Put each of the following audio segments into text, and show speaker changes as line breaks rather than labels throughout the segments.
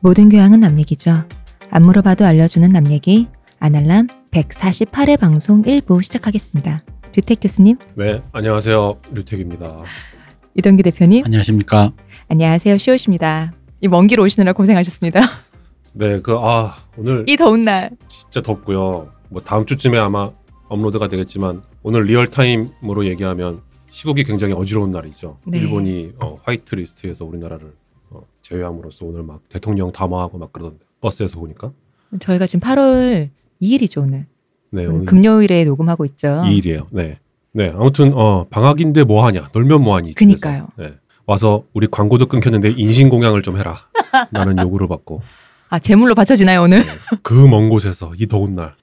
모든 교양은 남 얘기죠. 안 물어봐도 알려주는 남 얘기 아날람 148회 방송 1부 시작하겠습니다. 류택 교수님,
네, 안녕하세요. 류택입니다.
이동기
아-
대표님,
안녕하십니까.
안녕하세요. 시옷입니다. 이 먼 길 오시느라 고생하셨습니다.
네, 그, 아, 오늘
이 더운 날.
진짜 덥고요. 뭐, 다음 주쯤에 아마 업로드가 되겠지만, 오늘 리얼타임으로 얘기하면 시국이 굉장히 어지러운 날이죠.
네.
일본이 어, 화이트 리스트에서 우리나라를 어, 제외함으로써 오늘 막 대통령 담화하고 막 그러던데, 버스에서 보니까.
저희가 지금 8월 2일이죠 오늘.
네,
오늘
오늘
금요일에 녹음하고 있죠.
이일이에요 네. 네, 아무튼, 어, 방학인데 뭐 하냐, 놀면 뭐 하니. 집에서.
그니까요.
네. 와서 우리 광고도 끊겼는데 인신공양을 좀 해라. 라는 요구를 받고.
아 제물로 바쳐지나요 오늘?
그 먼 곳에서 이 더운 날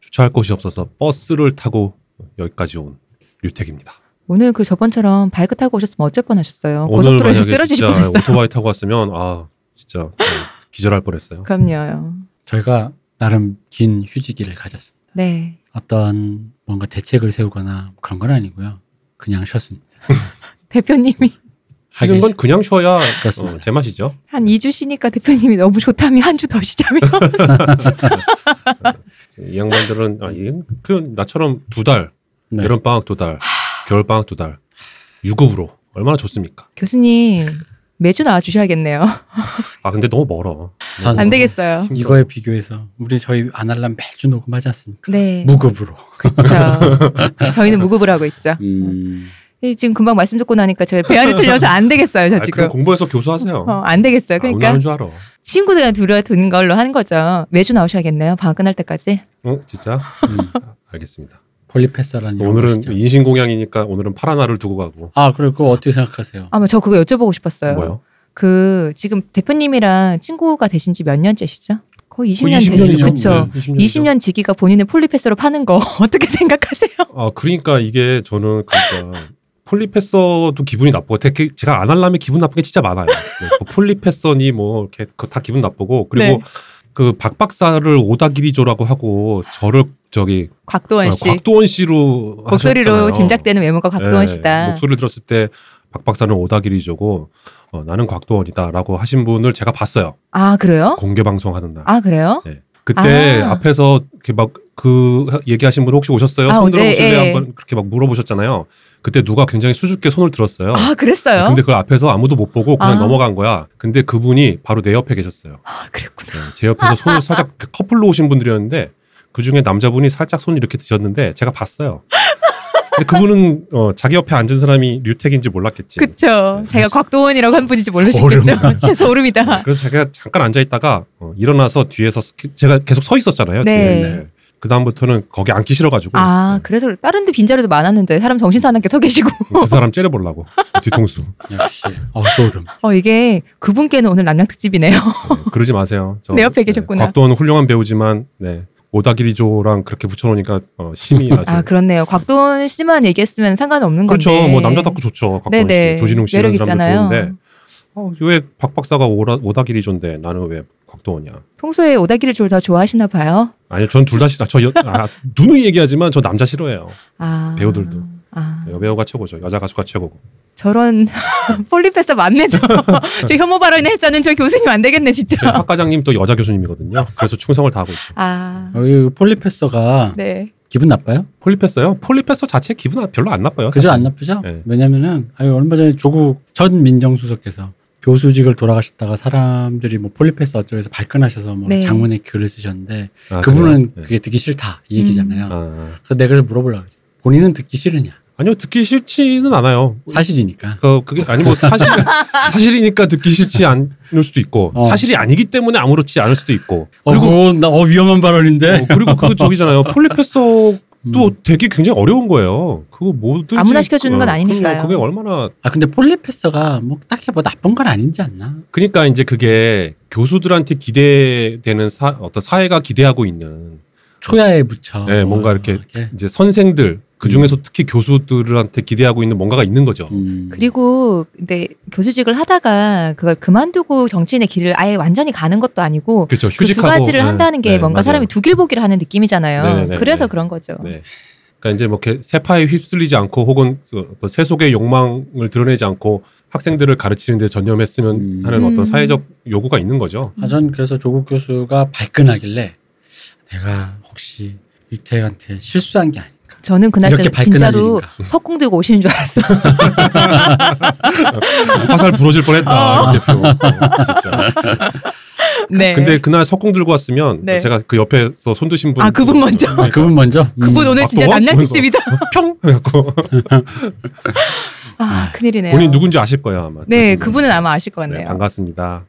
주차할 곳이 없어서 버스를 타고 여기까지 온 류택입니다.
오늘 그 저번처럼 바이크 타고 오셨으면 어쩔 뻔하셨어요.
오늘
고속도로에서
만약에
쓰러지실
진짜
뻔했어요.
오토바이 타고 왔으면 아 진짜 어, 기절할 뻔했어요.
그럼요.
저희가 나름 긴 휴지기를 가졌습니다.
네.
어떤 뭔가 대책을 세우거나 그런 건 아니고요. 그냥 쉬었습니다.
대표님이
쉬는 건 그냥 쉬어야
그렇습니다.
어, 제 맛이죠.
한 2주 쉬니까 대표님이 너무 좋다며 한 주 더 쉬자며.
이 양반들은 아, 이, 그 나처럼 두 달,
네.
여름 방학 두 달, 겨울 방학 두 달, 유급으로 얼마나 좋습니까?
교수님 매주 나와 주셔야겠네요.
아 근데 너무 멀어.
전-
안 되겠어요.
이거에 비교해서 우리 저희 아날람 매주 녹음하지 않습니까?
네.
무급으로.
그렇죠. 저희는 무급을 하고 있죠. 네.
음,
이 지금 금방 말씀 듣고 나니까 제가 배알이 틀려서 안 되겠어요. 저
아,
네, 지금.
그럼 공부해서 교수하세요.
어, 안 되겠어요.
아,
그러니까
오늘 하는 줄 알아.
친구들 둘이 둔 걸로 한 거죠. 매주 나오셔야겠네요. 방학 끝날 때까지.
어 진짜
음.
알겠습니다.
폴리페사라는 이런
오늘은
것이죠.
인신공양이니까 오늘은 파란 하를 두고 가고.
아 그리고 그거 어떻게 생각하세요?
아마 저 그거 여쭤보고 싶었어요.
뭐요?
그 지금 대표님이랑 친구가 되신 지 몇 년째시죠? 거의 20년,
거의 20
되죠.
년이죠.
그렇죠.
네, 20 년이죠.
20년 지기가 본인의 폴리패스로 파는 거 어떻게 생각하세요?
아 그러니까 이게 저는 그러니까 폴리패서도 기분이 나쁘고 특히 제가 아날람에 기분 나쁜 게 진짜 많아요. 네, 그 폴리패서니 뭐 이렇게 그거 다 기분 나쁘고 그리고
네.
그 박박사를 오다기리조라고 하고 저를 저기
곽도원
어,
씨
곽도원 씨로
목소리로
하셨잖아요.
짐작되는 외모가 곽도원
네,
씨다.
목소리를 들었을 때 박박사는 오다기리조고 어, 나는 곽도원이다라고 하신 분을 제가 봤어요.
아 그래요?
공개 방송하는 날.
아 그래요?
그때
아.
앞에서 이렇게 막 그 얘기하신 분 혹시 오셨어요?
아,
손 들어
네,
보실래요?
예.
한번 그렇게 막 물어보셨잖아요. 그때 누가 굉장히 수줍게 손을 들었어요. 네,
아 그랬어요?
근데 그걸 앞에서 아무도 못 보고 그냥
아.
넘어간 거야. 근데 그분이 바로 내 옆에 계셨어요.
아 그랬구나.
네, 제 옆에서 손을 살짝 이렇게 커플로 오신 분들이었는데 그 중에 남자분이 살짝 손 이렇게 드셨는데 제가 봤어요. 근데 그분은 어, 자기 옆에 앉은 사람이 류택인지 몰랐겠지.
그쵸.
네.
제가 곽도원이라고 한 분인지
소름.
모르셨겠죠. 진짜 소름이다.
아, 그래서 제가 잠깐 앉아 있다가 어, 일어나서 뒤에서 제가 계속 서 있었잖아요.
네.
뒤에. 그 다음부터는 거기 앉기 싫어가지고
아 그래서 다른 데 빈자리도 많았는데 사람 정신 사납게 서 계시고.
그 사람 째려보려고 그 뒤통수
아.
역시 어, 소름.
어 이게 그분께는 오늘 남양 특집이네요.
네, 그러지 마세요. 저,
내 옆에 계셨구나.
곽도원 훌륭한 배우지만 네, 오다기리조랑 그렇게 붙여놓으니까 어, 심이 아주
아 그렇네요. 곽도원 씨만 얘기했으면 상관없는
그렇죠.
건데.
뭐 남자답고 좋죠. 곽도원
네네.
씨, 조진웅 씨 이런
매력
사람들
있잖아요.
좋은데 어, 왜 박박사가 오라, 오다기리조인데 나는 왜 곽도원이야?
평소에 오다기를 좀더 좋아하시나 봐요.
아니요, 전 둘 다 싫다. 저 여, 아, 누누이 얘기하지만 저 남자 싫어해요.
아
배우들도.
아
여배우가 최고죠. 여자 가수가 최고고.
저런 폴리페서 맞네 저. 저 혐오 발언 했다는 저 교수님 안 되겠네 진짜.
저희 학 과장님 또 여자 교수님이거든요. 그래서 충성을 다하고 있죠.
아
여기 어, 폴리페서가
네.
기분 나빠요?
폴리패서요? 폴리패서 자체 기분 별로 안 나빠요.
그저
사실.
안 나쁘죠?
네.
왜냐면은 아니, 얼마 전에 조국 전 민정수석께서 교수직을 돌아가셨다가 사람들이 뭐 폴리패스 어쩌고해서 발끈하셔서 뭐
네.
장문의 글을 쓰셨는데
아,
그분은
그래요?
그게 듣기 싫다 이 얘기잖아요.
네. 아.
그래서 내가 그래서 물어보려고 그랬지. 본인은 듣기 싫으냐?
아니요 듣기 싫지는 않아요.
사실이니까.
그 그게 아니 뭐 사실 사실이니까 듣기 싫지 않을 수도 있고
어.
사실이 아니기 때문에 아무렇지 않을 수도 있고 그리고
어, 그거 나 어, 위험한 발언인데.
어, 그리고 그 저기잖아요 폴리패서도
음.
되게 굉장히 어려운 거예요. 그거 뭐든지
아무나 시켜주는 건
어,
아니니까요.
그게 얼마나
아 근데 폴리패서가 뭐 딱히 뭐 나쁜 건 아닌지 않나?
그러니까 이제 그게 교수들한테 기대되는 사, 어떤 사회가 기대하고 있는
초야에 어, 묻혀.
네, 뭔가 이렇게 이제 선생들 그 중에서 특히 교수들한테 기대하고 있는 뭔가가 있는 거죠.
음.
그리고 근데 교수직을 하다가 그걸 그만두고 정치인의 길을 아예 완전히 가는 것도 아니고
그렇죠.
그 두
휴직하고
가지를
네,
한다는 게
네,
뭔가
맞아요.
사람이 두길보기를 하는 느낌이잖아요.
네네네,
그래서
네.
그런 거죠.
네. 그러니까 이제 뭐 이렇게 세파에 휩쓸리지 않고 혹은 그 어떤 세속의 욕망을 드러내지 않고 학생들을 가르치는데 전념했으면
음.
하는
음.
어떤 사회적 요구가 있는 거죠.
아, 전 그래서 조국 교수가 발끈하길래 내가 혹시 유태한테 실수한 게 아닌가.
저는 그날
이렇게
진짜-
발끈할
진짜로
일인가.
석궁 들고 오시는 줄 알았어.
화살 부러질 뻔했다 이 대표. 어, 진짜.
네.
근데 그날 석궁 들고 왔으면
네.
제가 그 옆에서 손드신 분.
아 그분 먼저.
아, 그분 먼저. 음.
그분 오늘
아,
진짜
또 와?
남양 특집이다.
평 해갖고
아 큰일이네요.
음. 본인 누군지 아실 거예요 아마.
네,
들으시면.
그분은 아마 아실 것 같네요.
네, 반갑습니다.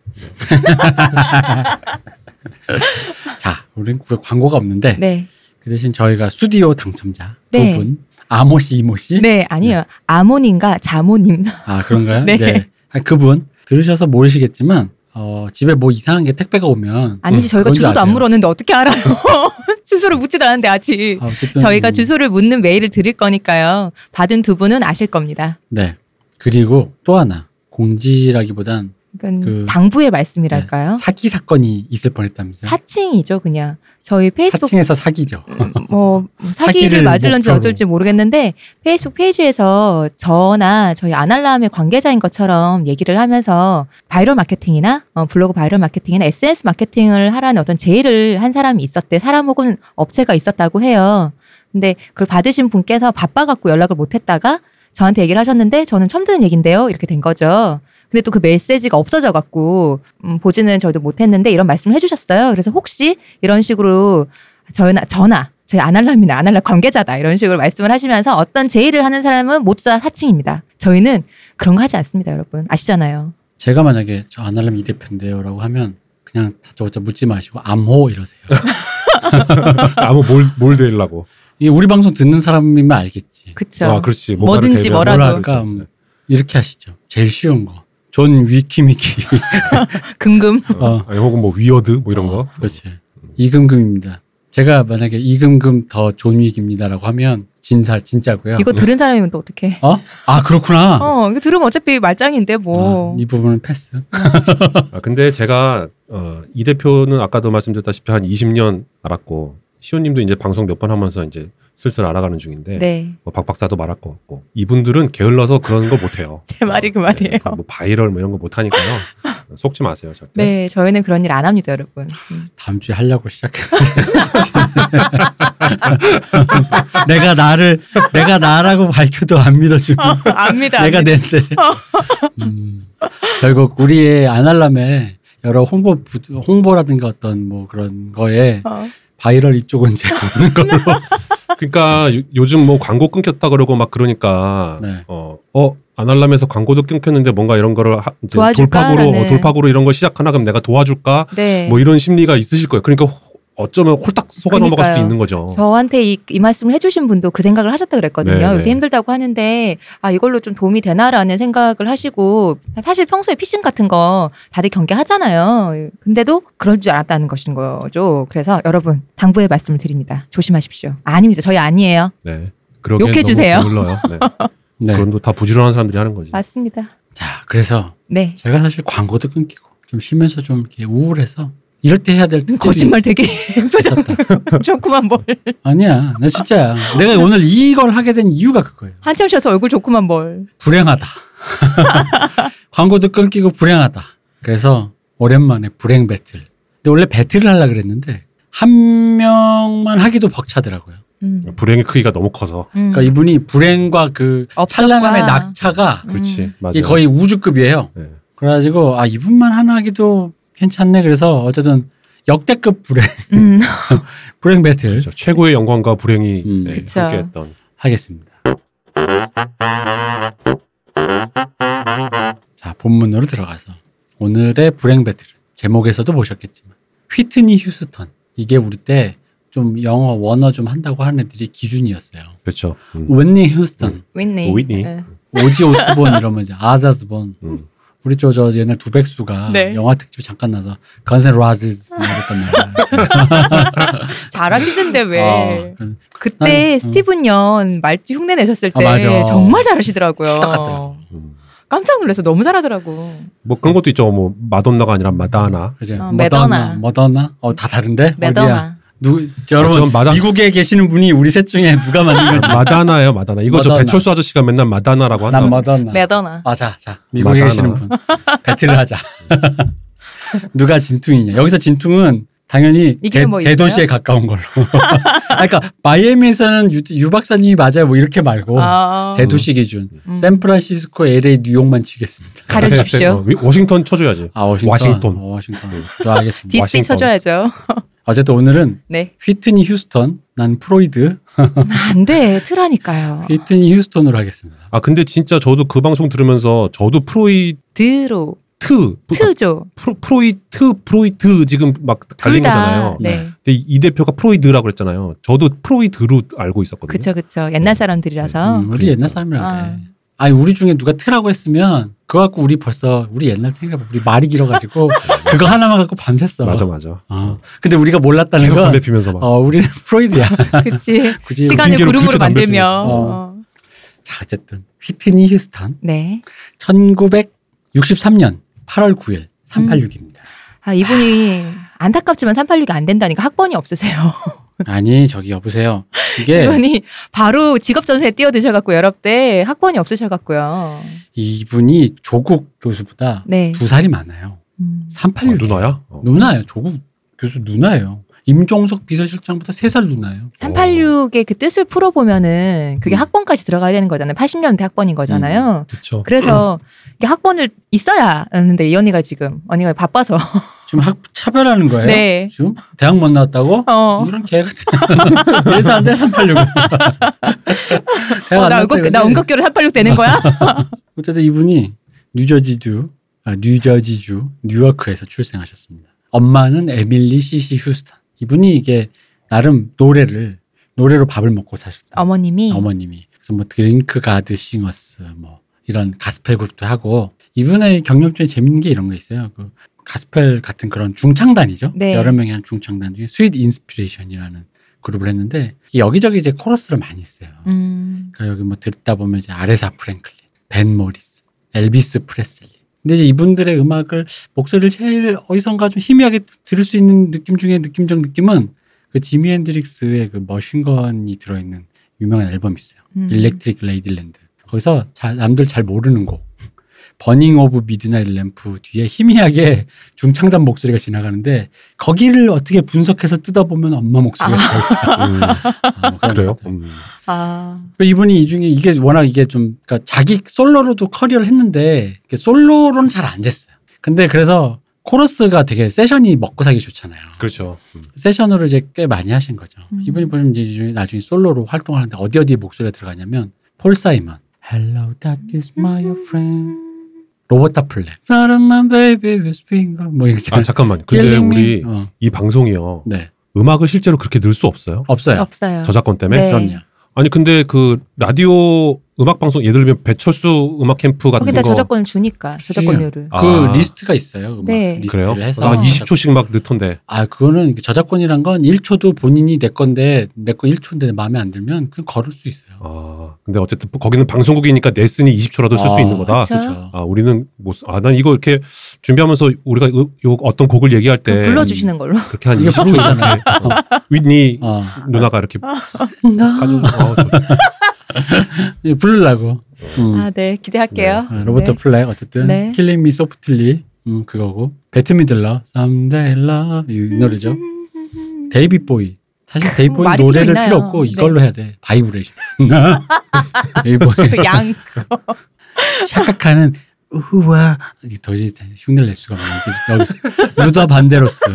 자, 우린 그 광고가 없는데
네.
그 대신 저희가 스튜디오 당첨자
네.
두 분, 아모 씨, 이모 씨.
네, 아니에요. 아모님과 자모님.
아 그런가요?
네.
아, 그분 들으셔서 모르시겠지만 어, 집에 뭐 이상한 게 택배가 오면
아니지,
음,
저희가
그건 줄
주소도 안
아세요.
물었는데 어떻게 알아요? 주소를 묻지도 않았는데 아직.
아, 어쨌든
저희가
음,
주소를 묻는 메일을 드릴 거니까요. 받은 두 분은 아실 겁니다.
네. 그리고 또 하나 공지라기보단
이건
그-
당부의 말씀이랄까요?
네, 사기 사건이 있을 뻔했다면서요.
사칭이죠, 그냥. 저희 페이스북
사칭에서 사기죠.
뭐 사기를
사기를
맞을런지
목표로.
어쩔지 모르겠는데 페이스북 페이지에서 저나 저희 아날람의 관계자인 것처럼 얘기를 하면서 바이럴 마케팅이나 어, 블로그 바이럴 마케팅이나 SNS 마케팅을 하라는 어떤 제의를 한 사람이 있었대 사람 혹은 업체가 있었다고 해요. 근데 그걸 받으신 분께서 바빠갖고 연락을 못했다가 저한테 얘기를 하셨는데 저는 처음 듣는 얘긴데요 이렇게 된 거죠. 근데 또 그 메시지가 없어져갖고 음, 보지는 저희도 못했는데 이런 말씀을 해주셨어요. 그래서 혹시 이런 식으로 저나 저나 저희 아날람이나 아날람 관계자다 이런 식으로 말씀을 하시면서 어떤 제의를 하는 사람은 모두 다 사칭입니다. 저희는 그런 거 하지 않습니다, 여러분 아시잖아요.
제가 만약에 저 안할람 이 대표인데요라고 하면 그냥 다저저 묻지 마시고 암호 이러세요.
아무 뭘뭘 드리려고.
이게 우리 방송 듣는 사람이면 알겠지.
그쵸?
아 그렇지.
그렇죠. 뭐든지
뭐라도.
뭐라도.
뭐랄까
네.
음, 이렇게 하시죠. 제일 쉬운 거. 존 위키미키.
금금
어.
아니 혹은 뭐 위어드 뭐 이런 거.
그렇지. 이금금입니다. 제가 만약에 이금금 더 존윅입니다라고 하면 진사 진짜고요.
이거 들은 사람이면 또 어떡해?
어? 네. 아 그렇구나.
어 이거 들으면 어차피 말짱인데 뭐.
아, 이 부분은 패스.
아, 근데 제가 어, 이 대표는 아까도 말씀드렸다시피 한 20년 알았고 시호님도 이제 방송 몇 번 하면서 이제 슬슬 알아가는 중인데
네.
뭐 박박사도 말할 것 같고 이분들은 게을러서 그런 거 못해요.
제 말이 그 말이에요.
네, 뭐 바이럴 뭐 이런 거 못하니까요. 어, 속지 마세요 절대.
네, 저희는 그런 일 안 합니다, 여러분. 음.
다음 주에 하려고 시작했는데 내가 나를 내가 나라고 밝혀도 안 믿어주고
어, 압니다.
내가
압니다.
낸데
어.
음, 결국 우리의 안할람에 여러 홍보 부- 홍보라든가 어떤 뭐 그런 거에
어.
바이럴 이쪽은 제가 없는 걸로
그러니까 요- 요즘 뭐 광고 끊겼다 그러고 막 그러니까
네.
어, 어, 안할람에서 광고도 끊겼는데 뭔가 이런 거를 하, 이제
도와줄까?
돌파구로
라는.
어, 돌파구로 이런 걸 시작하나 그럼 내가 도와줄까?
네.
뭐 이런 심리가 있으실 거예요. 그러니까 호- 어쩌면 홀딱 속아 넘어갈 수도
그러니까요.
있는 거죠.
저한테 이, 이 말씀을 해주신 분도 그 생각을 하셨다 그랬거든요.
네네.
요새 힘들다고 하는데 아 이걸로 좀 도움이 되나라는 생각을 하시고 사실 평소에 피싱 같은 거 다들 경계하잖아요. 근데도 그럴 줄 알았다는 것인 거죠. 그래서 여러분 당부의 말씀을 드립니다. 조심하십시오. 아닙니다. 저희 아니에요.
네. 그러게
욕해 주세요.
불러요. 네.
네.
그건 또다 부지런한 사람들이 하는 거지.
맞습니다.
자 아, 그래서
네.
제가 사실 광고도 끊기고 좀 쉬면서 좀 이렇게 우울해서 이럴 때 해야 될 때도
거짓말 되게 표정
있었다.
좋구만 뭘
아니야 나 진짜야 내가 오늘 이걸 하게 된 이유가 그거예요
한참 쉬어서 얼굴 좋구만 뭘
불행하다 광고도 끊기고 불행하다 그래서 오랜만에 불행 배틀 근데 원래 배틀을 하려고 그랬는데 한 명만 하기도 벅차더라고요
음.
불행의 크기가 너무 커서.
음.
그러니까 이분이 불행과 그
업적과-
찬란함의 낙차가
그렇지.
음.
맞아요.
이게 거의 우주급이에요
네.
그래가지고 아 이분만 하나 하기도 괜찮네 그래서 어쨌든 역대급 불행
음.
불행 배틀
그렇죠. 최고의 영광과 불행이
음.
네,
그쵸.
함께했던.
하겠습니다. 자, 본문으로 들어가서 오늘의 불행 배틀 제목에서도 보셨겠지만 휘트니 휴스턴 이게 우리 때 좀 영어 원어 좀 한다고 하는 애들이 기준이었어요.
그렇죠. 음.
윈니 휴스턴,
윈니
윈니.
네.
오지 오스본 이러면 이제 아자스본
음.
우리 저 저 옛날 두백수가
네.
영화 특집 잠깐 나서 건센 라즈스 이랬던 말.
잘하시던데 왜
아, 그-
그때
음.
나는,
스티븐 연 말주 흉내 내셨을
아,
때
맞아.
정말 잘하시더라고요.
딱 같더라고.
음.
깜짝 놀라서 너무 잘하더라고.
뭐 그런 것도 있죠. 뭐 마돈나가 아니라 마다나.
그죠?
어,
머더나,
메더나.
머더나, 어 다 다른데 어디야?
매더나.
누 여러분
아, 저는 마다-
미국에 계시는 분이 우리 셋 중에 누가 만든 건지
마다나예요, 마다나. 이거 저
마다나.
배철수 아저씨가 맨날 마다나라고 네. 한다.
난 마다나.
매더나.
아, 자, 자. 미국에
마다나.
계시는 분. 배틀을 하자. 누가 진퉁이냐. 여기서 진퉁은 당연히
이게
대,
뭐 있어요?
대도시에 가까운 걸로. 아, 그러니까 마이애미에서는 유, 유 박사님이 맞아요. 뭐 이렇게 말고
아,
대도시 기준.
음.
샌프란시스코, LA, 뉴욕만 치겠습니다.
가려주십시오.
어, 워싱턴 쳐줘야지.
아, 워싱턴.
와싱턴.
어, 워싱턴. 좋아하겠습니다.
디스티
워싱턴.
쳐줘야죠.
어쨌든 오늘은
네.
휘트니 휴스턴, 난 프로이드,
안 돼. 틀하니까요.
휘트니 휴스턴으로 하겠습니다.
아 근데 진짜 저도 그 방송 들으면서 저도 프로이트
드로. 트죠.
프로, 프로이트 프로이트 지금 막
둘
갈린
다.
거잖아요.
네.
근데 이 대표가 프로이드라고 그랬잖아요. 저도 프로이드로 알고 있었거든요.
그쵸, 그쵸. 옛날 사람들이라서.
음, 우리
그러니까.
옛날 사람이라
아.
그래. 아니 우리 중에 누가 트라고 했으면 그거 갖고 우리 벌써 우리 옛날 생각해 우리 말이 길어가지고 그거 하나만 갖고 밤샜어.
맞아 맞아.
어. 근데 우리가 몰랐다는
계속
건
담배 피면서 막.
어, 우리는 프로이드야.
그치.
굳이
시간을
핑계로
구름으로
네. 그렇게 담배
만들면.
피우면서.
어.
어.
자 어쨌든 휘트니 휴스턴
네.
1963년 8월 9일 386입니다.
음.
아, 이분이 안타깝지만 386이 안 된다니까 학번이 없으세요.
아니 저기 여보세요. 이게
이분이 바로 직업전선에 뛰어드셔갖고 여러 때 학번이 없으셔갖고요.
이분이 조국 교수보다
네.
두 살이 많아요.
음.
386
아, 누나야? 어.
누나예요. 조국 교수 누나예요. 임종석 비서실장보다 세 살 누나예요.
386의 그 뜻을 풀어보면은 그게
음.
학번까지 들어가야 되는 거잖아요. 80년대 학번인 거잖아요.
그쵸.
그래서 이게 학번을 있어야 하는데 이 언니가 지금 언니가 바빠서
아, 지금 학 차별하는 거예요?
네.
지금 대학 못 나왔다고?
어.
이런 개 같은. 그래서 안 돼, 386. 대학
어,
안
나
나왔다
응급 나
이거지?
응급교로 386 되는 거야?
어쨌든 이분이 뉴저지주, 아, 뉴저지주, 뉴워크에서 출생하셨습니다. 엄마는 에밀리 시시 휴스턴. 이분이 이게 나름 노래를, 노래로 밥을 먹고 사셨다.
어머님이
어머님이 그래서 뭐 드링크 가드 싱어스 뭐 이런 가스펠 그룹도 하고 이분의 경력 중에 재밌는 게 이런 거 있어요. 그 가스펠 같은 그런 중창단이죠.
네.
여러 명의 한 중창단 중에 스윗 인스피레이션이라는 그룹을 했는데 이게 여기저기 이제 코러스를 많이 써요.
음.
그러니까 여기 뭐 듣다 보면 이제 아레사 프랭클린, 벤 모리스, 엘비스 프레슬리. 근데 이제 이분들의 음악을 목소리를 제일 어디선가 좀 희미하게 들을 수 있는 느낌 중에 느낌적 느낌은 그 지미 핸드릭스의 그 머신건이 들어있는 유명한 앨범이 있어요.
음.
일렉트릭 레이딜랜드. 거기서 자- 남들 잘 모르는 곡. 버닝 오브 미드나잇 램프 뒤에 희미하게 중창단 목소리가 지나가는데 거기를 어떻게 분석해서 뜯어보면 엄마 목소리가 들어있다.
음,
아, 뭐 그런
그래요?
것들.
음.
아.
그러니까 이분이 이 중에 이게 워낙 이게 좀 그러니까 자기 솔로로도 커리어를 했는데 이게 솔로로는 잘 안 됐어요. 근데 그래서 코러스가 되게 세션이 먹고 사기 좋잖아요.
그렇죠. 음.
세션으로 이제 꽤 많이 하신 거죠.
음.
이분이 보면 이제 이 중에 나중에 솔로로 활동하는데 어디 어디 목소리가 들어가냐면 폴 사이먼 Hello, that is my friend. 로버타 플렉. Not my baby with finger. 뭐 이거
아
있잖아요.
잠깐만. 근데
Killing me.
우리
어,
이 방송이요.
네
음악을 실제로 그렇게 넣을 수 없어요.
없어요.
없어요.
저작권 때문에.
네.
그럼요.
아니 근데 그 라디오 음악 방송 예를 들면 배철수 음악 캠프 같은
거기다
거
저작권을 주니까 저작권료를.
아,
그 리스트가 있어요. 음악
네.
리스트를
그래요?
해서
아 20초씩 막 넣던데.
아, 그거는 이게 저작권이란 건 1초도 본인이 내 건데, 내 거 1초인데 마음에 안 들면 그냥 걸을 수 있어요.
아 근데 어쨌든 거기는 방송국이니까 냈으니 20초라도 쓸 수
아,
있는 거다.
그쵸.
그죠.
아 우리는 못아난 이거 이렇게 준비하면서 우리가 요, 요 어떤 곡을 얘기할
네.
때 음,
그럼 불러주시는 걸로.
그렇게 한
이게
20초
프로잖아요.
이렇게 어, 윗니
어.
누나가 이렇게
아.
어,
나.
가져오는 거.
예, 부르려고. 음.
아, 네. 기대할게요.
아, 로버트
네.
플렉 어쨌든
네.
킬링 미 소프트리 음, 그거고 배트미들러 Someday Love 이 노래죠. 데이비 보이. 사실 데이비 보이
음. 말이 필요
노래를 필요,
있나요? 네.
없고 이걸로 해야 돼. 바이브레이션. 데이비 보이
그 양.
착각하는 우와 이게 더 이제 흉내를 낼 수가 없는 여기서 루다 반데로스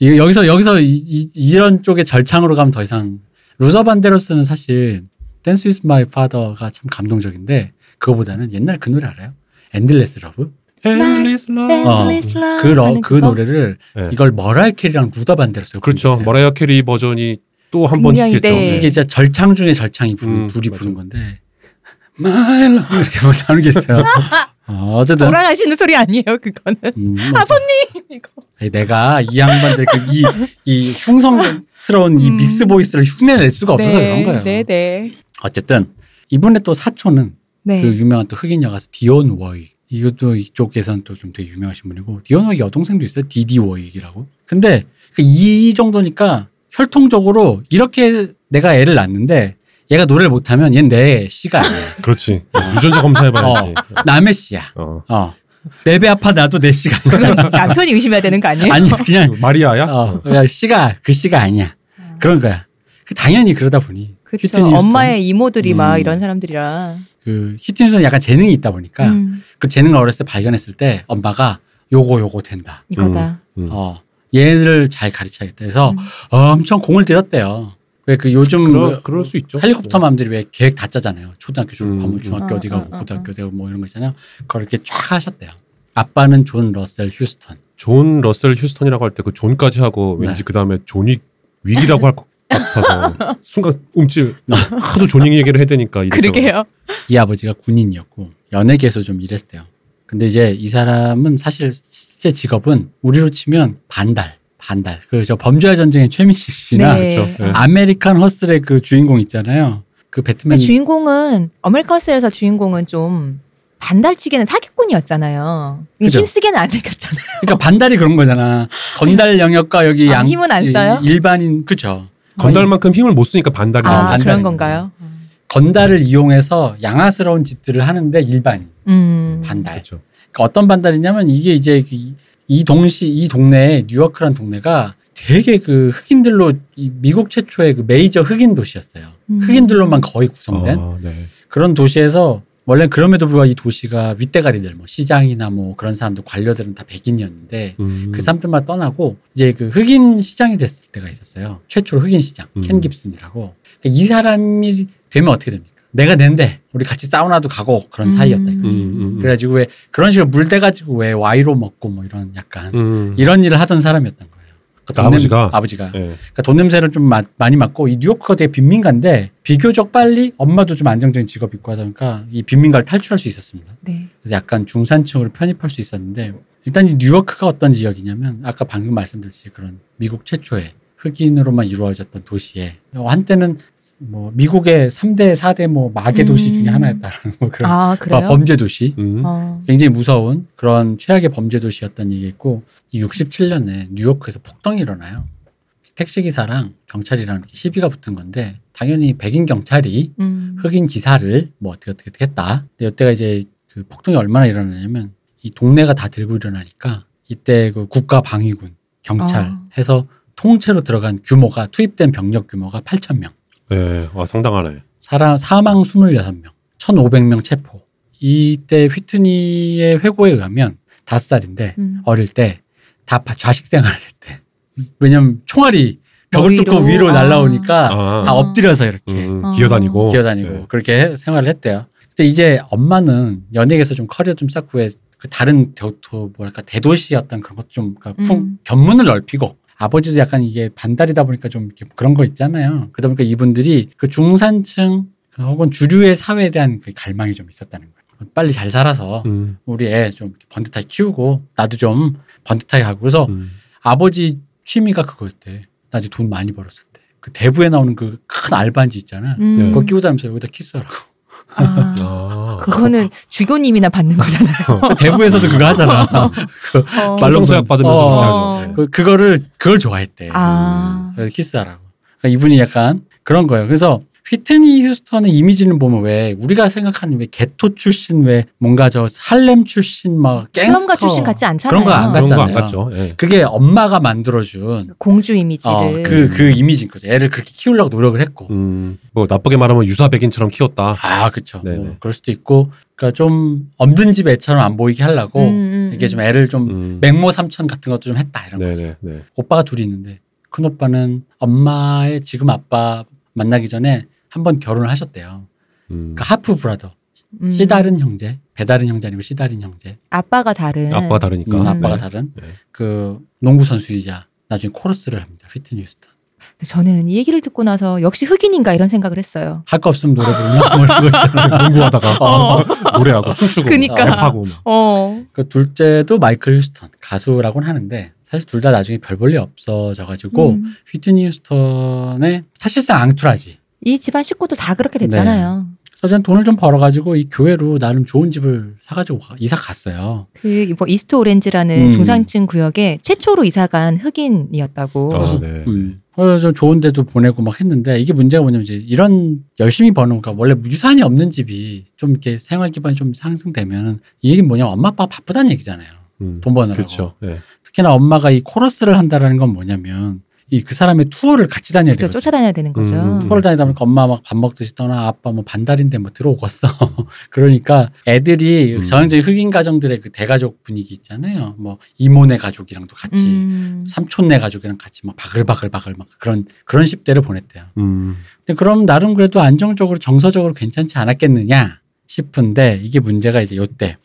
이 여기서 여기서 이, 런 쪽의 절창으로 가면 더 이상 루다 반데로스는 사실 댄스 위스 마이 파더가 참 감동적인데 그거보다는 옛날 그 노래 알아요? 엔들레스 러브
Endless
네.
love.
어, 그, 러,
그러
그 노래를
네.
이걸 머라이 캐리랑 루다 반데로스
그렇죠. 머라이어 캐리 버전이 또 한 번
굉장히,
시켰죠.
네.
네.
이게 진짜 절창 중에 절창이 부른,
음,
둘이
맞아.
부른 건데 마이 러브 이렇게 뭐 나오는 게 있어요 어, 어쨌든
돌아가시는 소리 아니에요, 그거는.
음,
아버님! 이거.
아니, 예, 내가 이 양반들 그 이, 이 흉성스러운 이
음.
믹스 보이스를 흉내낼 수가 없어서 그런 거예요.
네, 네.
어쨌든 이분의 또 사촌은
네.
그 유명한 또 흑인 여가수 디온 워익. 이것도 이쪽에선 또 좀 되게 유명하신 그 분이고 디온 워익 여동생도 있어요. 디디 워익이라고. 근데 그이 정도니까 혈통적으로 이렇게 내가 애를 낳는데 얘가 노래를 못하면 얘는 내 씨가 아니야.
네. 그렇지. 유전자 검사해봐야지.
남의 씨야.
어.
어. 내 배 아파 나도 내 씨가 아니야.
네. 그건 남편이 의심해야 되는 거 아니에요?
아니 그냥
마리아야?
어, 그냥 씨가 그 씨가 아니야. 그런 거야. 그 당연히 그러다 보니
그렇죠.
휴튼 휴스턴.
엄마의 이모들이 막
음.
이런 사람들이라.
그 히트니스는 약간 재능이 있다 보니까
음,
그 재능을 어렸을 때 발견했을 때 엄마가 요거 요거 된다.
이거다.
음.
어 얘를 잘 가르쳐야겠다 해서
음.
엄청 공을 들였대요. 왜 그 요즘 그
그럴, 그럴 수 있죠. 네.
헬리콥터 맘들이 왜 계획 다 짜잖아요. 초등학교 졸업하면
음.
중학교
어,
어디
어,
가고
어,
고등학교 어디 가고 뭐 이런 거 있잖아요. 그걸 이렇게 쫙 하셨대요. 아빠는 존 러셀 휴스턴.
네. 존 러셀 휴스턴이라고 할 때 그 존까지 하고 왠지
네.
그 다음에 존윅 위기라고 할 것 같아서 순간 움찔 네. 하도 존윅 얘기를 해대니까
그러게요.
이 아버지가 군인이었고 연예계에서 좀 일했대요. 근데 이제 이 사람은 사실 실제 직업은 우리로 치면 반달, 반달. 그 저 범죄와 전쟁의 최민식 씨나
그렇죠. 네.
아메리칸 허슬의 그 주인공 있잖아요. 그
근데
배트맨
주인공은 어메리칸스에서 주인공은 좀 반달치기는 사기꾼이었잖아요. 이게
그죠.
힘쓰게는 안 생겼잖아요.
그러니까 반달이 그런 거잖아. 건달 영역과 여기
아,
양
힘은 안 써요?
일반인 그죠.
네. 건달만큼 힘을 못 쓰니까 반달이
아,
아,
나오죠.
그런
반달인
건가요?
음. 건달을 이용해서 양아스러운 짓들을 하는데 일반인
음.
반달.
그렇죠.
그러니까 어떤 반달이냐면 이게 이제 이- 이 동시 이 동네에 뉴욕크란 동네가 되게 그 흑인들로 이 미국 최초의 그 메이저 흑인 도시였어요.
음.
흑인들로만 거의 구성된
아, 네.
그런 도시에서 원래 는 그럼에도 불구하고 이 도시가 윗대가리들 뭐 시장이나 뭐 그런 사람들 관료들은 다 백인이었는데
음.
그 사람들만 떠나고 이제 그 흑인 시장이 됐을 때가 있었어요. 최초로 흑인 시장
음.
켄 깁슨이라고 그러니까 이 사람이 되면 어떻게 됩니까? 내가 낸데 우리 같이 사우나도 가고 그런 사이였다.
음.
이거지.
음, 음, 음.
그래가지고 왜 그런 식으로 물 대가지고 왜 와이로 먹고 뭐 이런 약간
음.
이런 일을 하던 사람이었던 거예요. 그러니까
그러니까
돈 냄-
아버지가?
아버지가
네.
그러니까 돈 냄새를 좀 마- 많이 맡고 이 뉴욕커가 되게 빈민가인데 비교적 빨리 엄마도 좀 안정적인 직업 있고 하다 보니까 이 빈민가를 탈출할 수 있었습니다.
네.
그래서 약간 중산층으로 편입할 수 있었는데 일단 이 뉴워크가 어떤 지역이냐면 아까 방금 말씀드렸듯이 그런 미국 최초의 흑인으로만 이루어졌던 도시에 어, 한때는 뭐 미국의 3대, 4대 뭐 마계 도시
음.
중에 하나였다라는 뭐 그런
아, 그래요?
범죄 도시
음.
어.
굉장히 무서운 그런 최악의 범죄 도시였다는 얘기했고 이 67년에 뉴욕에서 폭동이 일어나요. 택시 기사랑 경찰이랑 이렇게 시비가 붙은 건데 당연히 백인 경찰이
음.
흑인 기사를 뭐 어떻게 어떻게 어떻게 했다. 근데 이때가 이제 그 폭동이 얼마나 일어나냐면 이 동네가 다 들고 일어나니까 이때 그 국가 방위군 경찰
아.
해서 통째로 들어간 규모가 투입된 병력 규모가 8천 명.
네. 아, 상당하네.
사람 사망 26명, 1,500명 체포. 이때 휘트니의 회고에 의하면 다섯 살인데
음.
어릴 때 다 좌식 생활을 했대. 왜냐면 총알이 벽을
위로.
뚫고 위로
아.
날라오니까
아,
다 엎드려서 이렇게
음,
어.
기어다니고.
기어다니고
네.
그렇게 생활을 했대요. 근데 이제 엄마는 연예계에서 좀 커리어 좀 쌓고 왜 그 다른 대, 도, 뭐랄까 대도시 어떤 그런 것좀 그러니까 풍-
음.
견문을 넓히고 아버지도 약간 이게 반달이다 보니까 좀 이렇게 그런 거 있잖아요. 그러다 보니까 이분들이 그 중산층 그 혹은 주류의 사회에 대한 그 갈망이 좀 있었다는 거예요. 빨리 잘 살아서
음,
우리 애 좀 번듯하게 키우고 나도 좀 번듯하게 하고 그래서
음.
아버지 취미가 그거였대. 나중에 돈 많이 벌었을 때. 그 대부에 나오는 그 큰 알반지 있잖아.
음.
그거 끼고 어. 다니면서 여기다 키스하라고.
아,
아. 어.
그거는 주교님이나 받는 거잖아요.
대부에서도 그거 하잖아.
어.
말로-
말로서약 받으면서
어.
그렇게 하죠. 네.
그, 그거를, 그걸 좋아했대.
아.
그래서 키스하라고. 그러니까 이분이 약간 그런 거예요. 그래서 휘트니 휴스턴의 이미지는 보면 왜 우리가 생각하는 왜 게토 출신 왜 뭔가 저 할렘 출신 막 갱스터
슬럼가 출신 같지 않잖아요.
그런 거안
네. 그런 거 안
맞잖아요.
같죠. 예.
그게 엄마가 만들어준
공주 이미지를.
어, 그, 그 이미지인 거죠. 애를 그렇게 키우려고 노력을 했고.
음, 뭐 나쁘게 말하면 유사백인처럼 키웠다.
아, 그쵸. 뭐
네네.
그럴 수도 있고. 그러니까 좀 없는 집 애처럼 안 보이게 하려고
음, 음,
어, 이게 좀
음.
애를 좀
음.
맹모 삼촌 같은 것도 좀 했다 이런 거죠.
네네. 네.
오빠가 둘이 있는데 큰 오빠는 엄마의 지금 아빠 만나기 전에 한 번 결혼을 하셨대요.
음.
그러니까 하프 브라더,
음.
시다른 형제, 배다른 형제 아니고 시다른 형제,
아빠가 다른.
그 아빠가 다르니까.
음, 아빠가
음. 네.
다른
네.
그 농구 선수이자 나중에 코러스를 합니다. 휘트니 휴스턴.
근데 저는 이 얘기를 듣고 나서 역시 흑인인가 이런 생각을 했어요.
할 거 없으면 노래 부르나 뭐 이런 거 있잖아.
농구하다가
어.
뭐 노래하고 춤추고 뭐
그니까.
랩하고 막.
어.
그 둘째도 마이클 휴스턴 가수라고는 하는데 사실 둘 다 나중에 별 볼 일 없어져가지고
음.
휘트니 휴스턴의 사실상 앙투라지. 네.
이 집안 식구도 다 그렇게 됐잖아요.
서재는 돈을 좀 벌어가지고 이 교회로 나름 좋은 집을 사가지고 가- 이사 갔어요.
그, 뭐, 이스트 오렌지라는
음.
중산층 구역에 최초로 이사간 흑인이었다고.
아, 네.
음. 그래서 좋은 데도 보내고 막 했는데 이게 문제가 뭐냐면 이제 이런 열심히 버는 그러니까 원래 유산이 없는 집이 좀 이렇게 생활 기반이 좀 상승되면은 이 얘기는 뭐냐면 엄마 아빠 가 바쁘다는 얘기잖아요.
음.
돈 버느라고.
그렇죠. 예.
특히나 엄마가 이 코러스를 한다라는 건 뭐냐면 이 그 사람의 투어를 같이 다녀야
그죠
되거든요.
그렇죠. 쫓아다녀야 되는 거죠.
음.
투어를 다니다 보니까 엄마 막 밥 먹듯이 떠나 아빠 뭐 반달인데 뭐 들어오겠어. 그러니까 애들이
음.
전형적인 흑인 가정들의 그 대가족 분위기 있잖아요. 뭐 이모네 가족이랑도 같이
음.
삼촌네 가족이랑 같이 막 바글바글바글 막 그런 그런 10대를 보냈대요.
음.
근데 그럼 나름 그래도 안정적으로 정서적으로 괜찮지 않았겠느냐 싶은데 이게 문제가 이제 요때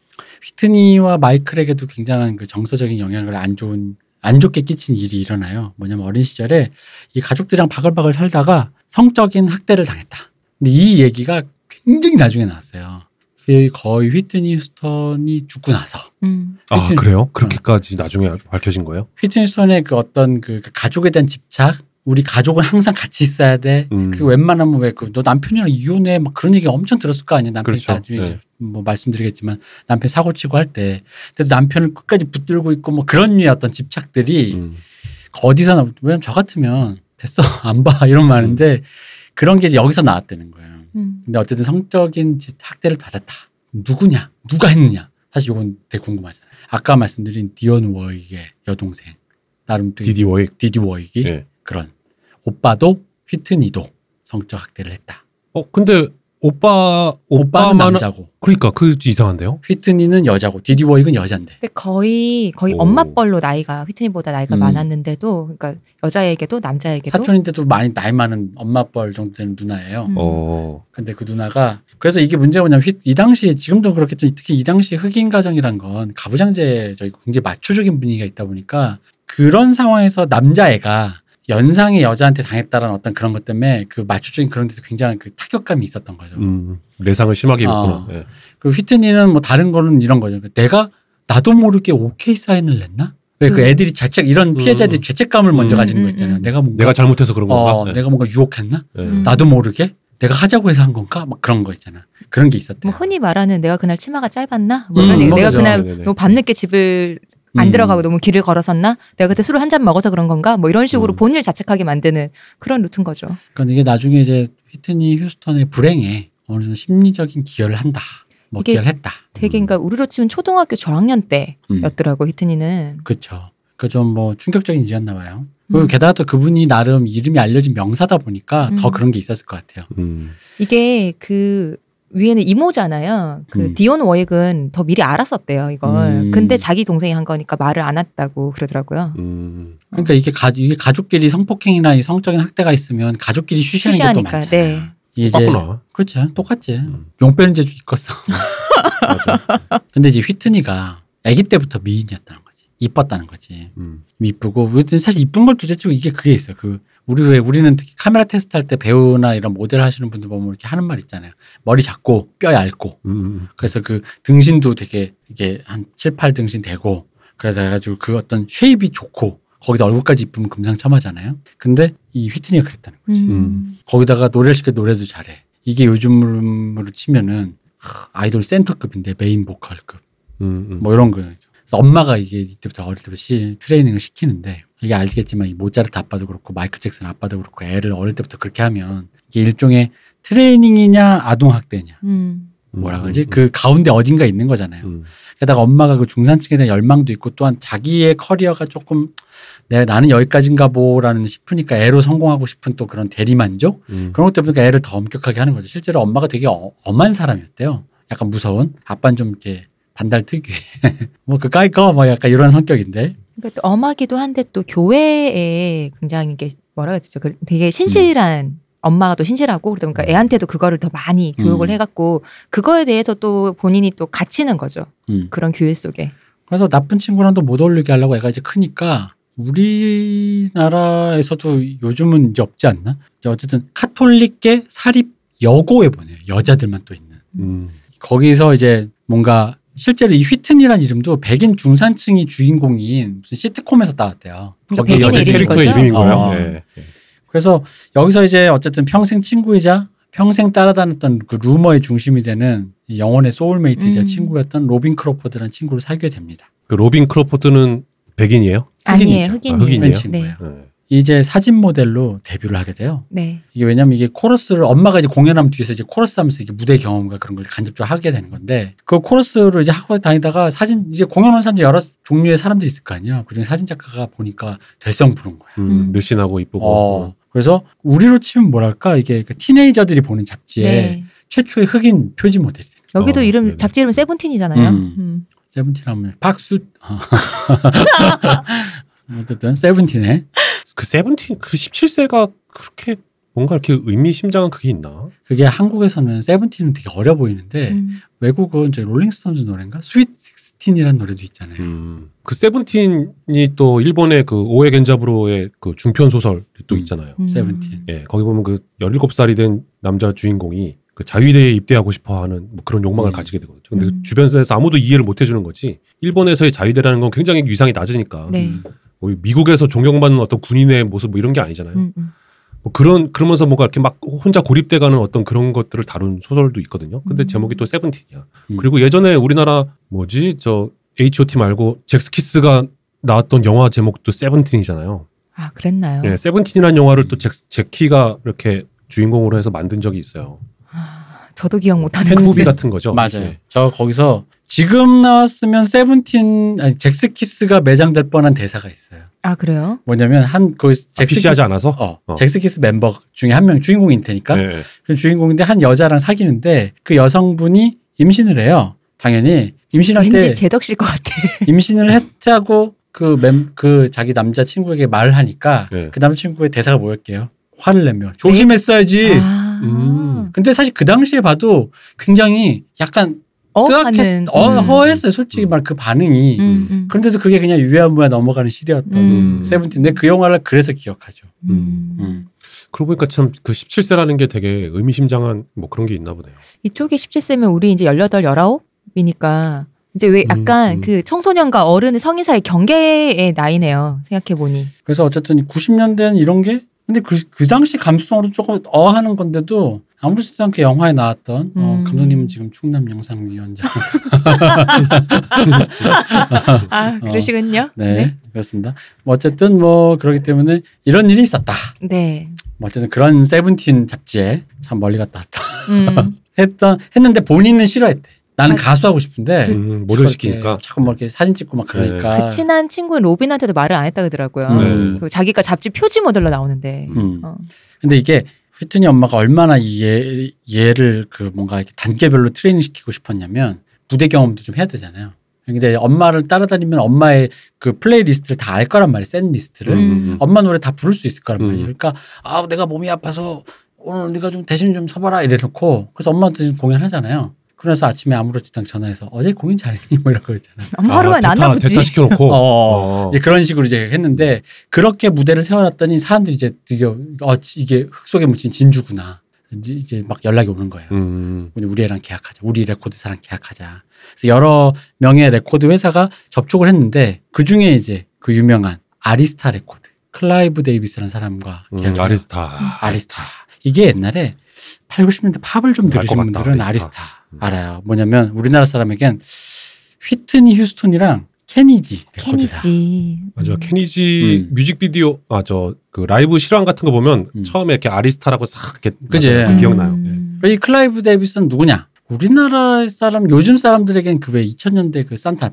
휘트니와 마이클에게도 굉장한 그 정서적인 영향을 안 좋은 안 좋게 끼친 일이 일어나요. 뭐냐면 어린 시절에 이 가족들이랑 바글바글 살다가 성적인 학대를 당했다. 근데 이 얘기가 굉장히 나중에 나왔어요. 그게 거의 휘트니 휴스턴이 죽고 나서
음.
아
하여튼-
그래요? 그렇게까지 나중에 밝혀진 거예요?
휘트니 휴스턴의 그 어떤 그 가족에 대한 집착, 우리 가족은 항상 같이 있어야 돼.
음.
그리고 웬만하면 왜 그 너 남편이랑 이혼해 막 그런 얘기 엄청 들었을 거 아니야 남편이
그렇죠.
나중에
네.
뭐 말씀드리겠지만 남편 사고 치고 할 때 근데 남편을 끝까지 붙들고 있고 뭐 그런 류의 어떤 집착들이
음.
어디서 나 왜냐면 저 같으면 됐어 안 봐 이런 말인데
음.
그런 게 이제 여기서 나왔다는 거예요
음.
근데 어쨌든 성적인 지- 학대를 받았다 누구냐 누가 했느냐 사실 이건 되게 궁금하잖아요 아까 말씀드린 디언 워익의 여동생 나름 또
디디 워익.
디디 워익이
예.
그런 오빠도 휘트니도 성적 학대를 했다.
어 근데 오빠
오빠는
오빠만
남자고 음.
그러니까 그 이상한데요?
휘트니는 여자고 디디 워익은 여잔데
근데 거의 거의
오.
엄마뻘로 나이가 휘트니보다 나이가
음.
많았는데도 그러니까 여자에게도 남자에게도
사촌인데도 많이 나이 많은 엄마뻘 정도 되는 누나예요.
음.
어.
근데 그 누나가 그래서 이게 문제가 뭐냐면 휘- 이 당시에 지금도 그렇겠지만 특히 이 당시 흑인 가정이란 건 가부장제적이고 굉장히 마초적인 분위기가 있다 보니까 그런 상황에서 남자애가 연상의 여자한테 당했다라는 어떤 그런 것 때문에 그 마초적인 그런 데서 굉장한 그 타격감이 있었던 거죠.
음. 내상을 심하게 입었구나.
아.
예.
그 휘트니는 뭐 다른 거는 이런 거죠. 내가 나도 모르게 오케이 사인을 냈나? 왜 그
음.
애들이 자책 이런 피해자들이
음.
죄책감을 먼저
음.
가지는
음,
거 있잖아요.
음.
내가 뭔가
내가 잘못해서 그런 건가?
어,
예.
내가 뭔가 유혹했나?
예.
음.
나도 모르게 내가 하자고 해서 한 건가? 막 그런 거 있잖아. 그런 게 있었대.
뭐
요
흔히 말하는 내가 그날 치마가 짧았나? 뭐 이런
음,
얘기. 내가
그죠.
그날
네네네. 음.
너무 밤늦게 집을 안 들어가고 너무 길을 걸었었나? 내가 그때 술을 한 잔 먹어서 그런 건가? 뭐 이런 식으로
음.
본인을 자책하게 만드는 그런 루트인 거죠.
그러니까 이게 나중에 이제 휘트니 휴스턴의 불행에 어느 정도 심리적인 기여를 한다. 뭐
이게
기여를 했다.
되게
음.
그러니까 우리로 치면 초등학교 저학년
음.
때였더라고 히트니는.
그렇죠. 그 좀 뭐 충격적인 일이었나 봐요. 그리고
음.
게다가 또 그분이 나름 이름이 알려진 명사다 보니까 더
음.
그런 게 있었을 것 같아요.
음.
이게 그 위에는 이모잖아요. 그
음.
디온 워익은 더 미리 알았었대요 이걸.
음.
근데 자기 동생이 한 거니까 말을 안 했다고 그러더라고요.
음.
그러니까
어.
이게 가 이게 가족끼리 성폭행이나 이 성적인 학대가 있으면 가족끼리 쉬쉬하는 게 또
쉬쉬하니까,
많잖아요.
네.
이게 이제
똑같구나.
그렇죠. 똑같지.
음.
용 빼는 재주 있겠어.
맞아.
근데 이제 휘트니가 아기 때부터 미인이었다는 거지. 이뻤다는 거지.
음.
이쁘고 사실 이쁜 걸 둘째치고 이게 그게 있어요. 그 우리 왜 우리는 특히 카메라 테스트 할 때 배우나 이런 모델 하시는 분들 보면 이렇게 하는 말 있잖아요. 머리 작고 뼈 얇고
음, 음.
그래서 그 등신도 되게 이게 한 7, 8 등신 되고 그래서 해가지고 그 어떤 쉐입이 좋고 거기다 얼굴까지 이쁘면 금상첨화잖아요. 근데 이 휘트니가 그랬다는 거지.
음.
거기다가 노래를 시켜 노래도 잘해. 이게 요즘으로 치면은 하, 아이돌 센터급인데 메인 보컬급
음, 음.
뭐 이런 거죠. 그래서 엄마가 이게 이때부터 어릴 때부터 시, 트레이닝을 시키는데 이게 알겠지만 이 모차르트 아빠도 그렇고 마이클 잭슨 아빠도 그렇고 애를 어릴 때부터 그렇게 하면 이게 일종의 트레이닝이냐 아동 학대냐
음.
뭐라
음,
그러지
음,
그 가운데 어딘가 있는 거잖아요.
음.
게다가 엄마가 그 중산층에 대한 열망도 있고 또한 자기의 커리어가 조금 내 나는 여기까지인가 보라는 싶으니까 애로 성공하고 싶은 또 그런 대리만족
음.
그런 것 때문에 그러니까 애를 더 엄격하게 하는 거죠. 실제로 엄마가 되게 어- 엄한 사람이었대요. 약간 무서운 아빠는 좀 이렇게 반달 특유의 뭐그 까이꺼 뭐 약간 이런 성격인데
그러니까 또 엄하기도 한데 또 교회에 굉장히 이게 뭐라 해야 되죠? 그 되게 신실한 엄마가 또 신실하고 그러다 보니까 애한테도 그거를 더 많이 교육을
음.
해갖고 그거에 대해서 또 본인이 또 갇히는 거죠.
음.
그런 교회 속에.
그래서 나쁜 친구랑도 못 어울리게 하려고 애가 이제 크니까 우리나라에서도 요즘은 이제 없지 않나? 이제 어쨌든 카톨릭계 사립 여고에 보내요. 여자들만 또 있는.
음.
거기서 이제 뭔가 실제로 이 휘튼이란 이름도 백인 중산층이 주인공인 무슨 시트콤에서 따왔대요.
그러니까
거기에
백인의
여자
이름인
캐릭터
캐릭터의
거죠?
이름인 거예요.
어.
예.
그래서 여기서 이제 어쨌든 평생 친구이자 평생 따라다녔던 그 루머의 중심이 되는 이 영혼의 소울메이트이자
음.
친구였던 로빈 크로포드라는 친구를 사귀게 됩니다.
그 로빈 크로포드는 백인이에요.
아니에요.
흑인이죠.
흑인이에요.
흑인이에요?
네.
친구예요.
네.
이제 사진 모델로 데뷔를 하게 돼요.
네.
이게 왜냐면 이게 코러스를 엄마가 이제 공연하면 뒤에서 이제 코러스 하면서 이게 무대 경험과 그런 걸 간접적으로 하게 되는 건데 그 코러스를 이제 학교 다니다가 사진 이제 공연 온 사람들 여러 종류의 사람들이 있을 거 아니야. 그중에 사진 작가가 보니까 될성 부른 거야.
음,
음.
늘씬하고 이쁘고. 음.
어. 그래서 우리로 치면 뭐랄까 이게 그 티네이저들이 보는 잡지에
네.
최초의 흑인 표지 모델이 되는 거야.
여기도
어,
이름
네네.
잡지 이름 세븐틴이잖아요.
음.
음.
세븐틴 하면 박수 아. 어쨌든 세븐틴에
그 세븐틴 그 17세가 그렇게 뭔가 이렇게 의미심장한 그게 있나?
그게 한국에서는 세븐틴은 되게 어려 보이는데
음.
외국은 저 롤링스톤즈 노래인가 스윗 식스틴이라는 노래도 있잖아요.
음. 그 세븐틴이 또 일본의 그 오에 겐자부로의 그 중편 소설 또
음.
있잖아요.
음.
세븐틴.
예, 거기 보면 그 17살이 된 남자 주인공이 그 자위대에 입대하고 싶어 하는 뭐 그런 욕망을
음.
가지게 되거든요. 근데
음.
그 주변에서 아무도 이해를 못 해주는 거지. 일본에서의 자위대라는 건 굉장히 위상이 낮으니까.
네.
음.
뭐 미국에서 존경받는 어떤 군인의 모습 뭐 이런 게 아니잖아요.
음, 음.
뭐 그런, 그러면서 뭔가 이렇게 막 혼자 고립돼가는 어떤 그런 것들을 다룬 소설도 있거든요. 근데
음.
제목이 또 세븐틴이야.
음.
그리고 예전에 우리나라 뭐지? 저 H.O.T 말고 잭스키스가 나왔던 영화 제목도 세븐틴이잖아요.
아 그랬나요?
예, 세븐틴이라는 영화를 또 잭, 제키가 이렇게 주인공으로 해서 만든 적이 있어요.
아, 저도 기억 못하는
팬무비
것을.
같은 거죠.
맞아요.
예.
어, 저 거기서 지금 나왔으면 세븐틴 아니 잭스키스가 매장될 뻔한 대사가 있어요.
아 그래요?
뭐냐면 한 거기
아, PC하지 않아서.
어,
어.
잭스키스 멤버 중에 한 명이 주인공일 테니까
예, 예.
그 주인공인데 한 여자랑 사귀는데 그 여성분이 임신을 해요. 당연히 임신할 때
왠지 제덕실 것 같아.
임신을 했다고 그그 그 자기 남자 친구에게 말을 하니까
예.
그 남자 친구의 대사가 뭐였게요? 화를 내면 조심했어야지.
아,
음.
근데 사실 그 당시에 봐도 굉장히 약간 뜨악했,
어하는.
어,
음.
허했어요. 솔직히 말 그 반응이.
음, 음.
그런데도 그게 그냥 유야무야 넘어가는 시대였던
음.
세븐틴인데 그 영화를 그래서 기억하죠.
음.
음.
그러고 보니까 참 그 17세라는 게 되게 의미심장한 뭐 그런 게 있나 보네요.
이쪽이 17세면 우리 이제 18, 19이니까 이제 왜 약간
음, 음.
그 청소년과 어른 성인 사이 경계의 나이네요. 생각해 보니.
그래서 어쨌든 90년대는 이런 게 근데 그, 그 당시 감수성으로 조금 어하는 건데도 아무렇지도 않게 영화에 나왔던 어,
음.
감독님은 지금 충남 영상위원장.
아 그러시군요.
네, 그렇습니다. 뭐 어쨌든 뭐 그렇기 때문에 이런 일이 있었다.
네. 네.
뭐 어쨌든 그런 세븐틴 잡지에 참 멀리 갔다 왔다.
음.
했던 했는데 본인은 싫어했대. 나는
아,
가수하고
음,
싶은데 자꾸 이렇게
모델 시키니까.
그
음,
자꾸 뭐 이렇게 사진 찍고 막 그러니까.
그 친한 친구인 로빈한테도 말을 안 했다 그러더라고요.
음.
그 자기가 잡지 표지 모델로 나오는데.
음.
어.
근데 이게 휘트니 엄마가 얼마나 이 얘, 얘를 그 뭔가 이렇게 단계별로 트레이닝 시키고 싶었냐면 무대 경험도 좀 해야 되잖아요. 근데 엄마를 따라다니면 엄마의 그 플레이리스트를 다 알 거란 말이에요. 샌 리스트를.
음.
엄마 노래 다 부를 수 있을 거란 말이에요.
음.
그러니까 아 내가 몸이 아파서 오늘 네가 좀 대신 좀 서봐라 이래놓고 그래서 엄마한테 지금 공연하잖아요. 그래서 아침에 아무렇지도 않게 전화해서 어제 공연 잘했니 뭐 이런 거 있잖아요.
엄마 하루만
아,
났나
대타-
보지.
대타 시켜놓고. 어.
이제 그런 식으로 이제 했는데 그렇게 무대를 세워놨더니 사람들이 이제 드디어 어, 이게 흙 속에 묻힌 진주구나. 이제, 이제 막 연락이 오는 거예요.
음.
우리 우리 애랑 계약하자. 우리 레코드사랑 계약하자. 그래서 여러 명의 레코드 회사가 접촉을 했는데 그 중에 이제 그 유명한 아리스타 레코드 클라이브 데이비스라는 사람과
음,
계약을 해요.
아리스타.
아리스타. 이게 옛날에 8, 90년대 팝을 좀
알것
들으신
같다,
분들은 아리스타,
아리스타. 음.
알아요. 뭐냐면 우리나라 사람에겐 휘트니 휴스톤이랑 케니지 레코드사.
케니지.
맞아.
음.
케니지
음.
뮤직비디오, 아, 저, 그 라이브 실황 같은 거 보면
음.
처음에 이렇게 아리스타라고 싹 이렇게.
그지?
맞아요.
음.
기억나요. 예.
음.
이 클라이브 데이비스는 누구냐? 우리나라 사람 요즘 사람들에겐 그 왜 2000년대 그 산타나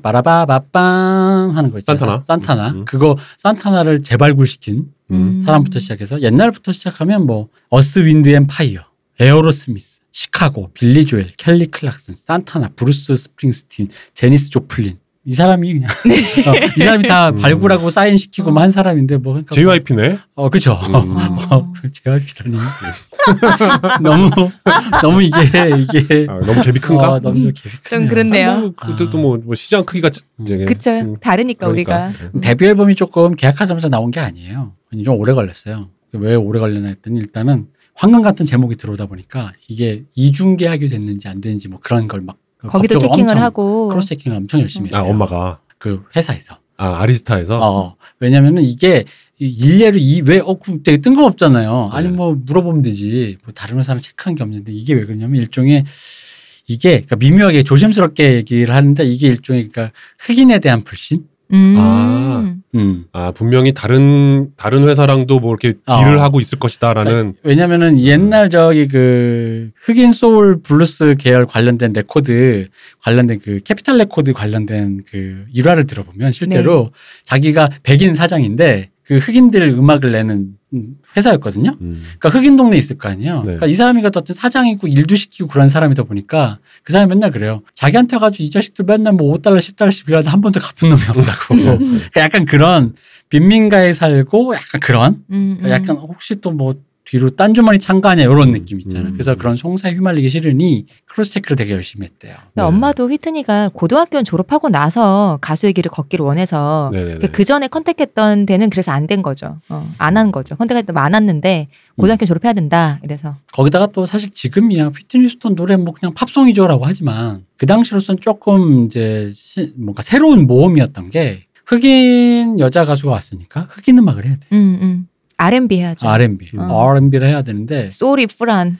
빠라바바빰 하는 거 있잖아요.
산타나?
산타나.
음, 음.
그거 산타나를 재발굴시킨
음.
사람부터 시작해서 옛날부터 시작하면 뭐 어스 윈드 앤 파이어, 에어로스미스, 시카고, 빌리 조엘, 켈리 클락슨, 산타나, 브루스 스프링스틴, 제니스 조플린 이 사람이 그냥 어, 이 사람이 다
음.
발굴하고 사인 시키고 만 사람인데 뭐 그러니까 뭐-
JYP네.
어 그죠
음.
뭐,
어.
JYP라니 너무 너무 이게 이게
아, 너무 갭이 큰가?
어, 너무 좀 갭이
좀
크네요.
그런- 그렇네요.
아, 뭐, 그때도 뭐, 뭐 시장 크기가 자- 이제
그쵸.
음,
다르니까 우리가.
그러니까.
데뷔 앨범이 조금 계약하자마자 나온 게 아니에요. 좀 오래 걸렸어요. 왜 오래 걸렸나 했더니 일단은 황금 같은 제목이 들어오다 보니까 이게 이중 계약이 됐는지 안 됐는지 뭐 그런 걸 막
거기도
법적으로
체킹을
엄청
하고.
크로스 체킹을 엄청 열심히
아,
했어요.
엄마가.
그 회사에서.
아, 아리스타에서.
어, 왜냐면은 이게 이 일례로 이왜어 되게 뜬금없잖아요. 아니
네.
뭐 물어보면 되지. 뭐 다른 회사는 체크한 게 없는데 이게 왜 그러냐면 일종의 이게 그러니까 미묘하게 조심스럽게 얘기를 하는데 이게 일종의 그러니까 흑인에 대한 불신.
음.
아.
음.
아 분명히 다른 다른 회사랑도 뭐 이렇게
어. 네.
딜을 하고 있을 것이다라는
왜냐면은 옛날 저기 그 흑인 소울 블루스 계열 관련된 레코드 관련된 그 캐피탈 레코드 관련된 그 일화를 들어보면 실제로 자기가 백인 사장인데 그 흑인들 음악을 내는 음, 회사였거든요.
음.
그러니까 흑인 동네 에 있을 거 아니에요.
네.
그러니까 이 사람이 어떤 사장이고 일도 시키고 그런 사람이다 보니까 그 사람이 맨날 그래요. 자기한테 가지고 이 자식들 맨날 뭐 5달러, 10달러씩이라도 한 번도 갚은 놈이
네.
없다고.
어.
그러니까 약간 그런 빈민가에 살고 약간 그런
음, 음.
그러니까 약간 혹시 또 뭐 뒤로 딴 주머니 참가하냐 이런 느낌 있잖아요.
음.
그래서 그런 송사에 휘말리기 싫으니 크로스 체크를 되게 열심히 했대요.
근데 엄마도 휘트니가 고등학교는 졸업하고 나서 가수의 길을 걷기를 원해서
네네네.
그 전에 컨택했던 데는 그래서 안 된 거죠. 어, 안 한 거죠. 컨택했던 안 왔는데
음.
고등학교 졸업해야 된다. 이래서
거기다가 또 사실 지금이야 휘트니 스톤 노래 뭐 그냥 팝송이죠라고 하지만 그 당시로선 조금 이제 시- 뭔가 새로운 모험이었던 게 흑인 여자 가수가 왔으니까 흑인 음악을 해야 돼.
음, 음. R&B 해야죠.
R&B,
음.
R&B를 해야 되는데
쏘리 프란.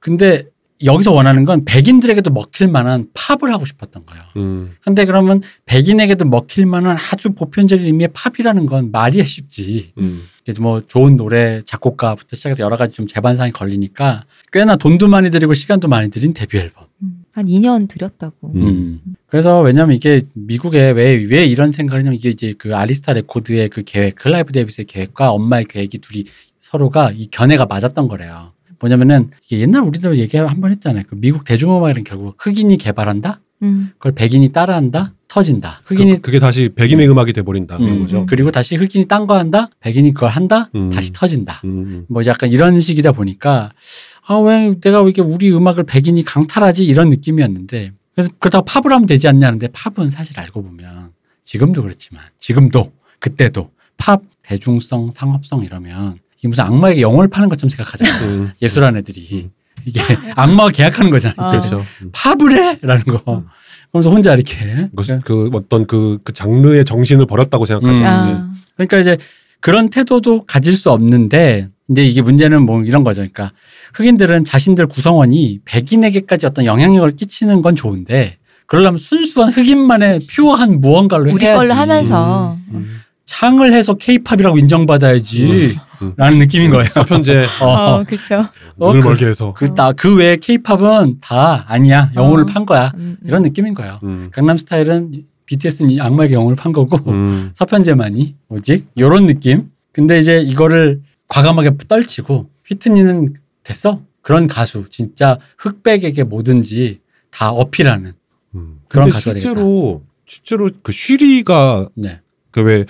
근데 여기서 원하는 건 백인들에게도 먹힐 만한 팝을 하고 싶었던 거예요.
음.
근데 그러면 백인에게도 먹힐 만한 아주 보편적인 의미의 팝이라는 건 말이 쉽지.
음.
그래서 뭐 좋은 노래 작곡가부터 시작해서 여러 가지 좀 재반상이 걸리니까 꽤나 돈도 많이 들이고 시간도 많이 들인 데뷔 앨범.
음, 한 2년 들였다고.
음.
그래서 왜냐면 이게 미국에 왜, 왜 이런 생각을 하냐면 이게 이제 그 아리스타 레코드의 그 계획, 클라이브 데이비스의 계획과 엄마의 계획이 둘이 서로가 이 견해가 맞았던 거래요. 뭐냐면은 이게 옛날 우리도 얘기 한 번 했잖아요. 그 미국 대중음악은 결국 흑인이 개발한다?
음.
그걸 백인이 따라한다? 터진다. 흑인이
그, 그게 다시 백인의 음악이 돼버린다 그런
음,
거죠.
그리고 다시 흑인이 딴 거 한다? 백인이 그걸 한다?
음.
다시 터진다.
음.
뭐 약간 이런 식이다 보니까 아 왜 내가 왜 이렇게 우리 음악을 백인이 강탈하지 이런 느낌이었는데 그래서 그렇다고 팝을 하면 되지 않냐는데 팝은 사실 알고 보면 지금도 그렇지만 지금도 그때도 팝 대중성 상업성 이러면 이게 무슨 악마에게 영혼을 파는 것처럼 생각하잖아
음.
예술하는 애들이 이게 악마와 계약하는 거잖아
아.
이제.
그렇죠. 음.
팝을 해라는 거 그러면서 혼자 이렇게
그, 그 어떤 그, 그 장르의 정신을 버렸다고 생각하죠.
네. 음.
아.
그러니까 이제 그런 태도도 가질 수 없는데 이제 이게 문제는 뭐 이런 거죠. 그러니까 흑인들은 자신들 구성원이 백인에게까지 어떤 영향력을 끼치는 건 좋은데 그러려면 순수한 흑인만의 퓨어한 무언가로
우리
해야지.
걸로 하면서
음.
창을 해서 케이팝이라고 인정받아야지
음. 음.
라는 느낌인 거예요.
현재
어.
어, 그렇죠.
어,
눈을
그-
멀게 해서
그, 나, 그 외에 케이팝은 다 아니야. 영혼을
어.
판 거야.
음, 음.
이런 느낌인 거예요.
음.
강남 스타일은 BTS는 악마에게 영혼을 판 거고
음.
서편제만이 오직 요런 느낌. 근데 이제 이거를 과감하게 떨치고 휘트니는 됐어. 그런 가수 진짜 흑백에게 뭐든지 다 어필하는.
음.
그런
근데
가수가
실제로 실제로 그 쉬리가
네.
그 왜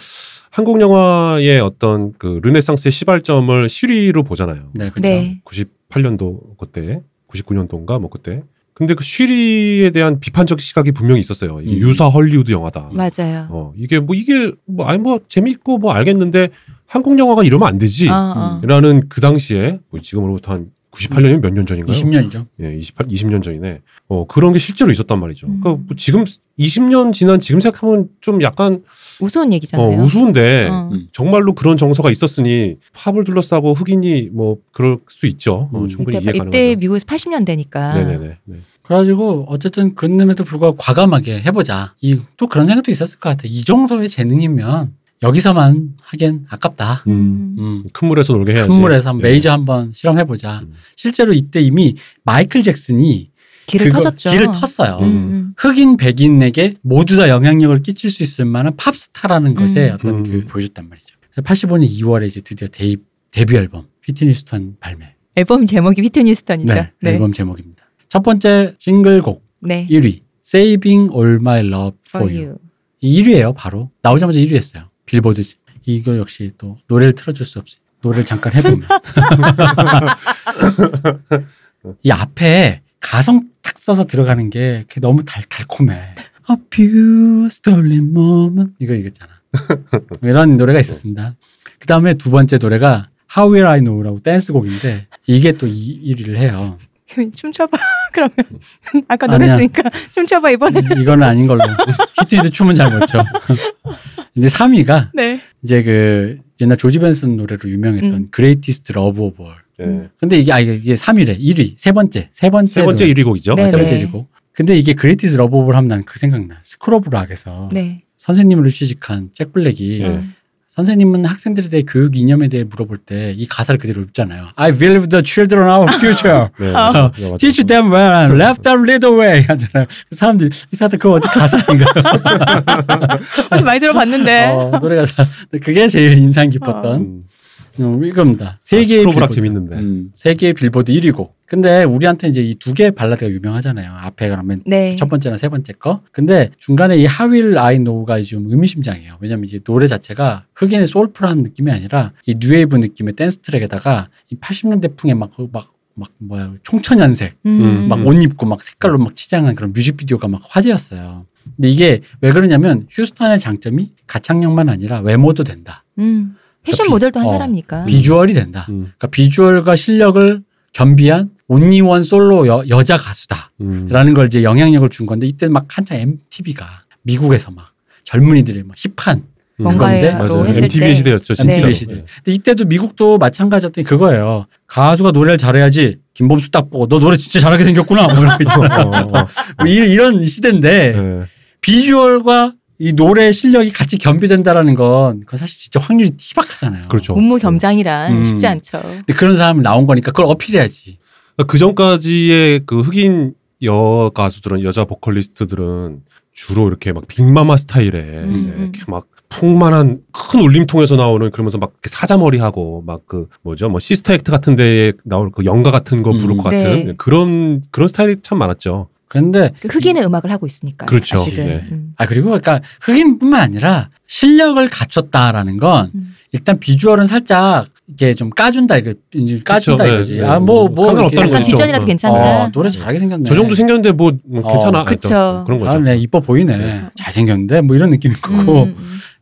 한국 영화의 어떤 그 르네상스의 시발점을 쉬리로 보잖아요.
네, 그렇죠.
네.
98년도 그때, 99년도인가 뭐 그때. 근데 그 쉬리에 대한 비판적 시각이 분명히 있었어요. 이게
음.
유사 헐리우드 영화다.
맞아요.
어, 이게 뭐 이게 뭐 아니 뭐 재밌고 뭐 알겠는데 한국 영화가 이러면 안 되지.
아, 음,
어, 어.
라는 그 당시에 뭐 지금으로부터 한 98년이면 몇 년 전인가요?
20년이죠.
예, 28, 20년 전이네. 어, 그런 게 실제로 있었단 말이죠.
음.
그러니까 뭐 지금 20년 지난 지금 생각하면 좀 약간
우스운
어,
얘기잖아요.
네.
우스운데
어.
음,
정말로 그런 정서가 있었으니 팝을 둘러싸고 흑인이 뭐 그럴 수 있죠. 어,
음.
충분히
이때,
이해 가능하죠.
이때 미국에서 80년대니까.
네네네. 네.
그래가지고 어쨌든 그런 놈에도 불구하고 과감하게 해보자. 이, 또 그런 생각도 있었을 것 같아. 이 정도의 재능이면 여기서만 하긴 아깝다.
음.
음.
큰 물에서 놀게 해야지.
큰 물에서 한번
예.
메이저 한번 실험해보자.
음.
실제로 이때 이미 마이클 잭슨이
길을
그거-
터졌죠.
길을 텄어요.
음, 음.
흑인 백인에게 모두 다 영향력을 끼칠 수 있을 만한 팝스타라는 것에
음.
어떤 그
음.
보여줬단 말이죠. 85년 2월에 이제 드디어 데이, 데뷔 앨범 휘트니 스턴 발매.
앨범 제목이 휘트니스턴이죠. 네. 네.
앨범 제목입니다. 첫 번째 싱글곡 1위 Saving All My Love For,
For
You.
you.
이 1위예요, 바로. 나오자마자 1위 했어요. 빌보드. 이거 역시 또 노래를 틀어줄 수 없이 노래를 잠깐 해보면 이 앞에 가성 탁 써서 들어가는 게 그게 너무 달, 달콤해. A few stolen moment 이거 이거잖아. 이런 노래가 있었습니다. 그 다음에 두 번째 노래가 How Will I Know라고 댄스곡인데 이게 또 1위를 해요.
춤춰봐. 그러면 아까 노래
아니야.
했으니까 춤춰봐 이번에.
음, 이거는 아닌 걸로. 히트에도 춤은 잘 못 춰. 근데 3위가
네.
이제 그 옛날 조지 벤슨 노래로 유명했던
음.
Greatest Love of All.
예.
근데 이게 아 이게, 이게 3위래. 1위. 세 번째. 세 번째.
세 번째 1위 곡이죠.
네,
세
네.
번째 일고. 근데 이게 Greatest Love of All 하면 난 그 생각나. 스크로브 락에서
네.
선생님을 취직한 잭 블랙이
예.
음.
선생님은 학생들에 대해 교육 이념에 대해 물어볼 때 이 가사를 그대로 읽잖아요. I believe the children are our future.
네,
어.
네, 맞아요.
Teach them well and let them lead the way 하잖아요. 그 사람들이 이 사람 그거 어디 가사인가요?
어, 많이 들어봤는데.
어, 노래 가사. 근데 그게 제일 인상 깊었던
음.
어.
음, 이겁니다.
아,
세 개의
스크로브락
빌보드.
재밌는데.
음, 세 개의 빌보드 1위고. 근데 우리한테 이제 이 두 개의 발라드가 유명하잖아요. 앞에 그러면
네.
첫 번째나 세 번째 거. 근데 중간에 이 하윌 아이 노우가 좀 의미심장해요. 왜냐면 이제 노래 자체가 흑인의 소울풀한 느낌이 아니라 이 뉴웨이브 느낌의 댄스 트랙에다가 이 80년대 풍의 막막막 뭐야 총천연색
음,
막
음.
옷 입고 막 색깔로 막 치장한 그런 뮤직비디오가 막 화제였어요. 근데 이게 왜 그러냐면 휴스턴의 장점이 가창력만 아니라 외모도 된다.
음. 패션
비-
모델도 한
어,
사람이니까.
비주얼이 된다.
음.
그러니까 비주얼과 실력을 겸비한 온리원 솔로 여- 여자 가수다.
음.
라는 걸 이제 영향력을 준 건데 이때 막 한창 MTV가 미국에서 막 젊은이들의 막 힙한
뭔가에
그건데?
맞아요.
로 했을
MTV
때.
음. 시대였죠. 진짜.
MTV
시대. 근데 이때도 미국도 마찬가지였던 게 그거예요. 가수가 노래를 잘해야지 김범수 딱 보고 너 노래 진짜 잘하게 생겼구나 뭐 이런 거 있잖아.
어,
뭐 이런, 이런 시대인데
네.
비주얼과 이 노래 실력이 같이 겸비된다라는 건 그거 사실 진짜 확률이 희박하잖아요.
그렇죠.
문무 겸장이란
음.
쉽지 않죠.
근데 그런 사람 나온 거니까 그걸 어필해야지.
그 전까지의 그 흑인 여 가수들은 여자 보컬리스트들은 주로 이렇게 막 빅마마 스타일의 네,
음.
이렇게 막 풍만한 큰 울림통에서 나오는 그러면서 막 이렇게 사자머리하고 막 그 뭐죠 뭐 시스터 액트 같은 데에 나올 그 연가 같은 거 부를
음.
것
네.
같은 그런 그런 스타일이 참 많았죠.
그런데
그 흑인의 음악을 하고 있으니까.
그렇죠.
아직은.
네.
음.
아 그리고 그러니까 흑인뿐만 아니라 실력을 갖췄다라는 건
음.
일단 비주얼은 살짝 이게 좀 까준다 이거 이제 까준다
그쵸, 네,
이거지.
네.
아 뭐 뭐
상관없다는
약간
거죠.
뒷전이라도
어.
괜찮나?
어, 노래 잘하게 생겼네.
저 정도 생겼는데 뭐, 뭐
어,
괜찮아. 아,
그쵸.
일단 그런
아,
거죠.
네, 이뻐 보이네.
네.
잘 생겼는데 뭐 이런 느낌인
음, 음,
거고.
음.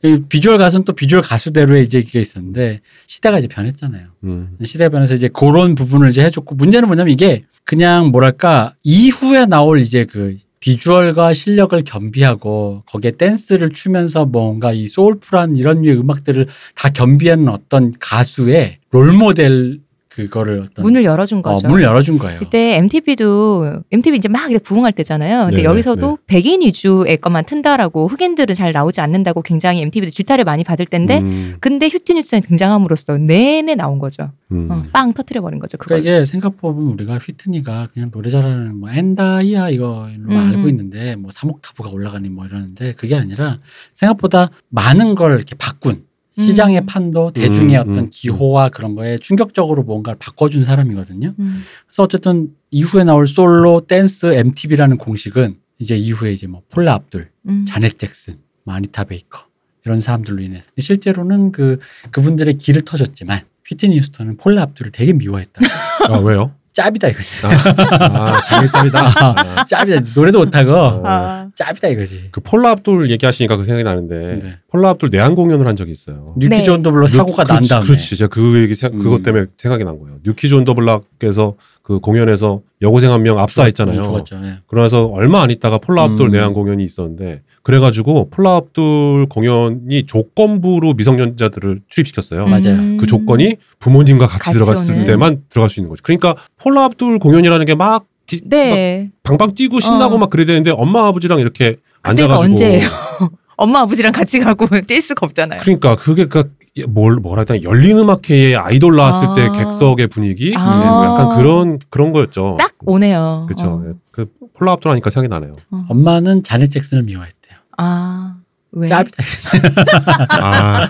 이 비주얼 가수는 또 비주얼 가수대로의 이제 그게 있었는데 시대가 이제 변했잖아요.
음.
시대 변해서 이제 그런 부분을 이제 해줬고 문제는 뭐냐면 이게 그냥 뭐랄까 이후에 나올 이제 그 비주얼과 실력을 겸비하고 거기에 댄스를 추면서 뭔가 이 소울풀한 이런 류의 음악들을 다 겸비하는 어떤 가수의 롤 모델 그거를 어떤
문을 열어준
어,
거죠.
문을 열어준 거예요.
그때 MTV도 MTV 이제 막 이렇게 부흥할 때잖아요. 근데
네네,
여기서도 백인 위주의 것만 튼다라고 흑인들은 잘 나오지 않는다고 굉장히 MTV도 질타를 많이 받을 텐데
음,
근데 휴트뉴스는 등장함으로써 내내 나온 거죠.
음.
어, 빵 터트려 버린 거죠. 그걸.
그러니까 이게 생각보면 우리가 휘트니가 그냥 노래 잘하는 뭐 엔다이아 이거로만
음.
알고 있는데 뭐 사목타부가 올라가니 뭐 이러는데 그게 아니라 생각보다 많은 걸 이렇게 바꾼 시장의
음.
판도 대중의
음,
어떤
음.
기호와 그런 거에 충격적으로 뭔가를 바꿔준 사람이거든요.
음.
그래서 어쨌든 이후에 나올 솔로 댄스 MTV라는 공식은 이제 이후에 이제 뭐 폴라 압둘
음.
자넷 잭슨, 마니타 베이커 이런 사람들로 인해서 실제로는 그 그분들의 길을 터줬지만 휘트니 휴스턴은 폴라 압둘을 되게 미워했다.
아 왜요?
짭이다 이거지.
아, 아 장애점이다. 아,
짭이다. 이제 노래도 못하고
어.
아.
짭이다 이거지.
그 폴라 압돌 얘기하시니까 그 생각이 나는데
네.
폴라 압돌 내한 공연을 한 적이 있어요.
뉴키
네.
존 더블로 사고가 난
그렇지,
다음에
그렇지. 제가 그 얘기 생-
음.
그것 때문에 생각이 난 거예요. 뉴키즈 온더 블락에서 그 공연에서 여고생 한 명 압사했잖아요.
죽었죠. 예.
그러면서 얼마 안 있다가 폴라 압돌
음.
내한 공연이 있었는데 그래가지고 폴라 압돌 공연이 조건부로 미성년자들을 투입시켰어요.
맞아요.
음.
그 조건이 부모님과 같이,
같이
들어갔을
오는.
때만 들어갈 수 있는 거죠. 그러니까 폴라 압돌 공연이라는 게 막
네.
방방 뛰고 신나고
어.
막 그래야 되는데 엄마 아버지랑 이렇게
그때가
앉아가지고
언제예요? 엄마 아버지랑 같이 가고 뛸 수가 없잖아요.
그러니까 그게 그뭘 뭐라 해야 되나 열린 음악회에 아이돌 나왔을
아.
때 객석의 분위기
아.
네, 뭐 약간 그런 그런 거였죠.
딱 오네요.
그렇죠.
어.
예. 그 폴라 압돌 하니까 생각이 나네요.
어.
엄마는 자넷 잭슨을 미워했대요.
아. 왜?
짭이다.
아,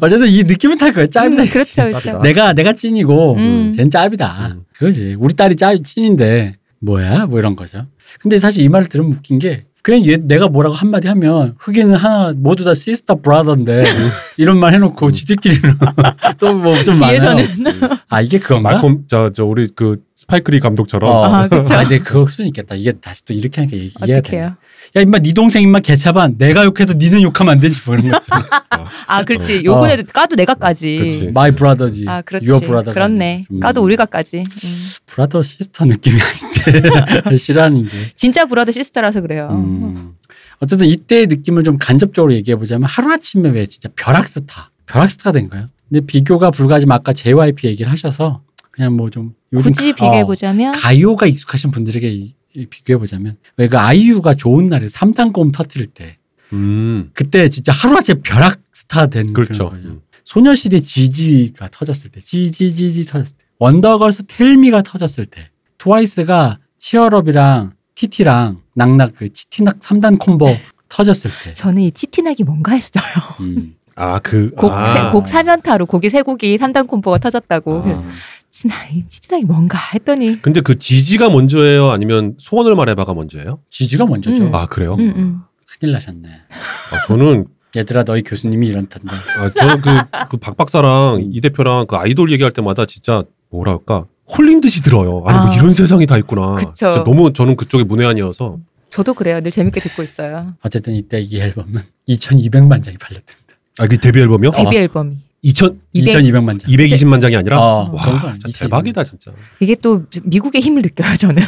어쨌든 이 느낌은 탈 거예요. 짭이다.
음, 그렇죠.
짭이다.
그렇죠.
내가 내가 찐이고
음.
쟨 짭이다.
음.
그거지. 우리 딸이 짭 찐인데 뭐야? 뭐 이런 거죠. 근데 사실 이 말을 들으면 웃긴 게 그냥 얘 내가 뭐라고 한마디 하면 흑인은 하나 모두 다 시스터 브라더인데 이런 말 해놓고 지들끼리는 또 뭐 좀 많아요.
뒤에서는
음,
아 이게 그건가?
말콤 어. 저저 우리 그 스파이크리 감독처럼
아, 그쵸.
아, 근데 그거 수는 있겠다. 이게 다시 또 이렇게 하니까 얘기해야 돼.
어떡해요?
야, 임마, 네 동생 임마 개차반. 내가 욕해도 니는 욕하면 안 되지. 뭐 이런 거죠.
아, 그렇지. 요번에도 까도 내가까지.
어. 그렇지.
My brother지.
아, 그렇지.
Your brother.
그렇네.
음.
까도 우리가까지. 음.
브라더 시스터 느낌이 아닌데. 싫어하는 게.
어. 진짜 브라더 시스터라서 그래요.
음. 어쨌든 이때의 느낌을 좀 간접적으로 얘기해 보자면 하루아침에 왜 진짜 벼락스타, 벼락스타가 된 거예요. 근데 비교가 불가하지만 아까 JYP 얘기를 하셔서 그냥 뭐 좀 어.
굳이 비교해 보자면
가요가 익숙하신 분들에게 이- 이 비교해 보자면 왜 그 아이유가 좋은 날에 삼단검 터트릴 때
음.
그때 진짜 하루아침에 벼락스타 된
그렇죠.
그런 거예요.
음.
소녀시대 지지가 터졌을 때, 지지지지 터졌을 때, 원더걸스 텔미가 터졌을 때, 트와이스가 치얼업이랑 티티랑 낙낙 그 치티낙 3단 콤보 터졌을 때,
저는 이 치티나기 뭔가 했어요.
음.
아, 그
곡,
아.
세, 곡 3연타로 곡이 세 곡이 3단 콤보가 터졌다고.
아,
진아, 이 치티나기 뭔가 했더니
근데 그 지지가 먼저예요? 아니면 소원을 말해봐가 먼저예요?
지지가 먼저죠.
음.
아, 그래요?
음, 음.
큰일 나셨네.
아, 저는
얘들아 너희 교수님이 이런단다.
아, 저는 그, 그 박박사랑
음.
이 대표랑 그 아이돌 얘기할 때마다 진짜 뭐랄까 홀린 듯이 들어요. 아니 뭐
아.
이런 세상이 다 있구나.
그쵸.
진짜 너무 저는 그쪽에 문외한이어서
저도 그래요. 늘 재밌게 듣고 있어요.
어쨌든 이때 이 앨범은 2,200만 장이 팔렸답니다.
아 그 데뷔 앨범이요?
데뷔 앨범이.
2천
200.
2,200만 장.
220만 장이 아니라
어,
와
그런 거 아니야.
진짜 대박이다 진짜.
이게 또 미국의 힘을 느껴요, 저는.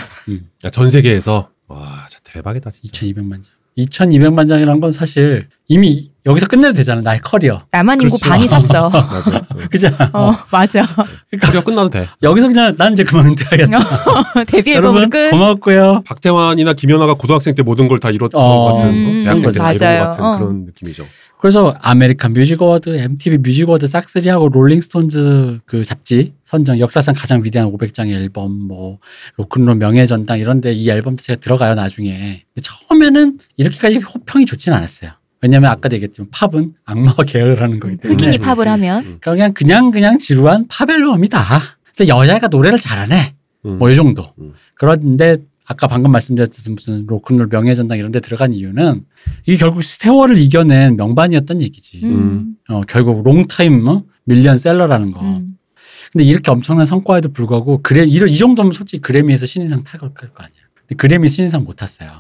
야, 전 세계에서 와 진짜 대박이다 진짜.
2,200만 장. 2,200만 장이란 건 사실 이미 여기서 끝내도 되잖아. 나의 커리어.
나만 인구
그렇지.
반이 샀어.
맞아. 응.
그죠?
어, 맞아.
커리어 끝나도 돼.
여기서 그냥 난 이제 그만 은퇴하겠다.
데뷔 앨범은
여러분
끝.
고맙고요.
박태환이나 김연아가 고등학생 때 모든 걸 다 이뤘던
어.
것 같은
음,
대학생 때 다 이룬 것
맞아요.
같은
어.
그런 느낌이죠.
그래서 아메리칸 뮤직 어워드, MTV 뮤직 어워드 싹쓸이하고 롤링스톤즈 그 잡지 선정 역사상 가장 위대한 500장의 앨범 뭐 로큰롤 명예전당 이런데 이 앨범 자체가 들어가요 나중에. 근데 처음에는 이렇게까지 호평이 좋진 않았어요. 왜냐면 아까도 얘기했지만 팝은 악마와 계열을 하는 거기 때문에
흑인이 팝을 하면.
음,
그러니까 그냥 그냥 그냥 지루한 팝 앨범이다. 근데 여자애가 노래를 잘하네.
음.
뭐 이 정도.
음.
그런데 아까 방금 말씀드렸듯이 무슨 로큰롤 명예전당 이런 데 들어간 이유는 이게 결국 세월을 이겨낸 명반이었단 얘기지.
음,
어, 결국 롱타임 어? 밀리언 셀러라는 거.
음.
근데 이렇게 엄청난 성과에도 불구하고 그래 이런 이 정도면 솔직히 그래미에서 신인상 탈 걸 거 아니야. 근데 그래미 신인상 못 탔어요.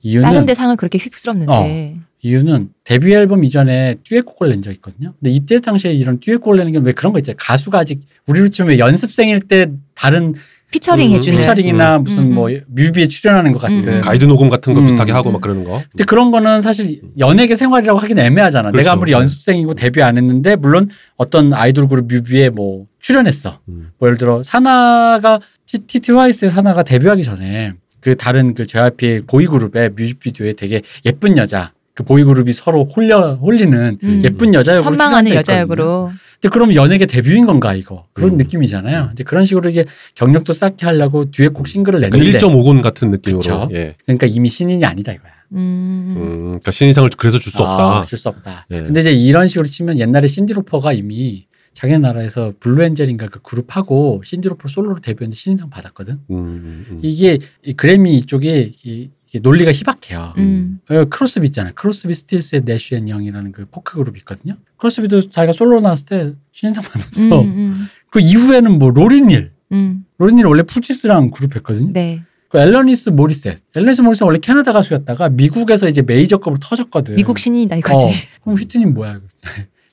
이유는
다른 데 상을 그렇게 휩쓸었는데.
이유는 데뷔 앨범 이전에 듀엣곡을 낸 적 있거든요. 근데 이때 당시에 이런 듀엣곡을 내는 게 왜 그런 거 있잖아요. 가수가 아직 우리로 치면 왜 연습생일 때 다른
피처링
음,
해주는.
피처링이나
네.
무슨
음, 음.
뭐 뮤비에 출연하는 것 같은.
음, 음.
네, 가이드 녹음 같은 거
음.
비슷하게 하고 막 그러는 거.
근데 그런 거는 사실 연예계 생활이라고 하긴 애매하잖아.
그렇죠.
내가 아무리 연습생이고 데뷔 안 했는데 물론 어떤 아이돌 그룹 뮤비에 뭐 출연했어.
음.
뭐 예를 들어 사나가 TTYS의 사나가 데뷔하기 전에 그 다른 그 JYP의 보이 그룹의 뮤직비디오에 되게 예쁜 여자 그 보이 그룹이 서로 홀려 홀리는
음.
예쁜 여자 역으로
선망하는
출연자
여자
있거든요.
역으로.
근데 그럼 연예계 데뷔인 건가 이거 그런
음.
느낌이잖아요.
음.
이제 그런 식으로 이제 경력도 쌓게 하려고 듀엣곡 싱글을
그러니까
냈는데
1.5군 같은 느낌으로.
그쵸.
예.
그러니까 이미 신인이 아니다 이거야.
음. 아.
음, 그러니까 신인상을 그래서 줄 수 없다.
줄 수 없다.
예.
근데 이제 이런 식으로 치면 옛날에 신디로퍼가 이미 자기 나라에서 블루엔젤인가 그 그룹하고 신디로퍼 솔로로 데뷔했는데 신인상 받았거든.
음, 음, 음.
이게 이 그래미 이쪽에 이, 이게 논리가 희박해요.
음.
어, 크로스비 있잖아요. 크로스비 스틸스의 내쉬 앤 영이라는 그 포크 그룹이 있거든요. 크로스비도 자기가 솔로 나왔을 때 신인상 받았어.
음, 음,
그 이후에는 뭐 로린일.
음.
로린일 원래 풀치스랑 그룹 했거든요.
네.
그 앨러니스 모리셋. 앨러니스 모리셋 원래 캐나다 가수였다가 미국에서 이제 메이저급으로 터졌거든.
미국 신인이다 이거지.
어. 그럼 휘트님 뭐야? 이거.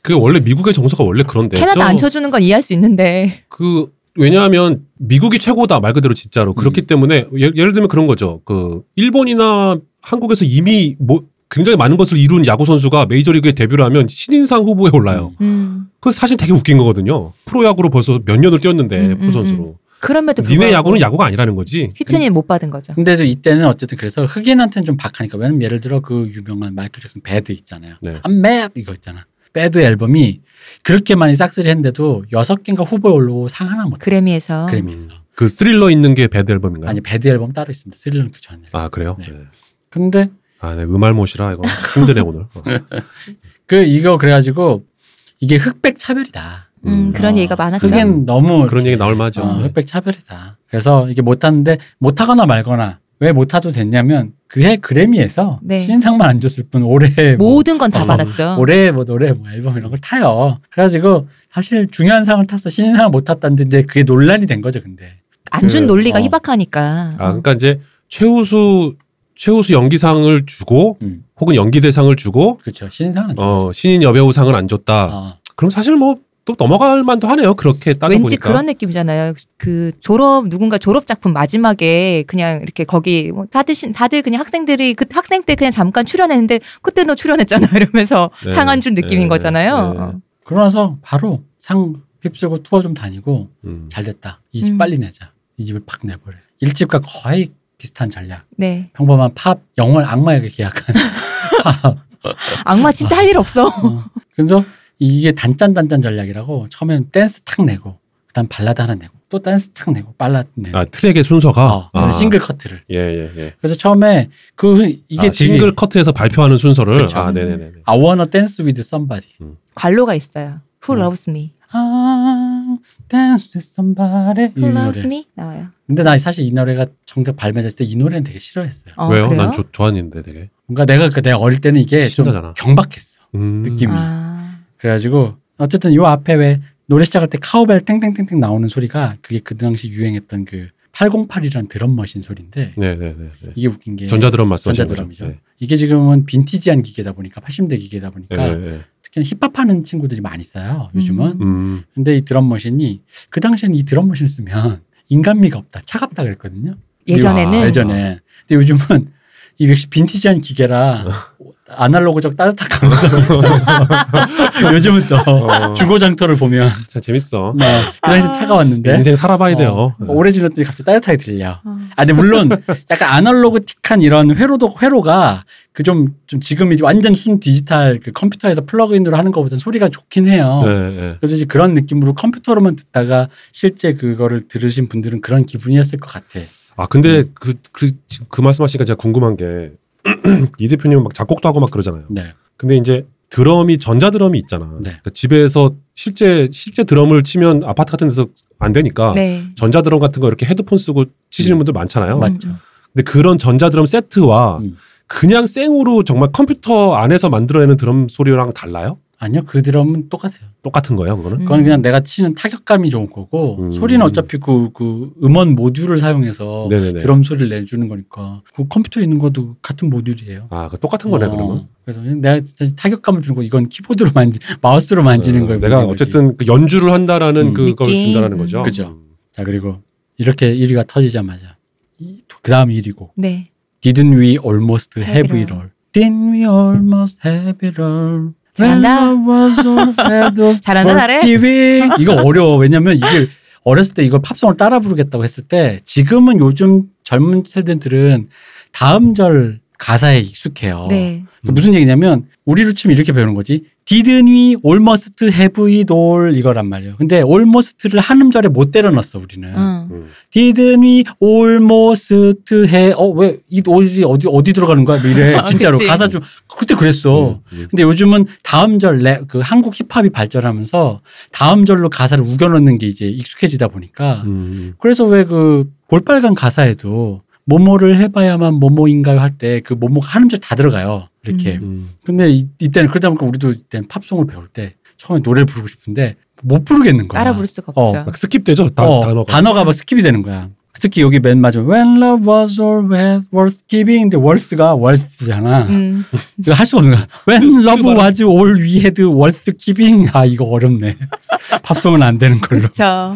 그게 원래 미국의 정서가 원래 그런데.
캐나다 안
저-
쳐주는 건 이해할 수 있는데.
그 왜냐하면 미국이 최고다 말 그대로 진짜로
음.
그렇기 때문에 예- 예를 들면 그런 거죠. 그 일본이나 한국에서 이미 뭐 굉장히 많은 것을 이룬 야구 선수가 메이저리그에 데뷔를 하면 신인상 후보에 올라요.
음.
그 사실 되게 웃긴 거거든요. 프로야구로 벌써 몇 년을 뛰었는데
음, 음,
프로 선수로.
그럼에도
니네
불구하고
야구는 야구가 아니라는 거지.
휘트니는 못 받은 거죠.
근데 저 이때는 어쨌든 그래서 흑인한테는 좀 박하니까 왜냐면 예를 들어 그 유명한 마이클 잭슨 배드 있잖아요.
네.
I'm mad 이거 있잖아. 배드 앨범이 그렇게 많이 싹쓸이 했는데도 여섯 개인가 후보에 올라오고 상 하나 못
그래미에서.
그래. 그래미에서.
그 스릴러 있는 게 배드 앨범인가요?
아니 배드 앨범 따로 있습니다. 스릴러는 그 전에.
아 그래요?
네.
네.
근데
아, 네. 음알못이라 이거 힘드네 오늘. 어.
음,
그 이거 그래가지고 이게 흑백 차별이다.
음, 그런
어,
얘기가 많았죠.
흑인 너무
그런 얘기 나올 만하죠.
어,
네.
흑백 차별이다. 그래서 이게 못하는데 못하거나 말거나 왜 못하도 됐냐면 그해 그래미에서
네.
신상만 안 줬을 뿐 올해 뭐
모든 건 다
어,
받았죠.
올해 뭐 노래 뭐 앨범 이런 걸 타요. 그래가지고 사실 중요한 상을 탔어 신인상을 못 탔다는데 이제 그게 논란이 된 거죠. 근데
안 준
그,
논리가
어.
희박하니까.
아, 그러니까 이제 최우수 최우수 연기상을 주고
음.
혹은 연기 대상을 주고
그렇죠 신인상은 안 줬지.
어, 신인 여배우상을 안 줬다.
어.
그럼 사실 뭐 또 넘어갈 만도 하네요. 그렇게 따져
왠지
보니까.
그런 느낌이잖아요. 그 졸업 누군가 졸업 작품 마지막에 그냥 이렇게 거기 뭐 다들 신- 다들 그냥 학생들이 그 학생 때 그냥 잠깐 출연했는데 그때 너 출연했잖아 이러면서
네,
상한 줄 느낌인
네,
거잖아요.
네.
어.
그러나서 바로 상 휩쓸고 투어 좀 다니고
음.
잘 됐다. 이 집
음.
빨리 내자. 이 집을 팍 내버려. 일집과 거의 비슷한 전략.
네.
평범한 팝, 영월 악마에게 계약한 팝.
악마 진짜 할 일 없어.
어. 그래서 이게 단짠단짠 전략이라고 처음엔 댄스 탁 내고 그다음 발라드 하나 내고 또 댄스 탁 내고 발라드 내고
아 트랙의 순서가
어, 그다음에 싱글 커트를.
예예 예.
그래서 처음에 그 이게
이게
되게
아, 싱글 커트에서 발표하는 순서를
그쵸.
아 네네네.
I wanna dance with somebody.
관로가 있어요. Who
음.
loves me?
아, dance with somebody. 이
Who loves
노래.
me? 나와요.
근데 나 사실 이 노래가 정작 발매됐을 때 이 노래는 되게 싫어했어요.
어,
왜요?
그래요?
난 조, 좋아하는데 되게.
뭔가 내가 그 내가 어릴 때는 이게
신나잖아.
좀 경박했어.
음.
느낌이.
아,
그래가지고 어쨌든 요 앞에 왜 노래 시작할 때 카우벨 땡땡땡땡 나오는 소리가 그게 그 당시 유행했던 그 808이라는 드럼 머신 소리인데
네네네.
이게 웃긴 게
전자드럼 말씀하시는
예. 전자드럼이죠.
거죠? 네.
이게 지금은 빈티지한 기계다 보니까 80대 기계다
예,
보니까
예, 예.
특히 힙합하는 친구들이 많이 써요 요즘은.
음.
음.
근데 이 드럼 머신이 그 당시엔 이 드럼 머신 쓰면 인간미가 없다 차갑다 그랬거든요.
예전에는
아,
예전에. 근데 요즘은 이 역시 빈티지한 기계라 아날로그적 따뜻한 감성이 들어서 요즘은 또
어.
중고장터를 보면
참 재밌어.
네, 그 당시
아.
차가웠는데
인생 살아봐야 돼요.
어,
네.
오래 지났더니 갑자기 따뜻하게 들려.
어.
아, 근데 물론 약간 아날로그틱한 이런 회로도 회로가 그 좀 좀 지금 이제 완전 순 디지털 그 컴퓨터에서 플러그인으로 하는 것보다는 소리가 좋긴 해요.
네, 네.
그래서 이제 그런 느낌으로 컴퓨터로만 듣다가 실제 그거를 들으신 분들은 그런 기분이었을 것 같아.
아
네.
근데 그 그 그 말씀하시니까 제가 궁금한 게 이 대표님 막 작곡도 하고 막 그러잖아요.
네.
근데 이제 드럼이 전자드럼이 있잖아. 그러니까 집에서 실제 실제 드럼을 치면 아파트 같은 데서 안 되니까
네.
전자드럼 같은 거 이렇게 헤드폰 쓰고 치시는
음.
분들 많잖아요.
맞-
음, 음.
근데 그런 전자드럼 세트와
음.
그냥 생으로 정말 컴퓨터 안에서 만들어내는 드럼 소리랑 달라요?
아니요, 그 드럼은 똑같아요.
똑같은 거예요, 그거는?
그건
음.
그냥 내가 치는 타격감이 좋은 거고
음.
소리는 어차피 그, 그 음원 모듈을 사용해서
네네네.
드럼 소리를 내주는 거니까 그 컴퓨터에 있는 것도 같은 모듈이에요.
아, 그 똑같은 거네
어,
그러면.
그래서 내가 진짜 타격감을 주는 거 이건 키보드로 만지 마우스로 만지는
어,
거예요.
내가
문제인 거지.
어쨌든 그 연주를 한다라는
음.
그걸
느낌.
준다라는 거죠.
음.
그죠. 자 그리고 이렇게 1위가 터지자마자 그 다음 1위고
네.
Didn't we almost have
Have it
it all? Didn't we almost have it all?
잘한다.
When I was on bed of
잘한다, 잘해.
forgiving. 이거 어려워. 왜냐면 이게 어렸을 때 이걸 팝송을 따라 부르겠다고 했을 때 지금은 요즘 젊은 세대들은 다음 절 가사에 익숙해요.
네.
그 무슨 얘기냐면 우리로 치면 이렇게 배우는 거지. Didn't we almost have it all 이거란 말이에요. 근데 almost를 한 음절에 못 때려 넣었어 우리는.
음.
음.
Didn't we almost have 어왜이 어디 어디 어디 들어가는 거야? 뭐 이래
아,
진짜로
그치.
가사 좀 그때 그랬어.
음, 음.
근데 요즘은 다음 절그 한국 힙합이 발전하면서 다음 절로 가사를 우겨 넣는 게 이제 익숙해지다 보니까
음.
그래서 왜 그 볼빨간 가사에도 뭐뭐를 해봐야만 뭐뭐인가요 할 때 그 뭐뭐가 한 음절 다 들어가요. 이렇게.
음.
음.
근데 이, 이때는 그러다 보니까 우리도 이때는 팝송을 배울 때 처음에 노래를 부르고 싶은데 못 부르겠는 거야.
따라 부를 수가
어,
없죠.
막 스킵되죠? 다,
어,
단어가.
막 스킵이 되는 거야. 특히 여기 맨 마지막 When love was always worth giving 근데 worth가 worth잖아.
음.
이거 할 수가 없는 거야. When love was all we had worth giving 아 이거 어렵네. 팝송은 안 되는 걸로.
저.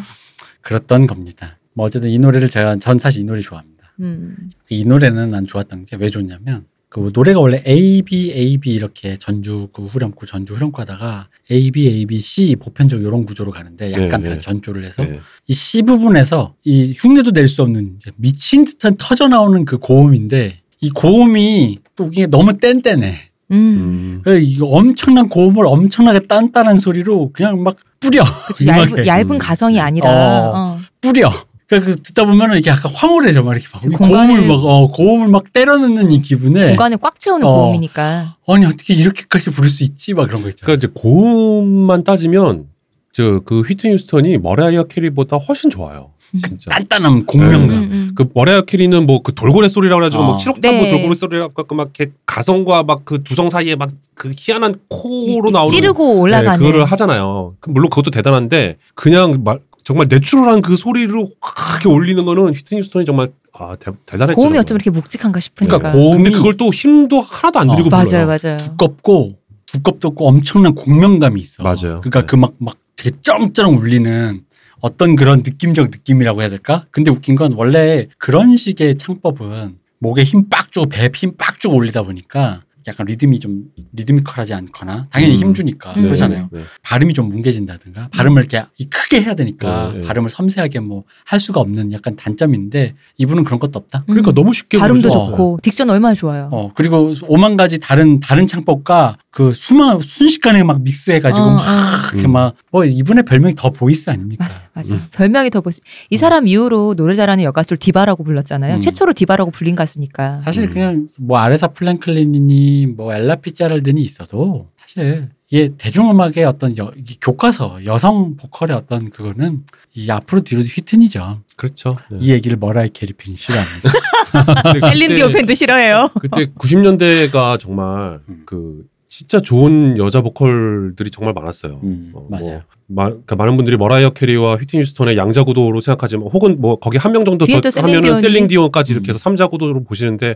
그랬던 겁니다. 뭐 어쨌든 이 노래를 제가 전 사실 이 노래 좋아합니다.
음.
이 노래는 난 좋았던 게 왜 좋냐면 그 노래가 원래 A B A B 이렇게 전주구 그 후렴구 전주 후렴구 하다가 A B A B C 보편적 이런 구조로 가는데 약간
네, 네.
전조를 해서
네.
이 C 부분에서 이 흉내도 낼 수 없는 이제 미친 듯한 터져 나오는 그 고음인데 이 고음이 또 이게 너무 뗀뗀해.
음.
음.
그래서 이 엄청난 고음을 엄청나게 딴딴한 소리로 그냥 막 뿌려
그쵸.
음악에.
얇은, 얇은 가성이 아니라.
어.
어.
뿌려. 그러니까 그 듣다 보면은 이게 약간 황홀해져 막 이렇게 막
그
고음을
공간을-
막 어, 고음을 막 때려 넣는 이 기분에
공간을 꽉 채우는
어.
고음이니까.
아니 어떻게 이렇게까지 부를 수 있지 막 그런 거 있잖아.
그러니까 이제 고음만 따지면 저 그 휘트니 휴스턴이 머라이어 캐리보다 훨씬 좋아요. 진짜.
단단한
음,
공명감.
음.
그 머라이어 캐리는 뭐 그 돌고래 소리라고 해가지고
어.
막 칠옥탄고
네.
돌고래 소리라고 해갖고 막걔 가성과 막 그 두성 사이에 막 그 희한한 코로 나오는
찌르고
네,
올라가는.
그거를 하잖아요. 그 물론 그것도 대단한데 그냥 말 정말 내추럴한 그 소리로 확 올리는 거는 휘트니 휴스턴이 정말 아 대, 대단했죠.
고음이
정말.
어쩜 이렇게 묵직한가 싶으니까.
그러니까
근데
고음이
그걸 또 힘도 하나도 안
어,
들이고 불러요.
맞아요, 맞아요.
두껍고 두껍도 없고 엄청난 공명감이 있어.
맞아요.
그러니까
네.
그 막 막 되게 쩌렁쩌렁 울리는 어떤 그런 느낌적 느낌이라고 해야 될까? 근데 웃긴 건 원래 그런 식의 창법은 목에 힘 빡 주고 배에 힘 빡 주고 올리다 보니까 약간 리듬이 좀 리드미컬하지 않거나 당연히
음.
힘 주니까
네.
그렇잖아요.
네.
발음이 좀 뭉개진다든가 발음을 이렇게 이 크게 해야 되니까
네, 네.
발음을 섬세하게 뭐 할 수가 없는 약간 단점인데 이분은 그런 것도 없다.
그러니까
음.
너무 쉽게
발음도
부르죠.
좋고 딕션 얼마나 좋아요.
어 그리고 오만 가지 다른 다른 창법과 그 수만 순식간에 막 아, 믹스해가지고
어,
막
어.
이렇게
음.
막뭐 이분의 별명이 더 보이스 아닙니까?
맞아, 맞아.
음.
별명이 더 보시. 이
음.
사람 이후로 노래 잘하는 여가수를 디바라고 불렀잖아요.
음.
최초로 디바라고 불린 가수니까.
사실
음.
그냥 뭐 아레사 플랭클린이니 뭐 엘라 피자랄드니 있어도 사실 이게 대중음악의 어떤 여- 이 교과서 여성 보컬의 어떤 그거는 이 앞으로 뒤로 휘트니죠.
그렇죠. 네.
이 얘기를 머라이 캐리핀이 싫어합니다. 아,
근데
셀린
그때-
디온 팬도 싫어해요.
그때 90년대가 정말
음.
그 진짜 좋은 여자 보컬들이 정말 많았어요.
음,
어,
맞아요.
뭐, 마- 그러니까 많은 분들이 머라이어 캐리와 휘트니 휴스턴의 양자구도로 생각하지만 혹은 뭐 거기 한 명 정도
뒤에도
더 하면은
셀린 디온이-
셀린 디온까지 이렇게
음.
해서 삼자구도로 보시는데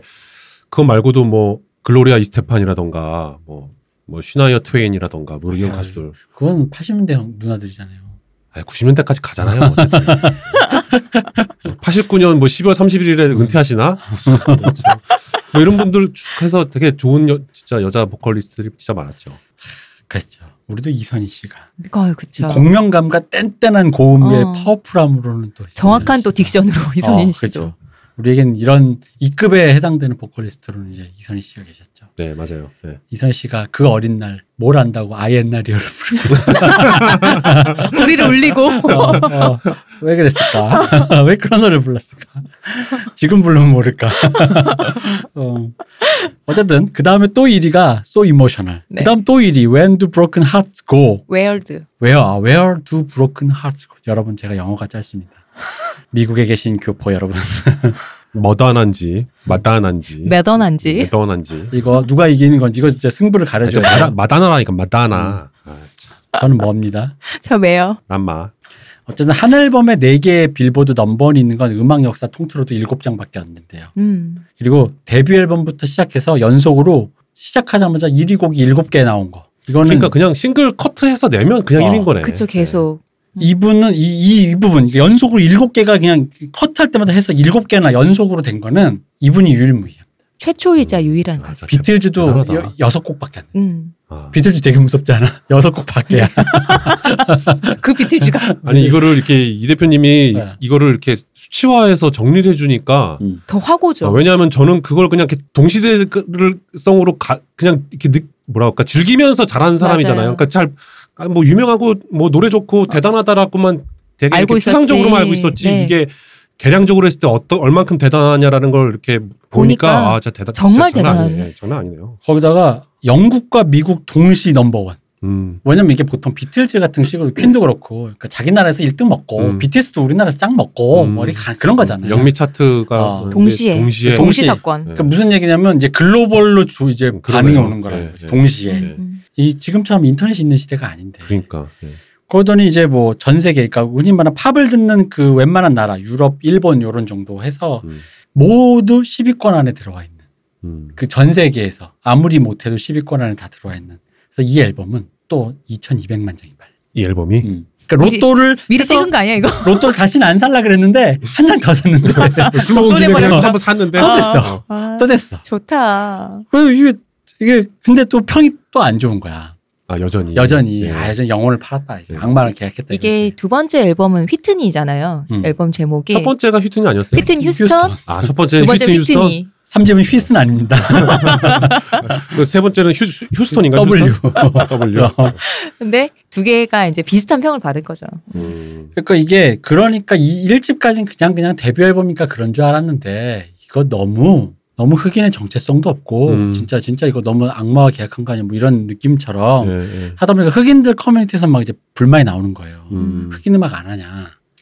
그거 말고도 뭐 글로리아 이스테판이라던가 뭐, 뭐 슈나이어 트웨인이라던가 뭐 이런
아유.
가수들
그건 80년대 형- 누나들이잖아요.
아, 90년대까지 가잖아요. 어차피. 89년 뭐 12월 31일에
음.
은퇴하시나? 참. 뭐 이런 분들 쭉 해서 되게 좋은 여- 진짜 여자 보컬리스트들이 진짜 많았죠.
그렇죠. 우리도 이선희 씨가
네.
아유, 그쵸.
공명감과 뗀뗀한 고음의
어.
파워풀함으로는 또
정확한
이선희
아,
또
씨가.
딕션으로 이선희
어,
씨도.
그렇죠. 우리에겐 이런 이 급에 해당되는 보컬리스트로는 이제 이선희 씨가 계셨죠.
네, 맞아요. 네.
이선 씨가 그 어린 날 뭘 안다고 아옛날이어를 부르면서
우리를 울리고.
어, 어, 왜 그랬을까? 왜 그런 노래를 불렀을까? 지금 부르면 모를까? 어. 어쨌든 그 다음에 또 1위가 So Emotional.
네.
그 다음 또 1위 When Do Broken Hearts Go.
웨얼드.
예.
Where 아, Where Do Broken Hearts Go. 여러분 제가 영어가 짧습니다. 미국에 계신 교포 여러분
머단한지, 마단한지,
매던한지.
예. 매던한지.
이거 누가 이기는 건지 이거 진짜 승부를
아, 저
가려줘야
마다,
돼요.
마다나라니까 마다나.
음.
아, 참,
저는 뭡니다.
저 왜요?
난마.
어쨌든 한 앨범에 4개의 빌보드 넘버원이 있는 건 음악 역사 통틀어도 7장밖에 안 된대요.
음.
그리고 데뷔 앨범부터 시작해서 연속으로 시작하자마자 1위 곡이 7개 나온 거. 이거는
그러니까 그냥 싱글 커트해서 내면 그냥
어,
1인 거네.
그쵸, 계속.
이분은 이, 이, 이 부분 그러니까 연속으로 7개가 그냥 컷할 때마다 해서 7개나 연속으로 된 거는 이분이 유일무이야.
최초이자 유일한
아,
가수.
비-
비틀즈도
대단하다.
여, 6곡밖에 안 돼.
음.
네. 아.
비틀즈 되게 무섭지 않아? 6곡밖에야.
그 비틀즈가
아니 이거를 이렇게 이 대표님이
네.
이거를 이렇게 수치화해서 정리를 해주니까
더 화고죠.
아, 왜냐하면 저는 그걸 그냥 이렇게 동시대성으로 가, 그냥 이렇게 느, 뭐라 할까 즐기면서 잘하는 사람이잖아요.
맞아요. 어.
그러니까 잘 뭐 유명하고 뭐 노래 좋고 대단하다라고만 되게
알고
이렇게
있었지.
추상적으로만 알고 있었지
네.
이게 계량적으로 했을 때 어떤 얼만큼 대단하냐라는 걸 이렇게 보니까,
보니까
아, 진짜 대단
정말
진짜 장난
대단하네.
아니네. 장난 아니네요.
거기다가 영국과 미국 동시 넘버원.
음.
왜냐면 이게 보통 비틀즈 같은 식으로 퀸도 그렇고 그러니까 자기 나라에서 1등 먹고
음.
BTS도 우리나라에서 짱 먹고
음.
뭐 이렇게 가- 그런 거잖아요.
영미 차트가
어.
근데
동시에.
동시에
동-
동시 사건.
네.
그러니까 무슨 얘기냐면 이제 글로벌로 조- 이제
음, 그러네요.
반응이 오는 거라는
예,
거지.
예.
동시에.
네.
음.
이 지금처럼 인터넷이 있는 시대가 아닌데.
그러니까 네.
그러더니 이제 뭐 전 세계 그러니까 흔히 말하는 팝을 듣는 그 웬만한 나라 유럽, 일본 요런 정도 해서
음.
모두 10위권 안에 들어와 있는
음.
그 전 세계에서 아무리 못해도 10위권 안에 다 들어와 있는. 그래서 이 앨범은 또 2,200만 장이 팔려.
이 앨범이
음. 그러니까 로또를
미리
해서
찍은 거 아니야, 이거?
로또를 다시는 안 살라 그랬는데 한 장 더 샀는데
술 먹은 김에 그냥
버렸어.
한번 샀는데
또 됐어.
어.
아,
또 됐어.
좋다.
그래서 이게 이게 근데 또 평이 또 안 좋은 거야.
아 여전히
여전히
예.
아 여전히 영혼을 팔았다 이제
예.
악마랑 계약했다
음. 네. 이게
이거지.
두 번째 앨범은 휘트니잖아요.
음.
앨범 제목이.
네, 첫 번째가 휘트니 아니었어요?
휘트니 예. 휴스턴,
아 첫 번째
두 번째
휘트니 휴스턴
휘트니.
삼집은 휘슨 아닙니다.
음.
그세 번째는 휴, 휴스턴인가?
W.
휴스턴? 아, W.
어.
근데 두 개가 이제 비슷한 평을 받은 거죠.
음.
그러니까 이게 그러니까 이 1집까지는 그냥 그냥 데뷔 앨범이니까 그런 줄 알았는데 이거 너무 너무 흑인의 정체성도 없고
음.
진짜 진짜 이거 너무 악마와 계약한 거 아니야 뭐 이런 느낌처럼
예, 예.
하다 보니까 흑인들 커뮤니티에서 막 이제 불만이 나오는 거예요.
음.
흑인 음악 안 하냐.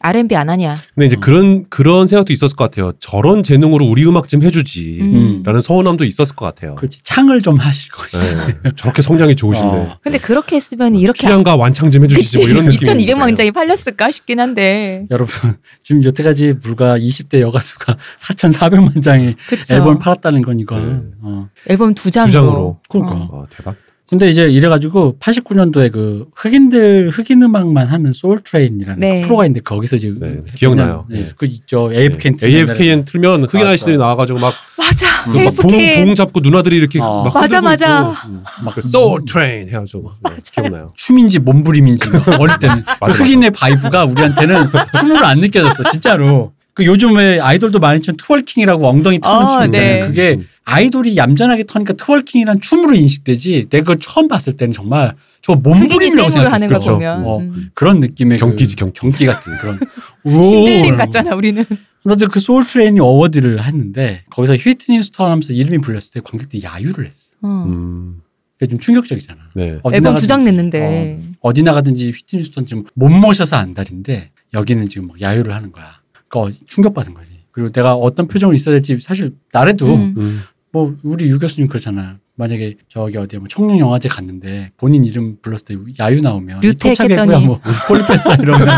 R&B 안 하냐.
근데 이제
어.
그런 그런 생각도 있었을 것 같아요. 저런 재능으로 우리 음악 좀 해주지라는
음.
서운함도 있었을 것 같아요.
그렇지 창을 좀 하시고. 네.
예. 저렇게 성량이 좋으신데
어.
근데 그렇게 했으면 이렇게 아,
취향과 완창 좀 해주시지
그치.
뭐 이런 느낌.
2,200만 장이 팔렸을까 싶긴 한데.
여러분 지금 여태까지 불과 20대 여가수가 4,400만 장의
그쵸.
앨범을 팔았다는 건 이건 어,
앨범 두 장으로.
두 장으로.
그러니까
어.
아 대박.
근데 이제 이래가지고 89년도에 그 흑인들 흑인 음악만 하는 소울 트레인이라는
네.
그 프로가 있는데 거기서 이제
음,
네, 기억나요.
네,
네.
그 있죠 AFK
네. AFKN 틀면 흑인
맞아.
아저씨들이 나와가지고 막그
맞아.
음.
막
AFK.
봉, 그러니까 봉 잡고 누나들이 이렇게
어.
막
맞아,
흔들고
맞아.
있고. 음.
막뭐
그 소울 트레인
음.
해가지고 네, 기억나요.
춤인지 몸부림인지 막 어릴 때는
맞아.
흑인의 바이브가 우리한테는 춤으로 안 느껴졌어 진짜로 그 요즘에 아이돌도 많이 춘 트월킹이라고 엉덩이 트는
어,
춤 있잖아요
네.
그게 아이돌이 얌전하게 터니까 트월킹이란 춤으로 인식되지 내가 그걸 처음 봤을 때는 정말 저
흑인이
몸부림이라고
생으로 하는 거
생각했어
그렇죠.
보면
어,
음.
그런 느낌의
경기지,
그,
경기.
경기 같은 그런
신들린
어. 오!
같잖아 우리는.
나도 그 소울 트레인이 어워드를 했는데 거기서 휘트니 스턴 하면서 이름이 불렸을 때 관객들이 야유를 했어
어.
음,
그게 좀 충격적이잖아
네.
어디
앨범
나가든지.
두 장 냈는데.
어디 나가든지 휘트니 스턴 지금 못 모셔서 안달인데 여기는 지금 막 야유를 하는 거야. 그러니까 충격받은 거지. 그리고 내가 어떤 표정을 있어야 될지 사실 나래도
음.
음.
뭐 우리 유 교수님 그렇잖아. 만약에 저기 어디 뭐 청룡 영화제 갔는데 본인 이름 불렀을 때 야유 나오면 이
류택
토착했고요
했더니.
뭐 폴리패스 이러면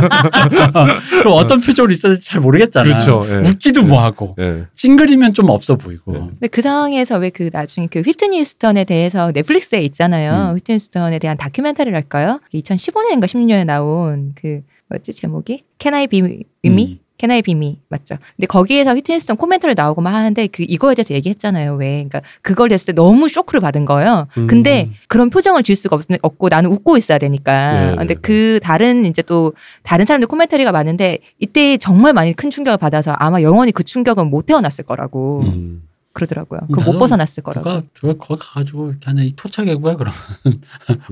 그럼 어떤 표정을 있어야 될지 잘 모르겠잖아.
그렇죠. 예.
웃기도 뭐하고
예.
찡그리면 좀 없어 보이고
네.
근데 그 상황에서 왜 그 나중에 그 휘트니 스턴에 대해서 넷플릭스에 있잖아요.
음.
휘트니 스턴에 대한 다큐멘터리랄까요? 2015년인가 16년에 나온 그 뭐였지 제목이? Can I be with me?
음.
Can I be me? 맞죠. 근데 거기에서 휘트니스턴 코멘터리 나오고 막 하는데 그 이거에 대해서 얘기했잖아요. 왜? 그러니까 그걸 됐을 때 너무 쇼크를 받은 거예요.
음.
근데 그런 표정을 줄 수가 없, 없고 나는 웃고 있어야 되니까.
예.
네,
근데
네,
그 다른 이제 또 다른 사람들 코멘터리가 많은데 이때 정말 많이 큰 충격을 받아서 아마 영원히 그 충격은 못 태어났을 거라고
음.
그러더라고요.
음,
그걸 못
나도
벗어났을 거라고.
누가 저 거기 가가지고 그냥 이 토착애구야 그러면
음.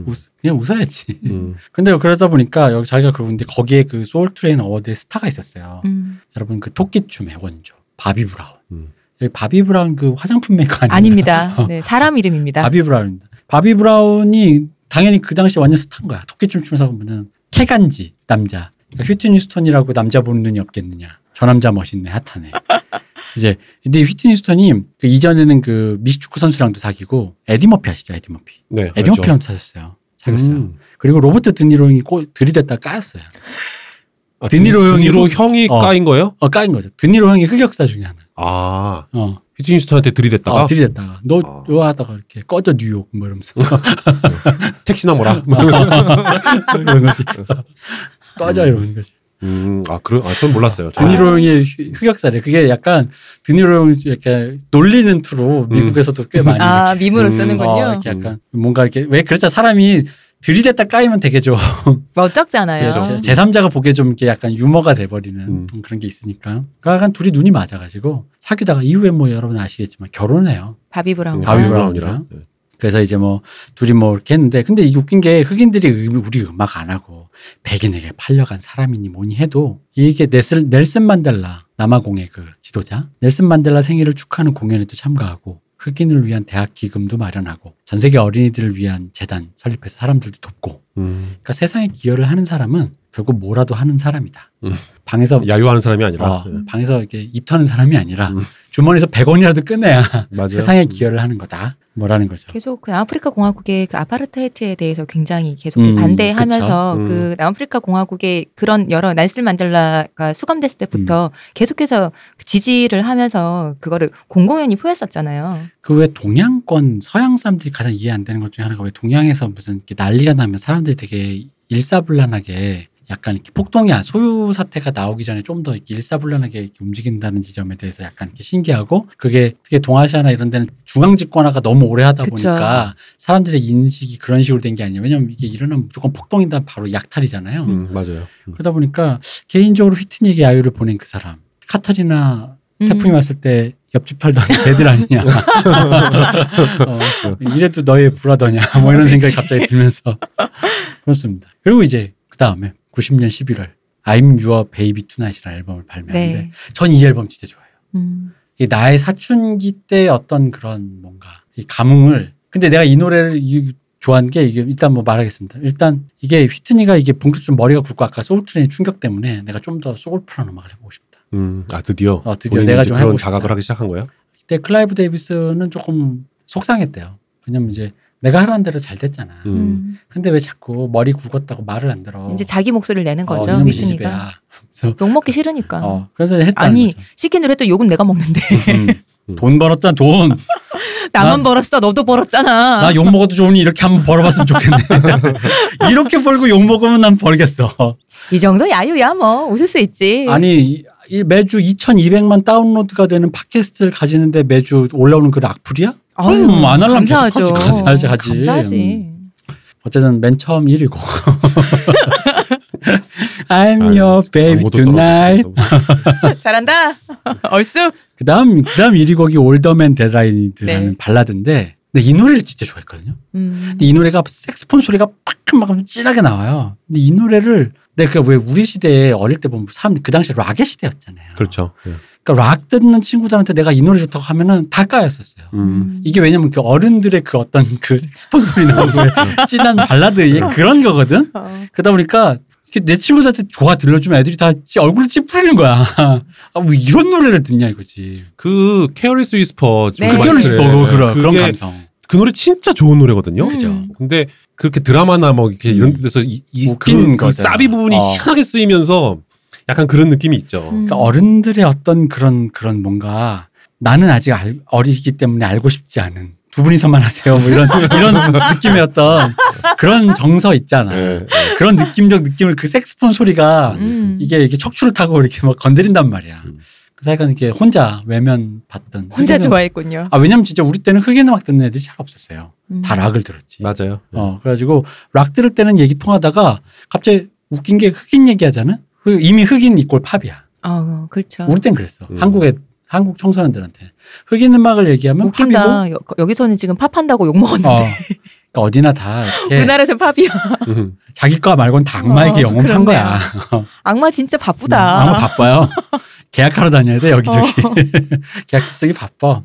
웃- 그냥 웃어야지.
음.
근데 그러다 보니까 여기 자기가 그러는데 거기에 그 소울 트레인 어워드에 스타가 있었어요.
음.
여러분 그 토끼춤의 원조 바비 브라운.
음.
여기 바비 브라운 그 화장품 메이커 아닙니다.
아닙니다. 네, 사람 이름입니다.
어. 바비 브라운입니다. 바비 브라운이 당연히 그 당시 완전 스타인 거야. 토끼춤 추면서 보면 캐간지 남자. 그러니까 휴트니 스톤이라고 남자 보는 눈이 없겠느냐. 저 남자 멋있네 핫하네. 이제 근데 휴트니 스톤이 그 이전에는 그 미식축구 선수랑도 사귀고 에디 머피 아시죠? 에디 머피.
네.
에디
알죠.
머피랑 사귀었어요. 사귀었어요.
음.
그리고 로버트 드니로잉이 꼭 들이댔다 까였어요.
아,
드니로
드니로,
형이-
형이
어.
까인 거예요?
어, 까인 거죠. 드니로 형이 흑역사 중에 하나.
아.
어,
휘트니스턴한테 들이댔다가
어 들이댔다가
어.
너 좋아하다가 이렇게 꺼져 뉴욕 뭐 이러면서
택시나 뭐라.
아. 이런 거지. 꺼져
음.
이러는 거지.
음, 아, 그런, 아, 전 몰랐어요. 저.
드니로 형이 휴- 흑역사래. 그게 약간 드니로 형이 이렇게 놀리는 투로 미국에서도 꽤 많이
아, 미모로
음,
쓰는군요.
어,
어,
이렇게 약간 뭔가 이렇게 왜 그렇죠? 사람이 들이댔다 까이면 되게 좀
뭐 멋쩍잖아요. 음.
그렇죠.
제삼자가 보기에 좀 이렇게 약간 유머가 돼버리는
음.
그런 게 있으니까. 그러니까 약간 둘이 눈이 맞아가지고 사귀다가 이후에 뭐 여러분 아시겠지만 결혼해요.
바비 브라운.
바비
바비
브라운.
브라운이랑. 네.
그래서 이제 뭐 둘이 뭐 이렇게 했는데 근데 이게 웃긴 게 흑인들이 음- 우리 음악 안 하고 백인에게 팔려간 사람이니 뭐니 해도 이게 넬슨, 넬슨 만델라 남아공의 그 지도자 넬슨 만델라 생일을 축하하는 공연에도 참가하고 흑인을 위한 대학 기금도 마련하고 전 세계 어린이들을 위한 재단 설립해서 사람들도 돕고
음,
그러니까 세상에 기여를 하는 사람은 결국 뭐라도 하는 사람이다.
음.
방에서
야유하는 사람이 아니라.
어,
네.
방에서 이렇게 입 터는 사람이 아니라
음.
주머니에서 100원이라도 꺼내야
맞아요. 음.
세상에 기여를 하는 거다. 뭐라는 거죠.
계속 그 아프리카 공화국의 그 아파르타이트에 대해서 굉장히 계속
음,
반대하면서
그쵸.
그 아프리카 공화국의 그런 여러 난슬 만델라가 수감됐을 때부터
음.
계속해서 그 지지를 하면서 그거를 공공연히 표했었잖아요.
그 왜 동양권 서양 사람들이 가장 이해 안 되는 것 중에 하나가 왜 동양에서 무슨 이렇게 난리가 나면 사람들이 되게 일사불란하게 약간 이렇게 폭동이 야 소요 사태가 나오기 전에 좀 더 이렇게 일사불란하게 이렇게 움직인다는 지점에 대해서 약간 이렇게 신기하고 그게 특히 동아시아나 이런 데는 중앙 집권화가 너무 오래 하다
그쵸.
보니까 사람들의 인식이 그런 식으로 된 게 아니에요. 왜냐면 이게 일어나면 무조건 폭동이다 바로 약탈이잖아요.
음, 맞아요. 음.
그러다 보니까 개인적으로 휘트니에게 야유를 보낸 그 사람 카타리나
음.
태풍이 왔을 때 옆집 팔던 애들 아니냐. 어, 이래도 너의 불하더냐. 뭐 이런 생각이 갑자기 들면서. 그렇습니다. 그리고 이제 그 다음에 90년 11월 I'm Your Baby Tonight이라는 앨범을 발매하는데
네.
전 이 앨범 진짜 좋아해요.
음.
이 나의 사춘기 때 어떤 그런 뭔가 이 감흥을 근데 내가 이 노래를 이 좋아한 게 이게 일단 뭐 말하겠습니다. 일단 이게 휘트니가 이게 본격적으로 머리가 굵고 아까 소울트레인 충격 때문에 내가 좀 더 소울풀한 음악을 해보고 싶다.
음, 아, 드디어.
어, 드디어
본인이
내가
이제
좀
그런
해보고
자각을
싶다.
하기 시작한 거예요?
이때 클라이브 데이비스는 조금 속상했대요. 왜냐면 이제 내가 하라는 대로 잘 됐잖아.
음.
음.
근데 왜 자꾸 머리 굵었다고 말을 안 들어?
이제 자기 목소리를 내는 거죠.
이놈의
휘트니가.
지지배야.
욕 먹기 싫으니까.
어, 그래서 했다는
아니
거죠.
음.
시킨 대로 했던 욕은 내가 먹는데. 어.
음. 돈 벌었잖아 돈.
나만
나-
벌었어. 너도 벌었잖아.
나 욕 먹어도 좋으니 이렇게 한번 벌어봤으면 좋겠네. 이렇게 벌고 욕 먹으면 난 벌겠어.
이 정도 야유야 뭐 웃을 수 있지.
아니 이- 이 매주 2,200만 다운로드가 되는 팟캐스트를 가지는데 매주 올라오는 그 악플이야?
아유,
그럼 안 하려면
감사하죠.
계속하지. 감사하지, 하지. 음.
감사하지.
어쨌든 맨 처음 1위고. I'm your baby
아무것도 떨어지지
tonight.
않았어.
잘한다. 얼쑤.
그다음 그다음 1위 곡이 올더맨 데라인이드라는
네.
발라드인데 근데 이 노래를 진짜 좋아했거든요.
음.
근데 이 노래가 색스폰 소리가 팍막 찔하게 나와요. 근데 이 노래를 내가 왜 우리 시대에 어릴 때 보면 사람들이 그 당시에 락의 시대였잖아요.
그렇죠. 예.
그러니까 락 듣는 친구들한테 내가 이 노래 좋다고 하면은 다 까였었어요.
음.
이게 왜냐면 그 어른들의 그 어떤 그 색스폰 소리 나오는 거에
네.
진한 발라드의 그런 거거든.
어.
그러다 보니까 이렇게 내 친구들한테 좋아 들려주면 애들이 다 찌- 얼굴 찌푸리는 거야. 아, 왜 이런 노래를 듣냐 이거지.
그 케어리스 위스퍼
네.
그게
그래.
어렸을 때 그거 그런 그런
그렇죠. 그게
감성.
그 노래 진짜 좋은 노래거든요.
음. 그죠.
근데 그렇게 드라마나 뭐 이렇게
음.
이런 데서 이, 이
웃긴
그, 그
거잖아.
사비 부분이
어.
희한하게 쓰이면서 약간 그런 느낌이 있죠.
음.
그러니까 어른들의 어떤 그런 그런 뭔가 나는 아직 알- 어리기 때문에 알고 싶지 않은 두 분이서만 하세요. 뭐 이런 이런 느낌의 어떤 그런 정서 있잖아.
예,
그런 느낌적 느낌을 그 색스폰 소리가
음.
이게 이게 척추를 타고 이렇게 막 건드린단 말이야.
음.
그래서 약간 이렇게 혼자 외면 받던.
혼자
흑인 음악.
좋아했군요.
아 왜냐면 진짜 우리 때는 흑인 음악 듣는 애들이 잘 없었어요.
음.
아, 다 락을 들었지.
맞아요.
어 그래가지고 락 들을 때는 얘기 통하다가 갑자기 웃긴 게 흑인 얘기하잖아. 그 이미 흑인 이꼴 팝이야.
어, 그렇죠.
우리 땐 그랬어.
음.
한국의 한국 청소년들한테 흑인 음악을 얘기하면 팝이고.
웃긴다. 네. 여, 여기서는 지금 팝한다고 욕 먹었는데.
어. 그러니까 어디나 다 이렇게
우리나라에서 팝이야.
음.
자기 거 말고는 다 악마에게
어,
영혼을 한
그렇네요.
거야.
악마 진짜 바쁘다. 어.
아마 음, 바빠요. 계약하러 다녀야 돼 여기저기. 계약서 쓰기 바빠.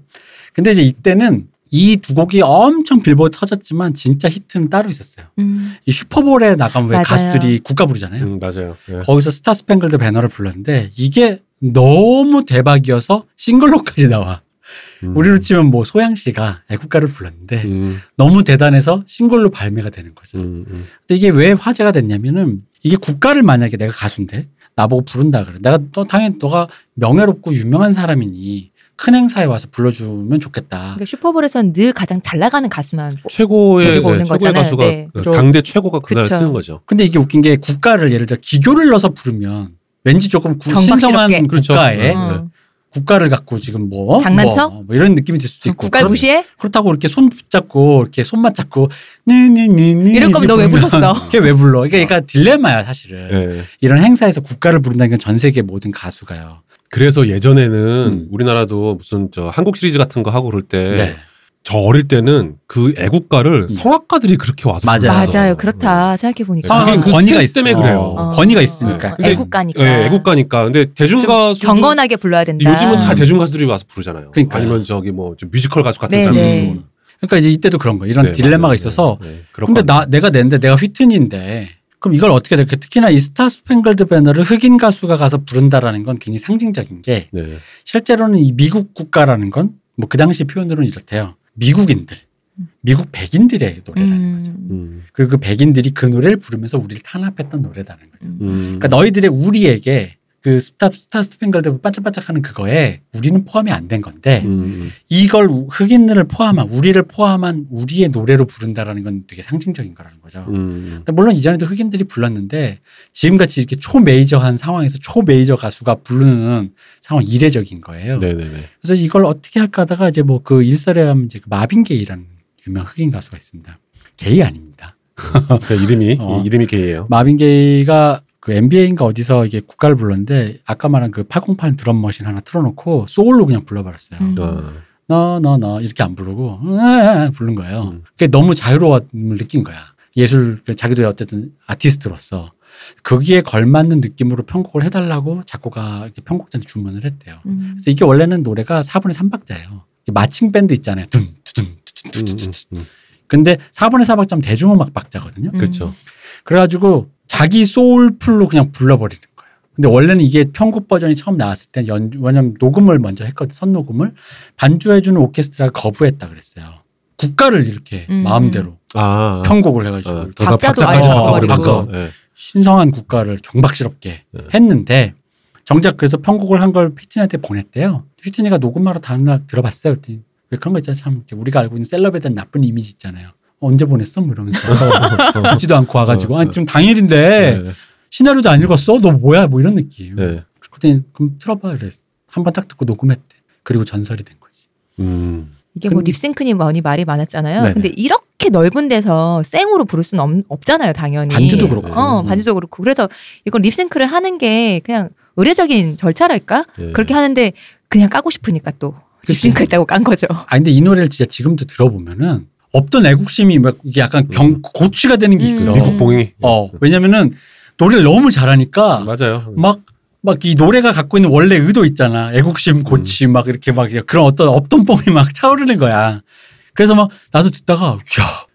근데 이제 이때는 이 두 곡이 엄청 빌보드 터졌지만 진짜 히트는 따로 있었어요.
음.
이 슈퍼볼에 나가면 왜
맞아요.
가수들이 국가 부르잖아요.
음, 맞아요. 예.
거기서 스타 스팽글드 배너를 불렀는데 이게 너무 대박이어서 싱글로까지 나와.
음.
우리로 치면 뭐 소양 씨가 애국가를 불렀는데
음,
너무 대단해서 싱글로 발매가 되는 거죠.
음, 음.
근데 이게 왜 화제가 됐냐면은 이게 국가를 만약에 내가 가수인데 나보고 부른다 그래. 내가 너 당연히 너가 명예롭고 유명한 사람이니 큰 행사에 와서 불러주면 좋겠다.
그러니까 슈퍼볼에서는 늘 가장 잘 나가는 가수만.
최고의
데리고
예,
오는
최고의
거잖아요.
가수가
네.
그
그죠.
당대 최고가 그날
그쵸.
쓰는 거죠.
근데 이게 웃긴 게 국가를 예를 들어 기교를 넣어서 부르면 왠지 조금 구-
경박스럽게.
신성한
그렇죠.
국가에
네,
어.
국가를 갖고 지금 뭐
장난쳐? 음,
뭐, 뭐 이런 느낌이 들 수도 있고
국가를 무시해?
그렇, 다고 이렇게 손 붙잡고 이렇게 손만 잡고 니니니니
이럴 거면 너왜 불렀어?
걔 왜 불러? 그러니까 얘가 딜레마야 사실은
예.
이런 행사에서 국가를 부른다는 건 전 세계 모든 가수가요.
그래서 예전에는
음.
우리나라도 무슨 저 한국 시리즈 같은 거 하고 그럴 때
네.
저 어릴 때는 그
음.
애국가를 성악가들이 그렇게 와서
맞아요.
불렀어.
맞아요. 그렇다. 생각해보니까.
그게
성악은
그
권위가
스탠스 때문에
있-
그래요.
어,
어.
네, 권위가
어,
있으니까.
근데-
애국가니까.
예, 애국가니까. 근데 대중
좀
가수
경건하게 불러야 된다.
요즘은 다
음.
대중 가수들이 와서 부르잖아요.
그러니까요.
아니면 저기 뭐좀 뮤지컬 가수 같은
네,
사람들이
네.
부르거나.
그러니까 이제 이때도 그런 거. 이런
네,
딜레마가
맞아요.
있어서.
네, 네.
근데
그렇거든요.
나 내가 냈는데 내가 휘트니인데 그럼 이걸 어떻게 될까? 특히나 이 스타 스팽글드 배너를 흑인 가수가 가서 부른다라는 건 굉장히 상징적인 게
네.
실제로는 이 미국 국가라는 건 뭐 그 당시 표현으로는 이렇대요. 미국인들, 미국 백인들의 노래라는 거죠.
음.
음,
그리고 그 백인들이 그 노래를 부르면서 우리를 탄압했던 노래라는 거죠.
음.
음.
그러니까 너희들의 우리에게 그 스타 스타 스팽글드 반짝반짝하는 그거에 우리는 포함이 안 된 건데
음,
이걸 우- 흑인들을 포함한 우리를 포함한 우리의 노래로 부른다라는 건 되게 상징적인 거라는 거죠.
음, 음.
근데 물론 이전에도 흑인들이 불렀는데 지금같이 이렇게 초메이저한 상황에서 초메이저 가수가 부르는 상황 이례적인 거예요.
음. 네네네.
그래서 이걸 어떻게 할까 하다가 이제 뭐 그 일설에 하면 이제 그 마빈 게이라는 유명 흑인 가수가 있습니다. 게이 아닙니다.
그 이름이
어.
이- 이름이 게이예요.
마빈 게이가 그 NBA인가 어디서 이게 국가를 불렀는데 아까 말한 그 808 드럼 머신 하나 틀어놓고 소울로 그냥 불러버렸어요.
음.
아,
너너너 이렇게 안 부르고 으아 부른 거예요.
음.
그게 너무 자유로움을 느낀 거야. 예술 그 자기도 어쨌든 아티스트로서 거기에 걸맞는 느낌으로 편곡을 해달라고 작곡가 이렇게 편곡자한테 주문을 했대요.
음.
그래서 이게 원래는 노래가 4분의 3박자예요. 마칭 밴드 있잖아요. 둠 두둠 두둠
음,
두둠.
음, 음.
근데 4분의 4박자면 대중음악 박자거든요.
그렇죠.
그래가지고 자기 소울풀로 그냥 불러버리는 거예요. 근데 원래는 이게 편곡 버전이 처음 나왔을 때 연, 왜냐면 녹음을 먼저 했거든, 선녹음을. 반주해주는 오케스트라를 거부했다 그랬어요. 국가를 이렇게
음.
마음대로
아, 아.
편곡을 해가지고.
어,
다
더다
박자도
박자까지
아예
바꿔버리면서.
바꿔버리고.
예.
신성한 국가를 경박스럽게
네.
했는데 정작 그래서 편곡을 한 걸 휘트니한테 보냈대요. 휘트니가 녹음하러 다음날 들어봤어요. 그랬더니 왜 그런 거 있잖아 참 우리가 알고 있는 셀럽에 대한 나쁜 이미지 있잖아요. 어, 언제 보냈어? 뭐 이러면서 듣지도 않고 와가지고 아 지금 당일인데
네.
시나리오도 안 읽었어? 너 뭐야? 뭐 이런 느낌.
네.
그랬더니 그럼 틀어봐 그래. 한번 딱 듣고 녹음했대. 그리고 전설이 된 거지.
음.
이게 뭐
근데-
립싱크니 뭐니 말이 많았잖아요.
네네.
근데 이렇게 넓은 데서 생으로 부를 수는 없, 없잖아요, 당연히.
반주도 그렇고.
어,
음.
반주도 그렇고. 그래서 이건 립싱크를 하는 게 그냥 의례적인 절차랄까?
예.
그렇게 하는데 그냥 까고 싶으니까 또
네. 그치.
립싱크 했다고 깐 거죠.
아 근데 이 노래를 진짜 지금도 들어보면은 없던 애국심이 막 이게 약간 경
음.
고취가 되는 게
음.
있어.
미국 봉이.
어 왜냐면은 노래를 너무 잘하니까
예, 맞아요.
막 막 이 노래가 갖고 있는 원래 의도 있잖아.
음.
애국심, 고치 막 이렇게 막 이제 그런 어떤 없던 뽕이 막 차오르는 거야. 그래서 막 나도 듣다가 야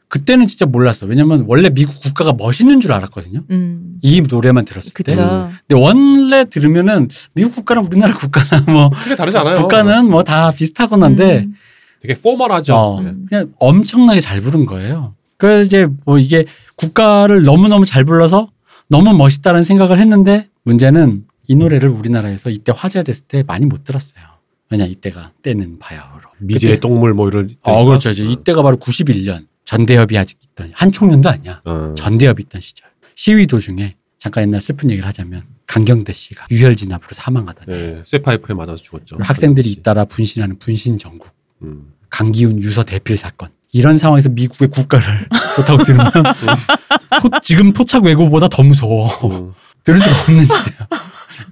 그때는 진짜 몰랐어. 왜냐면 원래 미국 국가가 멋있는 줄 알았거든요.
음.
이 노래만 들었을 때.
그쵸.
근데 원래 들으면은 미국 국가랑 우리나라 국가나 뭐
크게 다르지 않아요.
국가는 뭐 다 비슷하건 한데
음.
되게 포멀하죠. 네.
어,
음.
그냥 엄청나게 잘 부른 거예요. 그래서 이제 뭐 이게 국가를 너무너무 잘 불러서 너무 멋있다는 생각을 했는데 문제는 이 노래를 우리나라에서 이때 화제가 됐을 때 많이 못 들었어요. 왜냐 이때가 때는 바야흐로.
미제
그때-
동물 뭐 이런.
어 그렇죠. 이제 이때가 바로 91년 전대협이 아직 있던 한 총련도 아니야.
어.
전대협이 있던 시절. 시위 도중에 잠깐 옛날 슬픈 얘기를 하자면 강경대 씨가 유혈 진압으로 사망하다.
예. 쇠파이프에 맞아서 죽었죠.
그리고 학생들이 잇따라 분신하는 분신 전국.
음.
강기훈 유서 대필 사건. 이런 상황에서 미국의 국가를 좋다고 들으면 토- 지금 토착 외고보다 더 무서워.
음.
들을 수가 없는 시대야.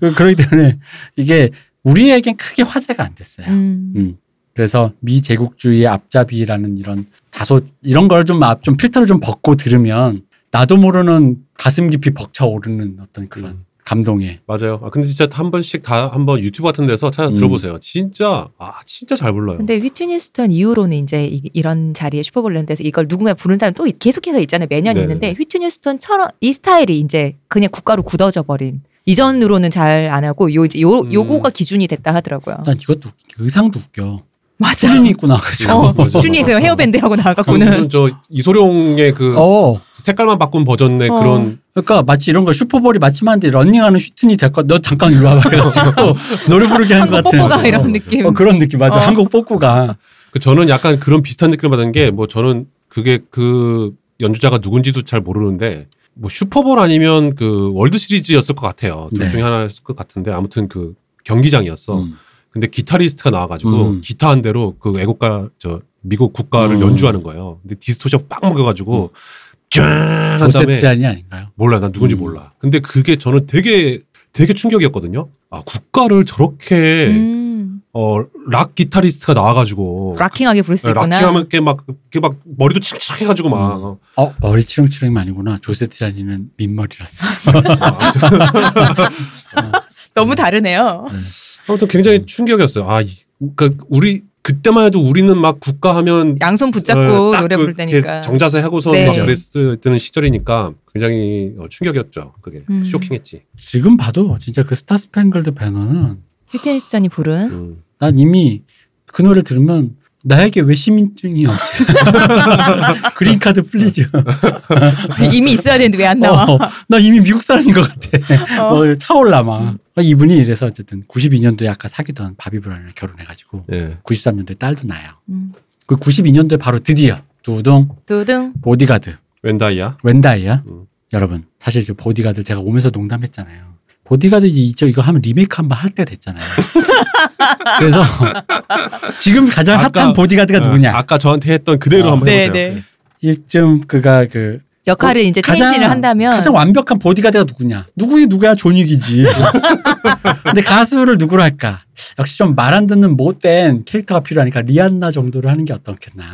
그- 그렇기 때문에 이게 우리에겐 크게 화제가 안 됐어요.
음.
음. 그래서 미제국주의의 앞잡이라는 이런 다소 이런 걸 좀 앞 좀 필터를 좀 벗고 들으면 나도 모르는 가슴 깊이 벅차오르는 어떤
음.
그런 감동에
맞아요. 아, 근데 진짜 한 번씩 다 한번 유튜브 같은 데서 찾아
음.
들어보세요. 진짜 아 진짜 잘 불러요.
근데 휘트니스턴 이후로는 이제 이, 런 자리에 슈퍼볼랜드에서 이걸 누군가 부른 사람 또 계속해서 있잖아요. 매년
네네.
있는데 휘트니스턴처럼 이 스타일이 이제 그냥 국가로 굳어져 버린 이전으로는 잘 안 하고 요 이제 요
음.
요거가 기준이 됐다 하더라고요.
일단 이것도 웃긴 게 의상도 웃겨.
맞아.
아, 수준이 있구나 가지고.
어,
맞아.
수준이 그냥 헤어밴드 하고 나가고는
무슨 저 이소룡의 그
어.
색깔만 바꾼 버전의
어.
그런
그러니까 마치 이런 거 슈퍼볼이 마침한데 런닝하는 슈튼이 될 것. 너 잠깐 이리 와봐 해가지고 노래 부르게 한
한국
것 같은.
뽀뽀가
맞아.
이런
맞아.
느낌.
어, 그런 느낌 맞아.
어.
한국 뽀뽀가.
그 저는 약간 그런 비슷한 느낌을 받은 게 뭐 저는 그게 그 연주자가 누군지도 잘 모르는데 뭐 슈퍼볼 아니면 그 월드 시리즈였을 것 같아요. 둘
네.
중에 하나였을 것 같은데 아무튼 그 경기장이었어.
음.
근데 기타리스트가 나와가지고
음.
기타 한 대로 그 애국가 저 미국 국가를
음.
연주하는 거예요. 근데 디스토션 빡 먹여가지고 쫙한 다음에
조세트란이 아닌가요?
몰라 난 누군지
음.
몰라. 근데 그게 저는 되게 되게 충격이었거든요. 아 국가를 저렇게
음,
어 락 기타리스트가 나와가지고
락킹하게 부를 수 있구나. 음.
네, 락킹하면 이렇게 막 이렇게 막 머리도 칙칙해가지고 막 어.
어 머리 치렁치렁이 아니구나. 조세트란이는 민머리라서.
아.
너무 다르네요.
아무튼 굉장히
음.
충격이었어요. 아, 이- 그러니까 우리 그때만 해도 우리는 막 국가하면
양손 붙잡고
딱
노래
그-
부를 때니까.
이렇게 정자세 하고서
네.
막 그랬을 때는 시절이니까 굉장히 어, 충격이었죠. 그게
음.
쇼킹했지.
지금 봐도 진짜 그 스타 스팽글드 배너는
휘트니스턴이 부른
음.
난 이미 그 노래 를 들으면 나에게 왜 시민증이 없지?
어.
그린카드 플리즈.
이미 있어야 되는데 왜 안 어. 나와?
어, 나 이미 미국 사람인 것 같아.
어.
뭐 차올라 막 이분이 이래서 어쨌든 92년도에 아까 사귀던 바비 브라운이랑 결혼해가지고
예.
93년도에 딸도 낳아요.
음.
그 92년도에 바로 드디어 두둥
두둥.
보디가드
웬다이야.
웬다이야
음.
여러분 사실 저 보디가드 제가 오면서 농담했잖아요. 보디가드 이제 이저 이거 하면 리메이크 한번 할 때 됐잖아요. 그래서 지금 가장
아까-
핫한 보디가드가
아,
그 누구냐?
아까 저한테 했던 그대로
어.
한번
네,
해보세요.
네.
지금 그가 그
역할을 이제 체인지를 한다면
가장 완벽한 보디가드가 누구냐? 누구이 누구야 존윅이지. 근데 가수를 누구로 할까? 역시 좀 말 안 듣는 못된 캐릭터가 필요하니까 리안나 정도를 하는 게 어떻겠나?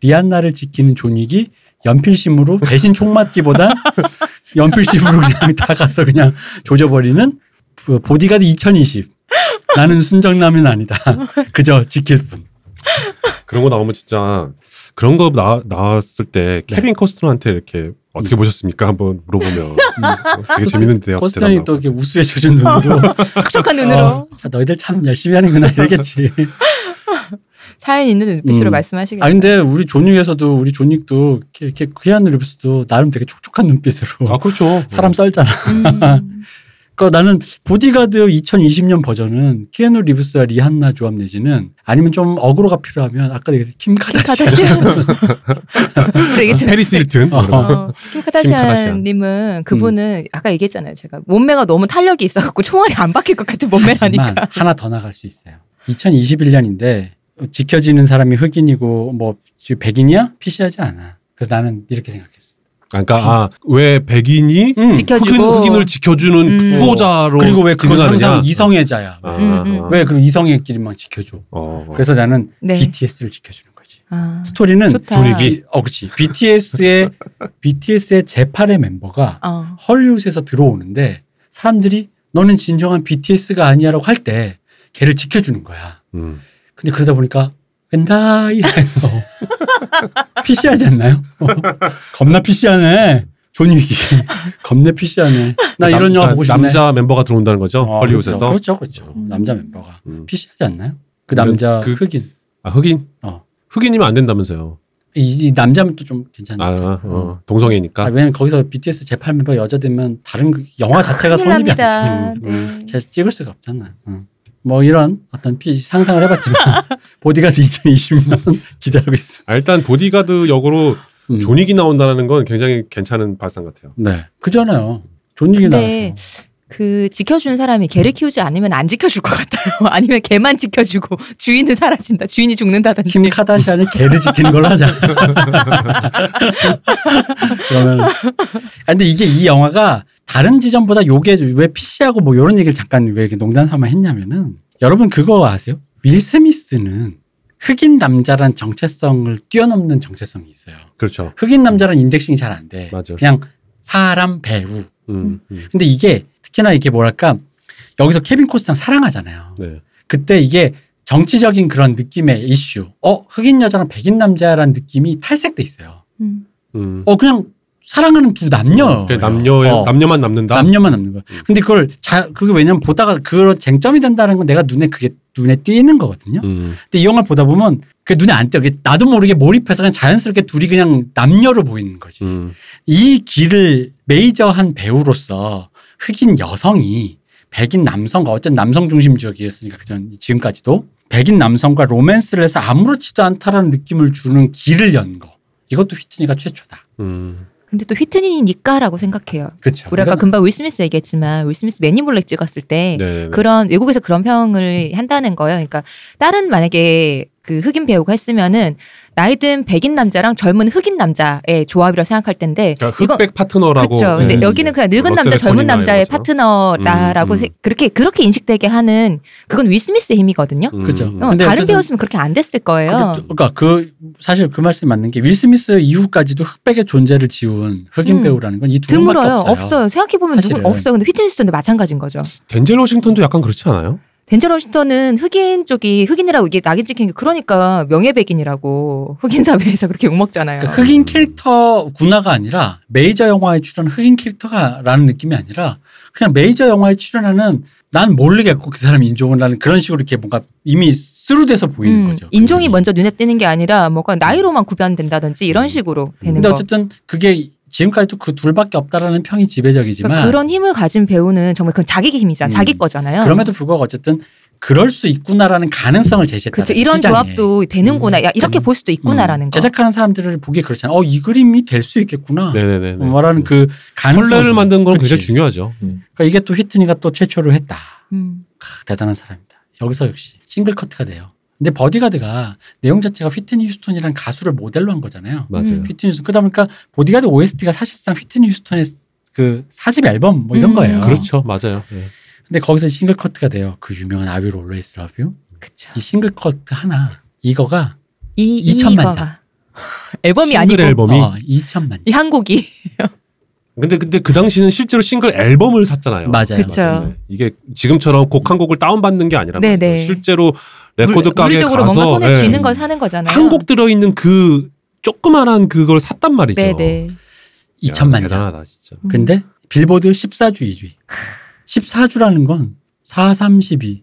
리안나를 지키는 존윅이 연필심으로 대신 총 맞기보다 연필심으로 그냥 다가서 그냥 조져버리는 그 보디가드 2020. 나는 순정남은 아니다. 그저 지킬 뿐.
그런 거 나오면 진짜 그런 거 나, 나왔을 때
네.
케빈 코스터한테 이렇게 어떻게 보셨습니까? 한번 물어보면 어, 되게 재밌는 대답.
음. 코스탄이 또 이렇게 우수에 젖은 눈으로
촉촉한 눈으로
어, 자, 너희들 참 열심히 하는구나 이러겠지.
사연 있는 눈빛으로
음.
말씀하시겠어요.
아 근데 우리 존윅에서도 우리 존윅도 이렇게- 이렇게 귀한 르브스도 나름 되게 촉촉한 눈빛으로
아 그렇죠.
사람 썰잖아.
음.
그러니까 나는 보디가드 2020년 버전은 키에누 리브스와 리한나 조합 내지는 아니면 좀 어그로가 필요하면 아까 얘기했던 킴 카다시안.
카다시안. 그래,
아,
이게 참-
페리스 힐튼. 뭐 이런 거.
어, 킴
음.
카다시안님은 그분은 아까 얘기했잖아요. 제가 몸매가 너무 탄력이 있어갖고 총알이 안 박힐 것 같은
하지만
몸매라니까.
하나 더 나갈 수 있어요. 2021년인데 지켜지는 사람이 흑인이고 뭐 지금 백인이야? 피시하지 않아. 그래서 나는 이렇게 생각했어.
아, 그러니까 아, 왜 백인이
음.
흑인,
지켜주고.
흑인을 지켜주는
음.
후보자로
그리고 왜 그건
등장하느냐?
항상 이성애자야.
아,
음, 음.
아.
왜 그럼 이성애끼리만 지켜줘.
어, 어.
그래서 나는
네.
BTS를 지켜주는 거지.
아,
스토리는
좋다.
조립이.
어, 그렇지. BTS의 BTS의 제8의 멤버가
어.
헐리우드에서 들어오는데 사람들이 너는 진정한 BTS가 아니야라고 할 때 걔를 지켜주는 거야.
음.
근데 그러다 보니까 엔다이 해서 PC하지 않나요? 겁나 PC하네. 존윅이 겁나 PC하네. 나 이런
그
영화
남-
보고 싶네.
어. 그러니까 남자 멤버가 들어온다는 거죠.
어,
헐리우드에서.
그렇죠, 그렇죠.
음.
남자 멤버가
음.
PC하지 않나요? 그
근데
남자
그-
흑인.
아, 흑인?
어.
흑인이면 안 된다면서요.
이, 이 남자면 또 좀
아,
괜찮죠. 음.
어, 동성애니까.
아, 왜냐면 거기서 BTS 재팔 멤버 여자 되면 다른 그 영화 자체가
큰일
성립이 음.
납니다.
안 돼.
네.
제가 찍을 수가 없잖아. 응. 뭐 이런 어떤 피 상상을 해봤지만 보디가드 2020년 기대하고 있습니다.
아, 일단 보디가드 역으로
음.
존익이 나온다는 건 굉장히 괜찮은 발상 같아요.
네. 그잖아요. 존윅이
근데-
나와서.
그 지켜주는 사람이 개를 키우지 않으면 안 지켜줄 것 같아요. 아니면 개만 지켜주고 주인은 사라진다. 주인이 죽는다든지.
킴 카다시안이 개를 지키는 걸로 하자. 그러면. 아, 근데 이게 이 영화가 다른 지점보다 요게 왜 PC하고 뭐 이런 얘기를 잠깐 왜 이렇게 농담 삼아 했냐면은 여러분 그거 아세요? 윌 스미스는 흑인 남자란 정체성을 뛰어넘는 정체성이 있어요.
그렇죠.
흑인 남자란 인덱싱이 잘 안 돼.
맞아.
그냥 사람 배우.
음, 음.
근데 이게 특히나 이게 뭐랄까 여기서 케빈 코스랑 사랑하잖아요.
네.
그때 이게 정치적인 그런 느낌의 이슈. 어, 흑인 여자랑 백인 남자라는 느낌이 탈색돼 있어요.
음.
음.
어, 그냥 사랑하는 두 남녀. 어,
그러니까 남녀의 남녀만 남는다.
남녀만 남는 거야.
음.
근데 그걸 자 그게 왜냐면 보다가 그런 쟁점이 된다는 건 내가 눈에 그게 눈에 띄는 거거든요.
음.
근데 이 영화 를 보다 보면 그게 눈에 안 띄어. 그게 나도 모르게 몰입해서 그냥 자연스럽게 둘이 그냥 남녀로 보이는 거지.
음.
이 길을 메이저한 배우로서 흑인 여성이 백인 남성과 어쨌든 남성 중심적이었으니까 그전 지금까지도 백인 남성과 로맨스를 해서 아무렇지도 않다라는 느낌을 주는 길을 연 거. 이것도 휘트니가 최초다.
음.
근데 또 휘트니니까라고 생각해요.
그렇죠.
우리 아까 금방 윌 스미스 얘기했지만 윌 스미스 매니블랙 찍었을 때
네.
그런 외국에서 그런 평을 한다는 거예요. 그러니까 다른 만약에 그 흑인 배우가 했으면은 나이든 백인 남자랑 젊은 흑인 남자의 조합이라고 생각할 텐데
그러니까 흑백 파트너라고.
그렇죠. 근데
음.
여기는 그냥 늙은 남자,
러셀
젊은
콘이나
남자의
이런
파트너다라고
음, 음.
세- 그렇게 그렇게 인식되게 하는 그건 윌 스미스의 힘이거든요.
음.
그죠.
음.
어,
근데
다른
어쨌든-
배우였으면 그렇게 안 됐을 거예요.
그러니까그 사실 그 말씀이 맞는 게 윌 스미스 이후까지도 흑백의 존재를 지운 흑인
음.
배우라는 건 이 두 명밖에
드물어요.
없어요.
없어요. 생각해 보면 누구
사실은.
없어요. 근데 휘트니스턴도 마찬가지인 거죠.
덴젤 워싱턴도 약간 그렇지 않아요?
덴젤 워싱턴은 흑인 쪽이 흑인이라고 이게 낙인 찍힌 게 그러니까 명예백인이라고 흑인 사회에서 그렇게 욕 먹잖아요.
그러니까 흑인 캐릭터 군화가 아니라 메이저 영화에 출연한 흑인 캐릭터가라는 느낌이 아니라 그냥 메이저 영화에 출연하는 난 모르겠고 그 사람 인종은 라는 그런 식으로 이렇게 뭔가 이미 스루돼서 보이는
음,
거죠.
인종이
그래서. 음.
먼저 눈에 띄는 게 아니라 뭐가 나이로만 구별된다든지 이런 식으로 되는
근데
거.
어쨌든 그게 지금까지도 그 둘밖에 없다라는 평이 지배적이지만
그러니까 그런 힘을 가진 배우는 정말 그건 자기 힘이잖아. 요
음.
자기 거잖아요.
그럼에도 불구하고 어쨌든 그럴 수 있구나라는 가능성을 제시했다.
그렇죠. 이런 조합도 되는구나. 야, 이렇게
음.
볼 수도 있구나라는 거.
제작하는 사람들을 보기 그렇잖아. 어, 이 그림이 될 수 있겠구나.
네네네.
어, 말하는 그 가능성.
설레를 만든 건 굉장히
그치.
중요하죠.
음.
그러니까 이게 또 휘트니가 또 최초로 했다.
음.
크, 대단한 사람이다. 여기서 역시 싱글 커트가 돼요. 근데 버디가드가 내용 자체가 휘트니 휴스턴이란 가수를 모델로 한 거잖아요.
맞아요.
음.
휘트니 휴스턴. 그러다 보니까 버디가드 OST가 사실상 휘트니 휴스턴의 그 사집 앨범 뭐 이런
음.
거예요.
그렇죠. 맞아요. 네.
근데 거기서 싱글 커트가 돼요. 그 유명한 I Will Always Love You.
그쵸.
이 싱글 커트 하나 이거가
이,
이천만
이거가.
장.
앨범이
싱글
아니고
그 앨범이
어, 2천만.
이 한 곡이.
근데 근데 그 당시는 실제로 싱글 앨범을 샀잖아요.
맞아요.
그쵸.
맞아요. 네. 이게 지금처럼 곡 한 곡을 다운 받는 게 아니라
네네.
말이죠. 실제로 레코드
물-
가게에
물리적으로
가서
뭔가 손에
예,
쥐는 걸 사는 거잖아요.
한 곡 들어 있는 그 조그만한 그걸 샀단 말이죠. 야,
네네.
2천만 장.
대단하다 진짜.
음.
근데 빌보드 14주 1위. 14주라는 건 4, 32,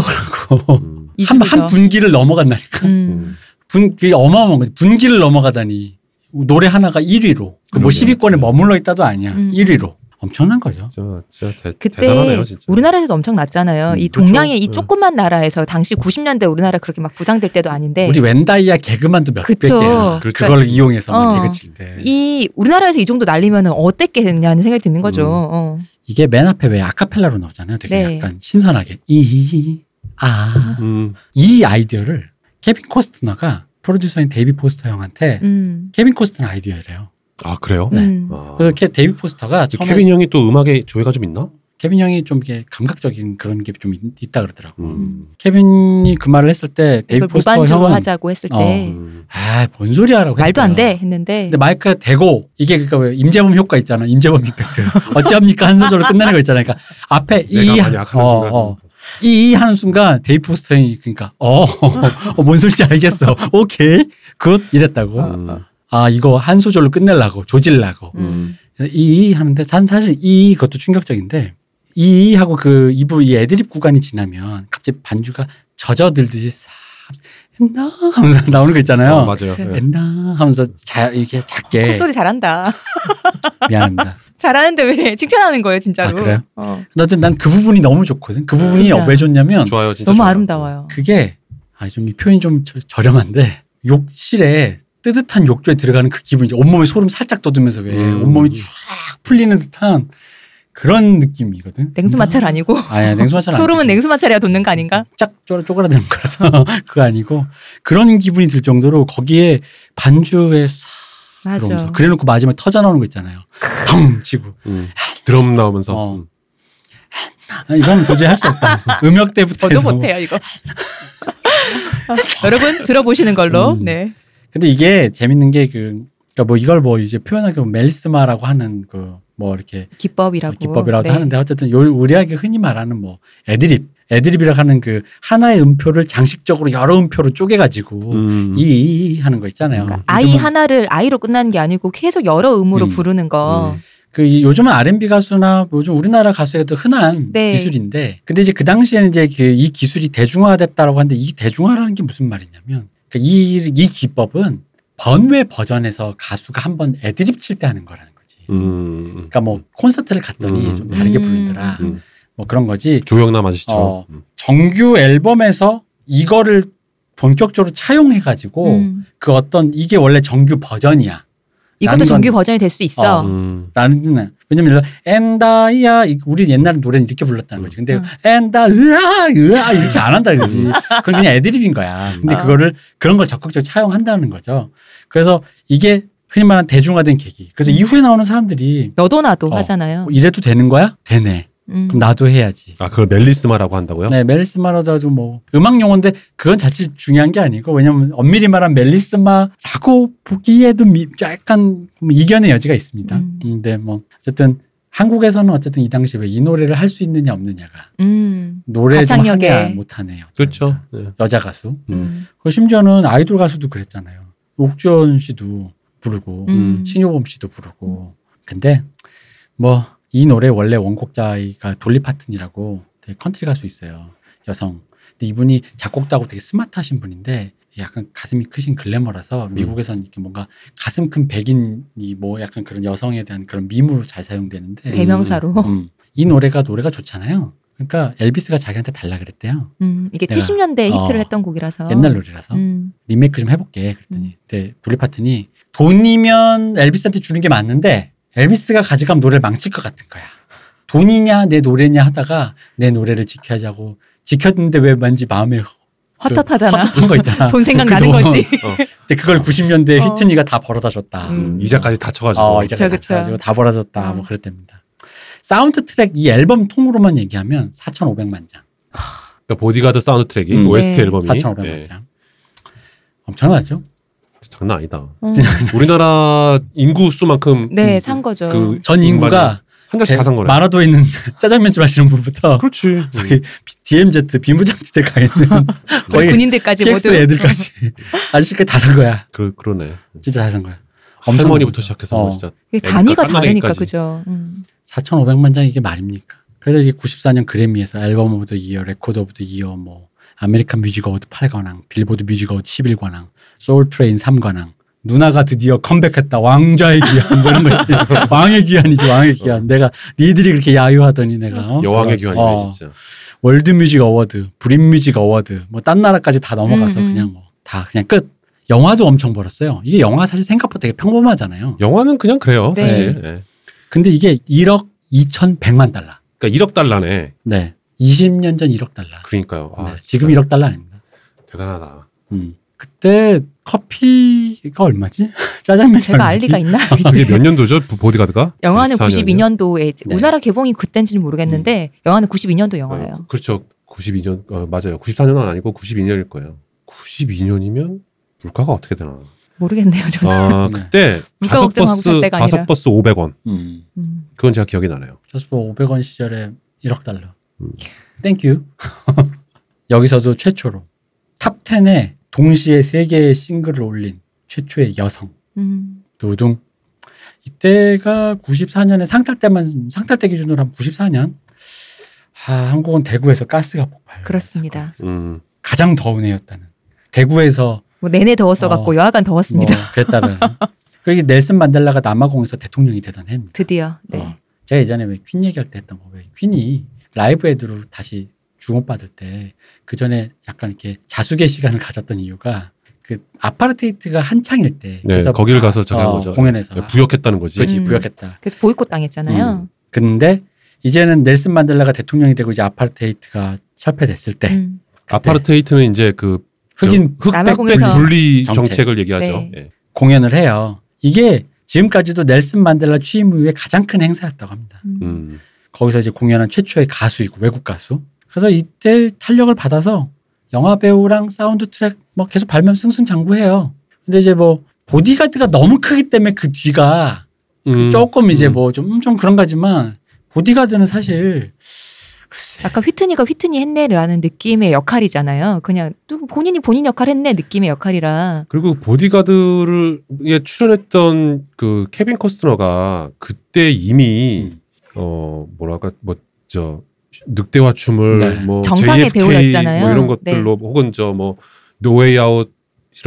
3개월하고
음.
이
한,
중에서.
한 분기를 넘어간다니까.
음.
분, 그게 어마어마한 거지. 분기를 넘어가다니. 노래 하나가 1위로. 그 뭐
그러게요. 네.
10위권에 머물러 있다도 아니야.
음.
1위로. 엄청난 거죠.
진짜, 진짜 대,
그때
대단하네요, 진짜.
우리나라에서도 엄청 났잖아요.
음,
이
그렇죠.
동양의 이
네.
조그만 나라에서 당시 90년대 우리나라 그렇게 막 부장될 때도 아닌데
우리 웬다이아 개그만도 몇백
네. 그쵸.
개야.
그렇죠.
그걸 이용해서 막
어.
개그 칠 때.
이 우리나라에서 이 정도 날리면 어땠겠냐는 생각이 드는 거죠.
음.
어.
이게 맨 앞에 왜 아카펠라로 나오잖아요. 되게
네.
약간 신선하게 이 아.
음,
이 아이디어를 케빈 코스트너가 프로듀서인 데이비 포스터 형한테
음.
케빈 코스트너 아이디어래요.
아 그래요?
네.
음.
아.
그래서 케, 데이비 포스터가
근데
처음에 케빈...
케빈 형이 또 음악에 조예가 좀 있나?
형이 좀 이게 감각적인 그런 게 좀 있다 그러더라고.
음.
케빈이 그 말을 했을 때 데이비
이걸
포스터
무반주로
형은
하자고 했을
어,
때
음.
아, 뭔 소리 하라고
말도
했다.
안 돼 했는데
근데 마이크가 대고 이게 그러니까 왜 임재범 효과 있잖아. 임재범 이펙트. 어찌합니까 한 소절로 끝나는 거 있잖아. 그러니까 앞에
내가
이
많이
하-
약하는 순간.
어, 어. 이 하는 순간 데이 포스터형이 그러니까 어, 어, 뭔 소리인지 알겠어. 오케이. 굿 이랬다고.
음.
아 이거 한 소절로 끝내려고 조질라고
음.
이 하는데 산 사실 이 그것도 충격적인데 이 하고 그 이부 이 애드립 구간이 지나면 갑자기 반주가 젖어들듯이 싹 엔나 하면서 나오는 거 있잖아요.
아, 맞아요.
그쵸.
예.
엔나 하면서 자 이렇게 작게
어, 콧소리 잘한다.
미안합니다.
잘하는데 왜 칭찬하는 거예요, 진짜로?
아, 그래요?
어.
어쨌든 난 그 부분이 너무 좋거든. 그 부분이
진짜.
왜 좋냐면
좋아요, 진짜.
너무
좋아요.
아름다워요.
그게 아좀이 표현 이좀 저- 저렴한데 욕실에 뜨뜻한 욕조에 들어가는 그 기분이죠. 온몸에 소름 살짝 돋으면서 왜
음.
온몸이 쫙 풀리는 듯한 그런 느낌이거든.
냉수 마찰 아니고
아니야 냉수 마찰 아니지.
소름은 냉수 마찰이야 돋는 거 아닌가?
쫙 쪼- 쪼그라드는 거라서 그거 아니고 그런 기분이 들 정도로 거기에 반주에 싹
맞아.
들어오면서 그래놓고 마지막에 터져 나오는 거 있잖아요. 텅 치고
음. 드럼 나오면서.
어.
음.
아, 이건 도저히 할 수 없다. 음역대부터
저도
해서. 뭐.
못해요 이거. 아, 여러분 들어보시는 걸로.
음.
네.
근데 이게 재밌는 게 그, 그러니까 뭐 이걸 뭐 이제 표현하기 보면 멜리스마라고 하는 그 뭐 이렇게
기법이라고.
기법이라고
네.
하는데 어쨌든 요 우리에게 흔히 말하는 뭐 애드립, 애드립이라고 하는 그 하나의 음표를 장식적으로 여러 음표로 쪼개가지고
음.
이, 이, 이 하는 거 있잖아요.
그러니까 아이
요즘은
하나를 아이로 끝나는 게 아니고 계속 여러 음으로
음.
부르는 거.
음.
그 이- 요즘은 R&B 가수나 요즘 우리나라 가수에도 흔한
네.
기술인데 근데 이제 그 당시에는 이제 그 이 기술이 대중화됐다라고 하는데 이 대중화라는 게 무슨 말이냐면 그러니까 이, 이 기법은 번외 버전에서 가수가 한 번 애드립 칠 때 하는 거라는 거지.
음.
그러니까 뭐 콘서트를 갔더니
음.
좀 다르게
음.
부르더라.
음.
뭐 그런 거지.
조영남 아저씨처럼.
어.
음.
정규 앨범에서 이거를 본격적으로 차용해가지고
음.
그 어떤 이게 원래 정규 버전이야.
이것도
나는
정규
건-
버전이 될 수 있어.
어.
음.
라는 뜻은 왜냐면 엔다이야 우리 옛날에 노래는 이렇게 불렀다는 거지 근데
음.
엔다 으아 으아 이렇게 안 한다는 거지 그건 그냥 애드립인 거야 근데
아.
그거를 그런 걸 적극적으로 차용한다는 거죠 그래서 이게 흔히 말하는 대중화된 계기 그래서
음.
이후에 나오는 사람들이
너도 나도
어.
하잖아요.
뭐 이래도 되는 거야 되네
음.
그럼 나도 해야지
아 그걸 멜리스마라고 한다고요?
네 멜리스마라도 뭐 음악 용어인데 그건 자칫 중요한 게 아니고 왜냐면 엄밀히 말하면 멜리스마라고 보기에도 미- 약간 뭐 이견의 여지가 있습니다
음.
근데 뭐 어쨌든 한국에서는 어쨌든 이 당시에 왜 이 노래를 할 수 있느냐 없느냐가
음.
노래 좀
가창력에.
하냐 못하네요
그렇죠. 네.
여자 가수
음.
그 심지어는 아이돌 가수도 그랬잖아요 옥주현 씨도 부르고
음.
신효범 씨도 부르고 근데 뭐 이 노래 원래 원곡자가 돌리 파튼이라고 되게 컨트리 가수 있어요 여성 근데 이분이 작곡도 하고 되게 스마트하신 분인데 약간 가슴이 크신 글래머라서
음.
미국에서는 이렇게 뭔가 가슴 큰 백인이 뭐 약간 그런 여성에 대한 그런 밈으로 잘 사용되는데
대명사로.
음. 이 노래가 노래가 좋잖아요 그러니까 엘비스가 자기한테 달라 그랬대요
음. 이게
내가-
70년대 히트를
어.
했던 곡이라서.
옛날 노래라서
음.
리메이크 좀 해볼게 그랬더니 그때 돌리 파튼이 돈이면 엘비스한테 주는 게 맞는데 엘비스가 가져가면 노래를 망칠 것 같은 거야 돈이냐 내 노래냐 하다가 내 노래를 지켜자고 지켰는데 왜 왠지 마음에 그
헛헛하잖아.
헛헛한 거 있잖아
돈 생각나는
그 돈.
거지.
근데 그걸 90년대
어.
히트니가 다 벌어다 줬다
음.
어. 이자까지 다쳐가지고.
어, 이제
그쵸, 그쵸.
가지고 다 벌어졌다
음.
뭐 그랬답니다. 사운드 트랙 이 앨범 통으로만 얘기하면 4,500만 장,
그러니까 보디가드 사운드 트랙이
음.
OST
네.
앨범이.
4,500만
예.
장. 엄청나죠?
장난 아니다.
음.
우리나라 인구 수만큼.
네,
음,
산 거죠.
그-
전 인구가
한 장씩 다 산 거네.
마라도에 있는 짜장면집 하시는 분부터
그렇지.
저기 DMZ 빈부장지대 가 있는
네.
거의
군인들까지
KX
모두.
애들까지 아저씨까지 다 산 거야.
그 그러네.
진짜 다 산 거야. 엄청난
할머니부터
거죠.
시작해서
어.
뭐 진짜.
이게 단위가
애니까
다르니까
깐깐하기까지.
그죠. 음.
4,500만 장 이게 말입니까? 그래서 이게 94년 그래미에서 앨범 오브 더 이어, 레코드 오브 더 이어, 뭐 아메리칸 뮤직 어워드 8관왕, 빌보드 뮤직 어워드 11관왕, 소울 트레인 3관왕, 누나가 드디어 컴백했다. 왕좌의 기한 뭐 이런 거 있잖아요. 왕의 기한이지 왕의 기한. 내가 니들이 그렇게 야유하더니 내가 어?
여왕의
돌아-
기환이네
어,
진짜.
월드뮤직 어워드, 브릿뮤직 어워드, 뭐 딴 나라까지 다 넘어가서
음, 음.
그냥 뭐 다 그냥 끝. 영화도 엄청 벌었어요. 이게 영화 사실 생각보다 되게 평범하잖아요.
영화는 그냥 그래요
네.
사실. 예.
근데 이게 1억 2,100만 달러.
그러니까 1억 달러네.
네. 20년 전 1억 달러.
그러니까요. 아,
네, 지금 1억 달러 아닙니다.
대단하다.
음. 그때 커피가 얼마지? 짜장면
제가 알 리가 있나?
그게 아, 몇 년도죠 보- 보디가드가?
영화는
94 년이요? 어,
92년도에
네. 음.
우리나라 개봉이 그때인지는 모르겠는데 영화는 92년도 영화예요.
어, 그렇죠. 92년 어, 맞아요. 94년은 아니고 92년일 거예요. 92년이면 물가가 어떻게 되나?
모르겠네요. 저는.
아
네.
그때
물가
좌석
걱정하고 살
버스
때가 아니라.
좌석 버스 500원.
음.
음.
그건 제가 기억이 나네요.
저스포 500원 시절에 1억 달러.
음.
땡큐. 여기서도 최초로 탑 10에 동시에 세개의 싱글을 올린 최초의 여성.
음.
두둥. 이때가 94년에 상탈 때만 상탈 때 기준으로 한 94년. 아, 한국은 대구에서 가스가 폭발.
그렇습니다.
음.
가장 더운 해였다는. 대구에서
뭐 내내 더웠어 갖고
어.
여하간 더웠습니다.
뭐 그랬다는. 그게 넬슨 만델라가 남아공에서 대통령이 되던 해입니다.
드디어 네.
어. 제가 예전에 왜 퀸 얘기할 때 했던 거, 왜 퀸이 라이브 에드로 다시 주목받을 때, 그 전에 약간 이렇게 자숙의 시간을 가졌던 이유가, 그 아파르테이트가 한창일 때,
네, 거기를
아,
가서 저기 한 거죠.
공연에서
부역했다는 거지.
아. 그지
음.
부역했다.
그래서 보이콧 당했잖아요.
근데 이제는 넬슨 만델라가 대통령이 되고 이제 아파르테이트가 철폐됐을 때,
음.
아파르테이트는 이제 그
흑인
저 흑백백
남아공에서
분리
정책.
정책. 을 얘기하죠.
네.
예.
공연을 해요. 이게 지금까지도 넬슨 만델라 취임 이후에 가장 큰 행사였다고 합니다.
음.
음.
거기서 이제 공연한 최초의 가수이고 외국 가수. 그래서 이때 탄력을 받아서 영화 배우랑 사운드 트랙 뭐 계속 발면 승승장구해요. 근데 이제 뭐 보디가드가 너무 크기 때문에 그 뒤가
음.
조금 이제
음.
뭐 좀 좀 그런 거지만 보디가드는 사실 글쎄
아까 휘트니가 휘트니 했네라는 느낌의 역할이잖아요. 그냥 또 본인이 본인 역할 했네 느낌의 역할이라.
그리고 보디가드를 예, 출연했던 그 케빈 커스너가 그때 이미
음.
어 뭐랄까 뭐 저 늑대화 춤을
네.
뭐
정상의
JFK
배우였잖아요.
뭐 이런
네.
것들로 혹은 저 뭐 노웨이 아웃이랑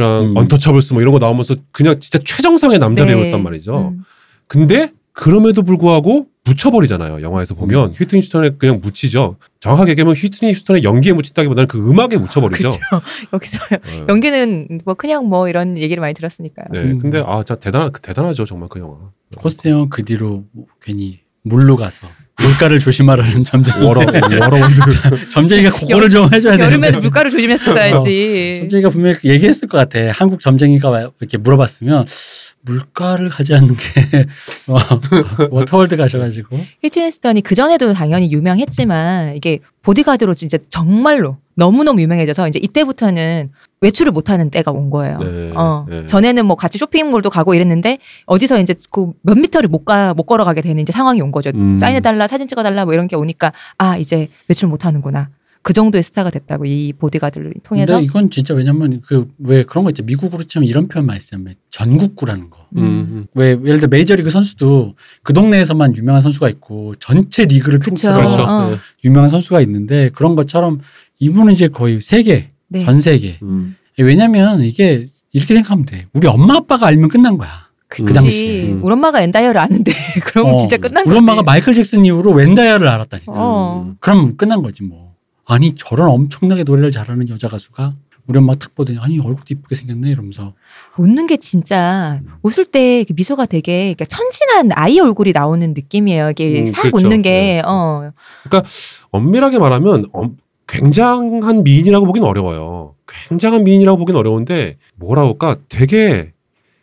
음.
언터처블스 뭐 이런 거 나오면서 그냥 진짜 최정상의 남자
네.
배우였단 말이죠.
음.
근데 그럼에도 불구하고 묻혀버리잖아요. 영화에서 보면
그렇죠.
휘트니 휴스턴에 그냥 묻히죠. 정확하게 얘기하면 휘트니 휴스턴의 연기에 묻힌다기보다는 그 음악에 묻혀버리죠.
그렇죠. 여기서
예.
연기는 뭐 그냥 뭐 이런 얘기를 많이 들었으니까요.
네,
음.
근데 아, 진짜 대단하 대단하죠 정말 그 영화.
코스트 형그 뒤로 괜히 물로 가서 물가를 조심하라는 점쟁이
워러 워러원드.
점쟁이가 그거를 좀 해줘야 되는데
여름에도 물가를 조심했었어야지.
점쟁이가 분명히 그 얘기했을 것 같아. 한국 점쟁이가 와- 이렇게 물어봤으면 물가를 하지 않는 게 어, 워터월드 가셔가지고
휘트니스턴이 그 전에도 당연히 유명했지만 이게 보디가드로 진짜 정말로 너무너무 유명해져서 이제 이때부터는 외출을 못하는 때가 온 거예요.
네,
어.
네.
전에는 뭐 같이 쇼핑몰도 가고 이랬는데 어디서 이제 그 몇 미터를 못 가 못 걸어가게 되는 이제 상황이 온 거죠.
음.
사인해달라, 사진 찍어달라 뭐 이런 게 오니까 아 이제 외출 못하는구나. 그 정도의 스타가 됐다고 이 보디가드를 통해서.
근데 이건 진짜 왜냐면 그 왜 그런 거 있죠. 미국으로 치면 이런 표현 많이 쓰면 전국구라는 거.
음, 음.
왜 예를 들어 메이저리그 선수도 그 동네에서만 유명한 선수가 있고 전체 리그를
그쵸.
통틀어서
그렇죠.
어.
네.
유명한 선수가 있는데 그런 것처럼 이분은 이제 거의 세계
네.
전 세계.
음.
왜냐면 이게 이렇게 생각하면 돼. 우리 엄마 아빠가 알면 끝난 거야.
그치.
그
당시에.
음.
우리 엄마가 엔다이어를 아는데 그럼
어,
진짜 끝난
우리
거지.
엄마가 마이클 잭슨 이후로 웬다이아를 알았다니까.
어.
음.
그럼 끝난 거지 뭐. 아니 저런 엄청나게 노래를 잘하는 여자 가수가 우리 엄마 탁 보더니 아니 얼굴도 이쁘게 생겼네 이러면서
웃는 게 진짜 웃을 때그 미소가 되게 그러니까 천진한 아이 얼굴이 나오는 느낌이에요. 이게
음,
싹
그렇죠.
웃는 게
네.
어.
엄밀하게 말하면 엄- 굉장한 미인이라고 보긴 어려워요. 굉장한 미인이라고 보긴 어려운데 뭐라 할까? 되게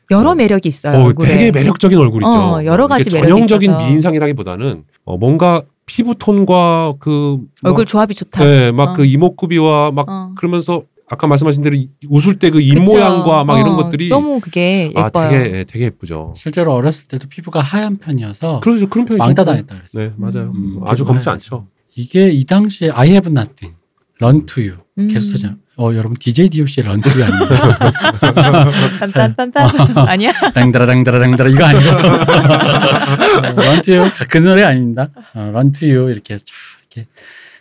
여러
어.
매력이 있어요.
어,
네, 얼굴에.
되게 매력적인 얼굴이죠.
어, 여러 가지
이게
매력이
전형적인
있어서.
미인상이라기보다는 어, 뭔가 피부 톤과 그 네,
얼굴 조합이 좋다.
막그
어.
이목구비와 막
어.
그러면서 아까 말씀하신 대로 이- 웃을 때 그
그쵸.
입모양과 막 이런
어,
것들이
너무 그게 예뻐요.
아 되게 예, 되게 예쁘죠.
실제로 어렸을 때도 피부가 하얀 편이어서
그런 그런 편이
왕따당했다 그랬어.
네 맞아요.
음,
아주
그래서
검지 않죠.
이게 이 당시에 I Have Nothing, Run to You
음.
계속 터져. 어 여러분 DJ DOC의 Run to You 아니에요?
어.
딴딴딴딴 아니야?
당다라 당다라 당다라 이거 아니에요? Run to You 그 노래 아닙니다. 어, Run to You 이렇게 해서 쫙 이렇게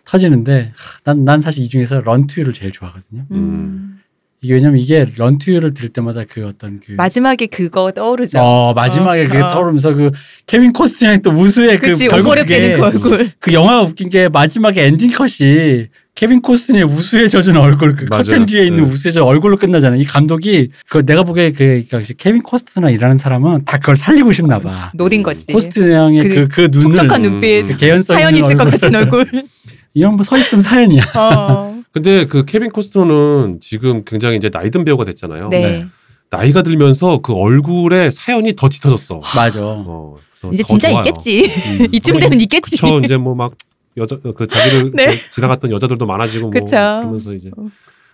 터지는데 난난 사실 이 중에서 Run to You를 제일 좋아하거든요.
음.
이게 왜냐면 이게 런투유를 들 때마다 그 어떤 그
마지막에 그거 떠오르죠.
아,
어, 마지막에
어,
그게
어.
떠오르면서 그 케빈 코스트랑 또 무수의 그
그치
결국
오버랩
그게
되는 그 얼굴.
그 영화 웃긴 게 마지막에 엔딩 컷이 케빈 코스의 우수에 젖은 얼굴 그
맞아요.
커튼 뒤에 있는
네.
우수에 젖은 얼굴로 끝나잖아. 이 감독이 그 내가 보기에 그 그러니까 케빈 코스트나 일하는 사람은 다 그걸 살리고
아,
싶나 봐.
노린 거지.
코스트 형의
그
그 그 눈을
촉촉한
음,
눈빛.
그 개연성
사연
있는
있을 것
얼굴.
같은 얼굴.
이런 뭐서 있으면 사연이야.
어.
근데 그 케빈 코스터는 지금 굉장히 이제 나이든 배우가 됐잖아요.
네.
네.
나이가 들면서 그 얼굴에 사연이 더 짙어졌어.
맞아.
어, 그래서
이제
더
진짜
좋아요.
있겠지.
음.
이쯤 되면 있겠지.
그쵸 이제 뭐 막 여자 그 자기를
네.
지- 지나갔던 여자들도 많아지고 뭐
그쵸.
그러면서 이제
어.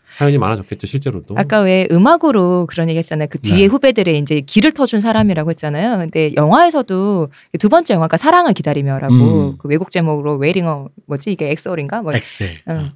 사연이 많아졌겠죠 실제로 또.
아까 왜 음악으로 그런 얘기 했잖아요. 그 뒤에
네.
후배들의 이제 길을 터준 사람이라고 했잖아요. 근데 영화에서도 그 두 번째 영화가 사랑을 기다리며라고
음.
그 외국 제목으로 웨이링어 뭐지 이게 엑소인가 뭐
엑셀. 음.
응.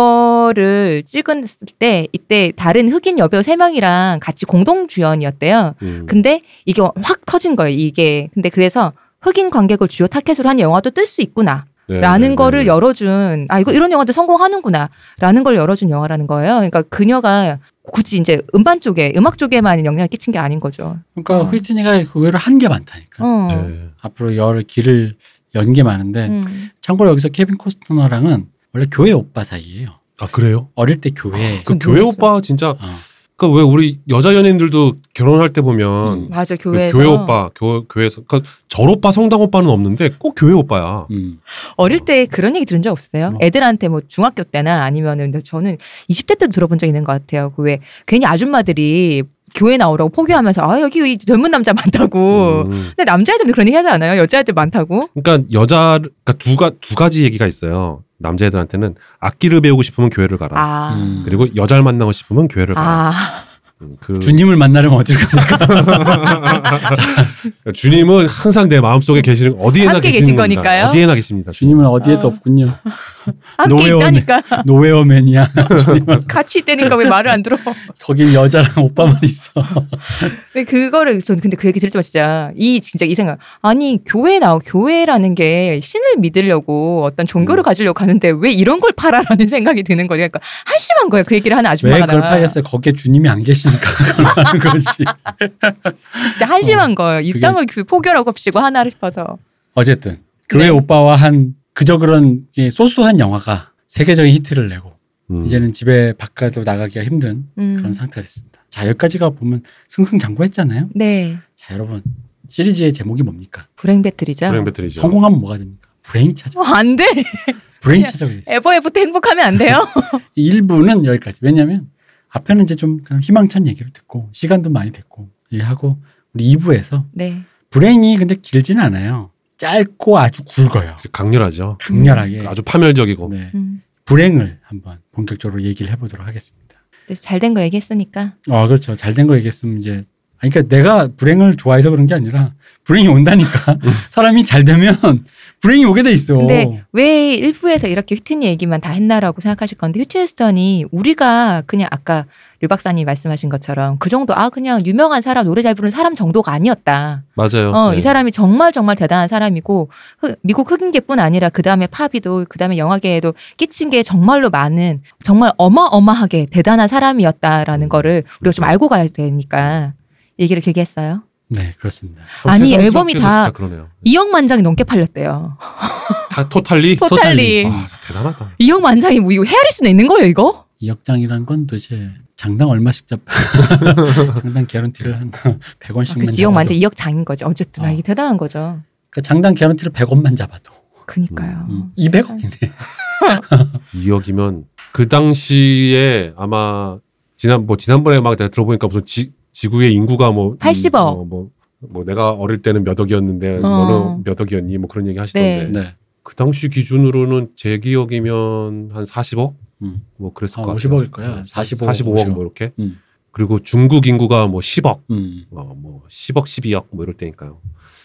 이거를 찍었을 때 이때 다른 흑인 여배우 세 명이랑 같이 공동 주연이었대요.
음.
근데 이게 확 터진 거예요. 이게 근데 그래서 흑인 관객을 주요 타켓으로 한 영화도 뜰 수 있구나.
네,
라는
네,
거를
네.
열어준 아 이거 이런 영화도 성공하는구나라는 걸 열어준 영화라는 거예요. 그러니까 그녀가 굳이 이제 음반 쪽에 음악 쪽에만 영향을 끼친 게 아닌 거죠.
그러니까
어.
휘트니가 그 의외로 한 게 많다니까.
어.
네.
앞으로 열 길을 연 게 많은데
음.
참고로 여기서 케빈 코스트너랑은 원래 교회 오빠 사이예요.
아 그래요?
어릴 때
그
교회.
그건
교회
네, 몰랐어.
오빠
아,
진짜
어.
그왜 우리 여자 연예인들도 결혼할 때 보면
음.
맞아
그
교회에서
교회 오빠 교회 교회에서 그러니까 절 오빠 성당 오빠는 없는데 꼭 교회 오빠야.
음.
어릴 때 그런 얘기 들은 적 없어요.
어.
애들한테 뭐 중학교 때나 아니면은 근데 저는 20대 때도 들어본 적 있는 것 같아요. 그 왜 괜히 아줌마들이 교회 나오라고 포기하면서 아 여기 이 젊은 남자 많다고.
음.
근데 남자애들도 그런 얘기 하지 않아요? 여자애들 많다고?
그러니까 여자 그러니까 두가 두 가지 얘기가 있어요. 남자애들한테는 악기를 배우고 싶으면 교회를 가라.
아.
음.
그리고 여자를 만나고 싶으면 교회를 가라.
아.
음, 그
주님을 만나려면 어딜 가볼까?
그러니까 주님. 은 항상 내 마음속에 계시는 어디에나
함께 계신
계시는 겁니다.
거니까요?
어디에나 계십니다.
주님은 어디에도
아.
없군요.
함께
노회원에.
있다니까.
노웨어맨이야.
같이 있다니까 왜 말을 안 들어?
거긴 여자랑 오빠만 있어.
근데 그거를 전 근데 그 얘기 들을 때마다 진짜 이 진짜 이 생각 아니 교회 나오 교회라는 게 신을 믿으려고 어떤 종교를
음.
가지려고 하는데 왜 이런 걸 팔아라는 생각이 드는 거예요. 그러니까 한심한 거예요. 그 얘기를 하는
왜
아줌마가
그걸
나.
팔겠어요? 거기에 주님이 안 계시니까 그걸 하는 거지.
진짜 한심한 거예요. 이
어, 그게-
땅을 그 포교라고 봅시고 하나를 싶어서
어쨌든 교회
네.
오빠와 한 그저 그런 이게 소소한 영화가 세계적인 히트를 내고
음.
이제는 집에 바깥으로 나가기가 힘든
음.
그런 상태가 됐습니다. 자 여기까지가 보면 승승장구했잖아요.
네
자 여러분 시리즈의 제목이 뭡니까?
불행 배틀이죠.
불행 배틀이죠.
성공하면 뭐가 됩니까? 브레인 찾아.
어, 안 돼.
브레인
그냥
찾아. 그랬어요.
에버 에버 때 행복하면 안 돼요.
1부는 여기까지. 왜냐면 앞에는 이제 좀 그냥 희망찬 얘기를 듣고 시간도 많이 됐고 얘기하고 우리 2부에서
네.
불행이 근데 길진 않아요. 짧고 아주 굵어요.
강렬하죠.
강렬하게.
음, 아주 파멸적이고.
네.
음.
불행을 한번 본격적으로 얘기를 해보도록 하겠습니다.
네, 잘 된 거 얘기했으니까.
아 그렇죠. 잘 된 거 얘기했으면 이제 아니, 그러니까 내가 불행을 좋아해서 그런 게 아니라 불행이 온다니까 사람이 잘 되면 불행이 오게 돼 있어.
근데 왜 일부에서 이렇게 휘트니 얘기만 다 했나라고 생각하실 건데 휘트니 스턴이 우리가 그냥 아까 류 박사님이 말씀하신 것처럼 그 정도 아 그냥 유명한 사람 노래 잘 부르는 사람 정도가 아니었다.
맞아요.
어,
네.
이 사람이 정말 정말 대단한 사람이고 흑- 미국 흑인계뿐 아니라 그 다음에 팝이도 그 다음에 영화계에도 끼친 게 정말로 많은 정말 어마어마하게 대단한
음.
사람이었다라는 거를 우리가 좀 알고 가야 되니까 얘기를 길게 했어요.
네 그렇습니다.
아니, 앨범이
정체성스럽게도
다-
진짜 그러네요.
2억 만장이 넘게 팔렸대요.
다 토탈리.
토탈리.
아, 다 대단하다.
2억 만장이 뭐 이거 헤아릴 수는 있는 거예요 이거?
이 역장이란 건 도대체 장당 얼마씩 잡 장당 개런티를 한 100원씩만
음.
그 지역 만장 2억 장인 거죠. 어쨌든 아,
어.
이게 대단한 거죠.
그러니까 장당 개런티를 100원만 잡아도
그니까요.
음, 200억이네.
2억이면 그 당시에 아마 지난 뭐 지난번에 막 내가 들어보니까 무슨 지, 지구의 인구가 뭐 음,
80억.
어, 뭐, 뭐 내가 어릴 때는 몇 억이었는데 너는 몇 억이었니? 뭐 그런 얘기 하시던데.
네.
네.
그 당시 기준으로는 제 기억이면 한 40억?
음.
뭐 그랬을
아,
것 같아요.
50억일 거야. 45억,
45억 뭐 이렇게.
음.
그리고 중국 인구가 뭐 10억,
음.
어, 뭐 10억, 12억 뭐 이럴 때니까요.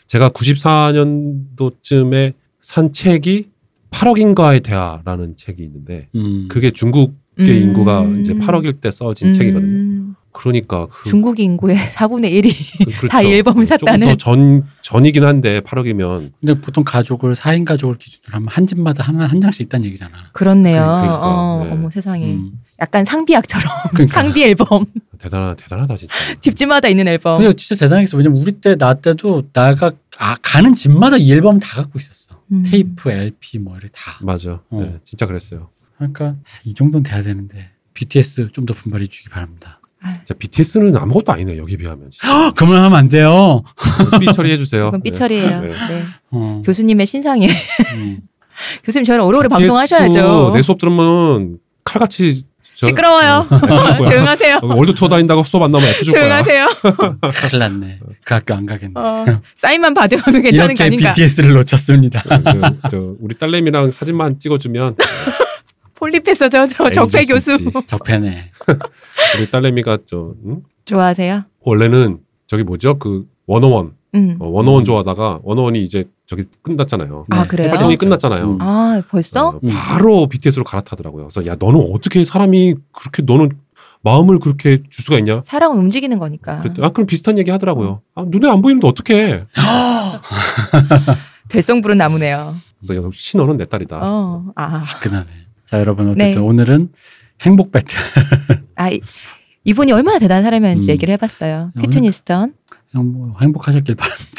제가 94년도쯤에 산 책이 8억인가의 대화라는 책이 있는데
음.
그게 중국의
음.
인구가 이제 8억일 때 써진 책이거든요.
음.
그러니까 그,
중국 인구의 4분의 1이
그렇죠.
다 일본
조금
샀다는.
더전 전이긴 한데 8억이면
근데 보통 가족을 4인 가족을 기준으로 하면 한 집마다 하나 한 장씩 있다는 얘기잖아.
그렇네요.
그러니까,
어,
네.
어머 세상에.
음.
약간 상비약처럼
그러니까.
상비 앨범
대단하 대단하다 진짜.
집집마다 있는 앨범.
근데 진짜 대단했어. 왜냐면 우리 때 나 때도 나가 아, 가는 집마다 이 앨범 다 갖고 있었어.
음.
테이프, LP 뭐 이렇게 다.
맞아.
어.
네, 진짜 그랬어요.
그러니까 이 정도는 돼야 되는데 BTS 좀 더 분발해 주기 바랍니다. 어,
자 BTS는 아무것도 아니네 여기 비하면. 진짜.
그만하면 안 돼요.
삐 처리해 주세요.
그건 삐처리예요.
네. 네.
네.
어.
교수님의 신상에
음.
교수님 저는 오래오래
BTS 도
방송하셔야죠.
아, 내 수업 들으면 칼같이 저-
시끄러워요.
어, 애플 거야.
조용하세요.
어, 월드 투어 다닌다고 수업 안 나면 애줄 거야.
조용하세요.
큰일 났네. 그 학교 안 가겠네.
어, 사인만 받으면 괜찮은 거
이렇게
아닌가.
BTS를 놓쳤습니다.
그, 그, 저 우리 딸내미랑 사진만 찍어주면
폴립해서 저, 저
애인
적폐
될수 아,
교수.
있지.
적폐네.
우리 딸내미가 저 응?
좋아하세요?
원래는 저기 뭐죠 그 원어원
음.
어, 원어원 좋아하다가 원어원이 이제 저기 끝났잖아요.
네,
아, 그래요?
시즌이 끝났잖아요.
음.
아 벌써?
어, 바로 BTS로 갈아타더라고요. 그래서 야 너는 어떻게 사람이 그렇게 너는 마음을 그렇게 줄 수가 있냐?
사랑은 움직이는 거니까.
그랬더니, 아 그럼 비슷한 얘기 하더라고요.
음.
아 눈에 안 보이는데 어떻게?
아,
될성 부른 나무네요.
그래서 야, 신호는 내 딸이다.
어, 아,
화끈하네. 자 여러분 어쨌든
네.
오늘은 행복 배틀.
아 이- 이분이 얼마나 대단한 사람이었는지
음.
얘기를 해봤어요.
오늘-
피트니스턴
뭐 행복하셨길 바랍니다.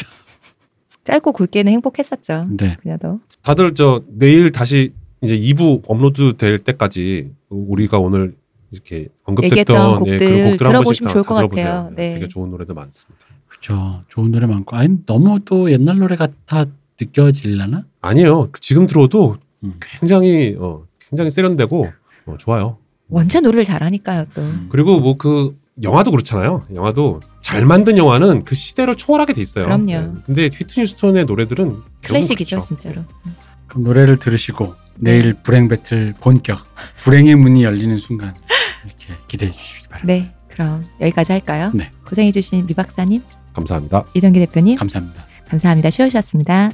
짧고 굵게는 행복했었죠.
네.
그녀도
다들 저 내일 다시 이제 2부 업로드 될 때까지 우리가 오늘 이렇게
얘기했던
언급됐던 예,
곡들
그런 곡들 한 번씩
들어보시면
다,
좋을
다
것
들어보세요.
같아요.
예,
네.
되게 좋은 노래도 많습니다.
그렇죠. 좋은 노래 많고 아니 너무 또 옛날 노래 같아 느껴질라나?
아니에요. 지금 들어도
음.
굉장히 어, 굉장히 세련되고 어, 좋아요.
원체 노래를 잘하니까요. 또
음.
그리고 뭐 그 영화도 그렇잖아요. 영화도 잘 만든 영화는 그 시대를 초월하게 돼 있어요. 네.
그럼요.
근데 휘트니스톤의 노래들은 결국은
클래식이죠,
그렇죠.
진짜로.
그럼 노래를 들으시고 내일 불행 배틀 본격 불행의 문이 열리는 순간 이렇게 기대해 주시기 바랍니다.
네, 그럼 여기까지 할까요?
네.
고생해주신 미 박사님,
감사합니다.
이동기 대표님
감사합니다.
감사합니다. 쉬우셨습니다.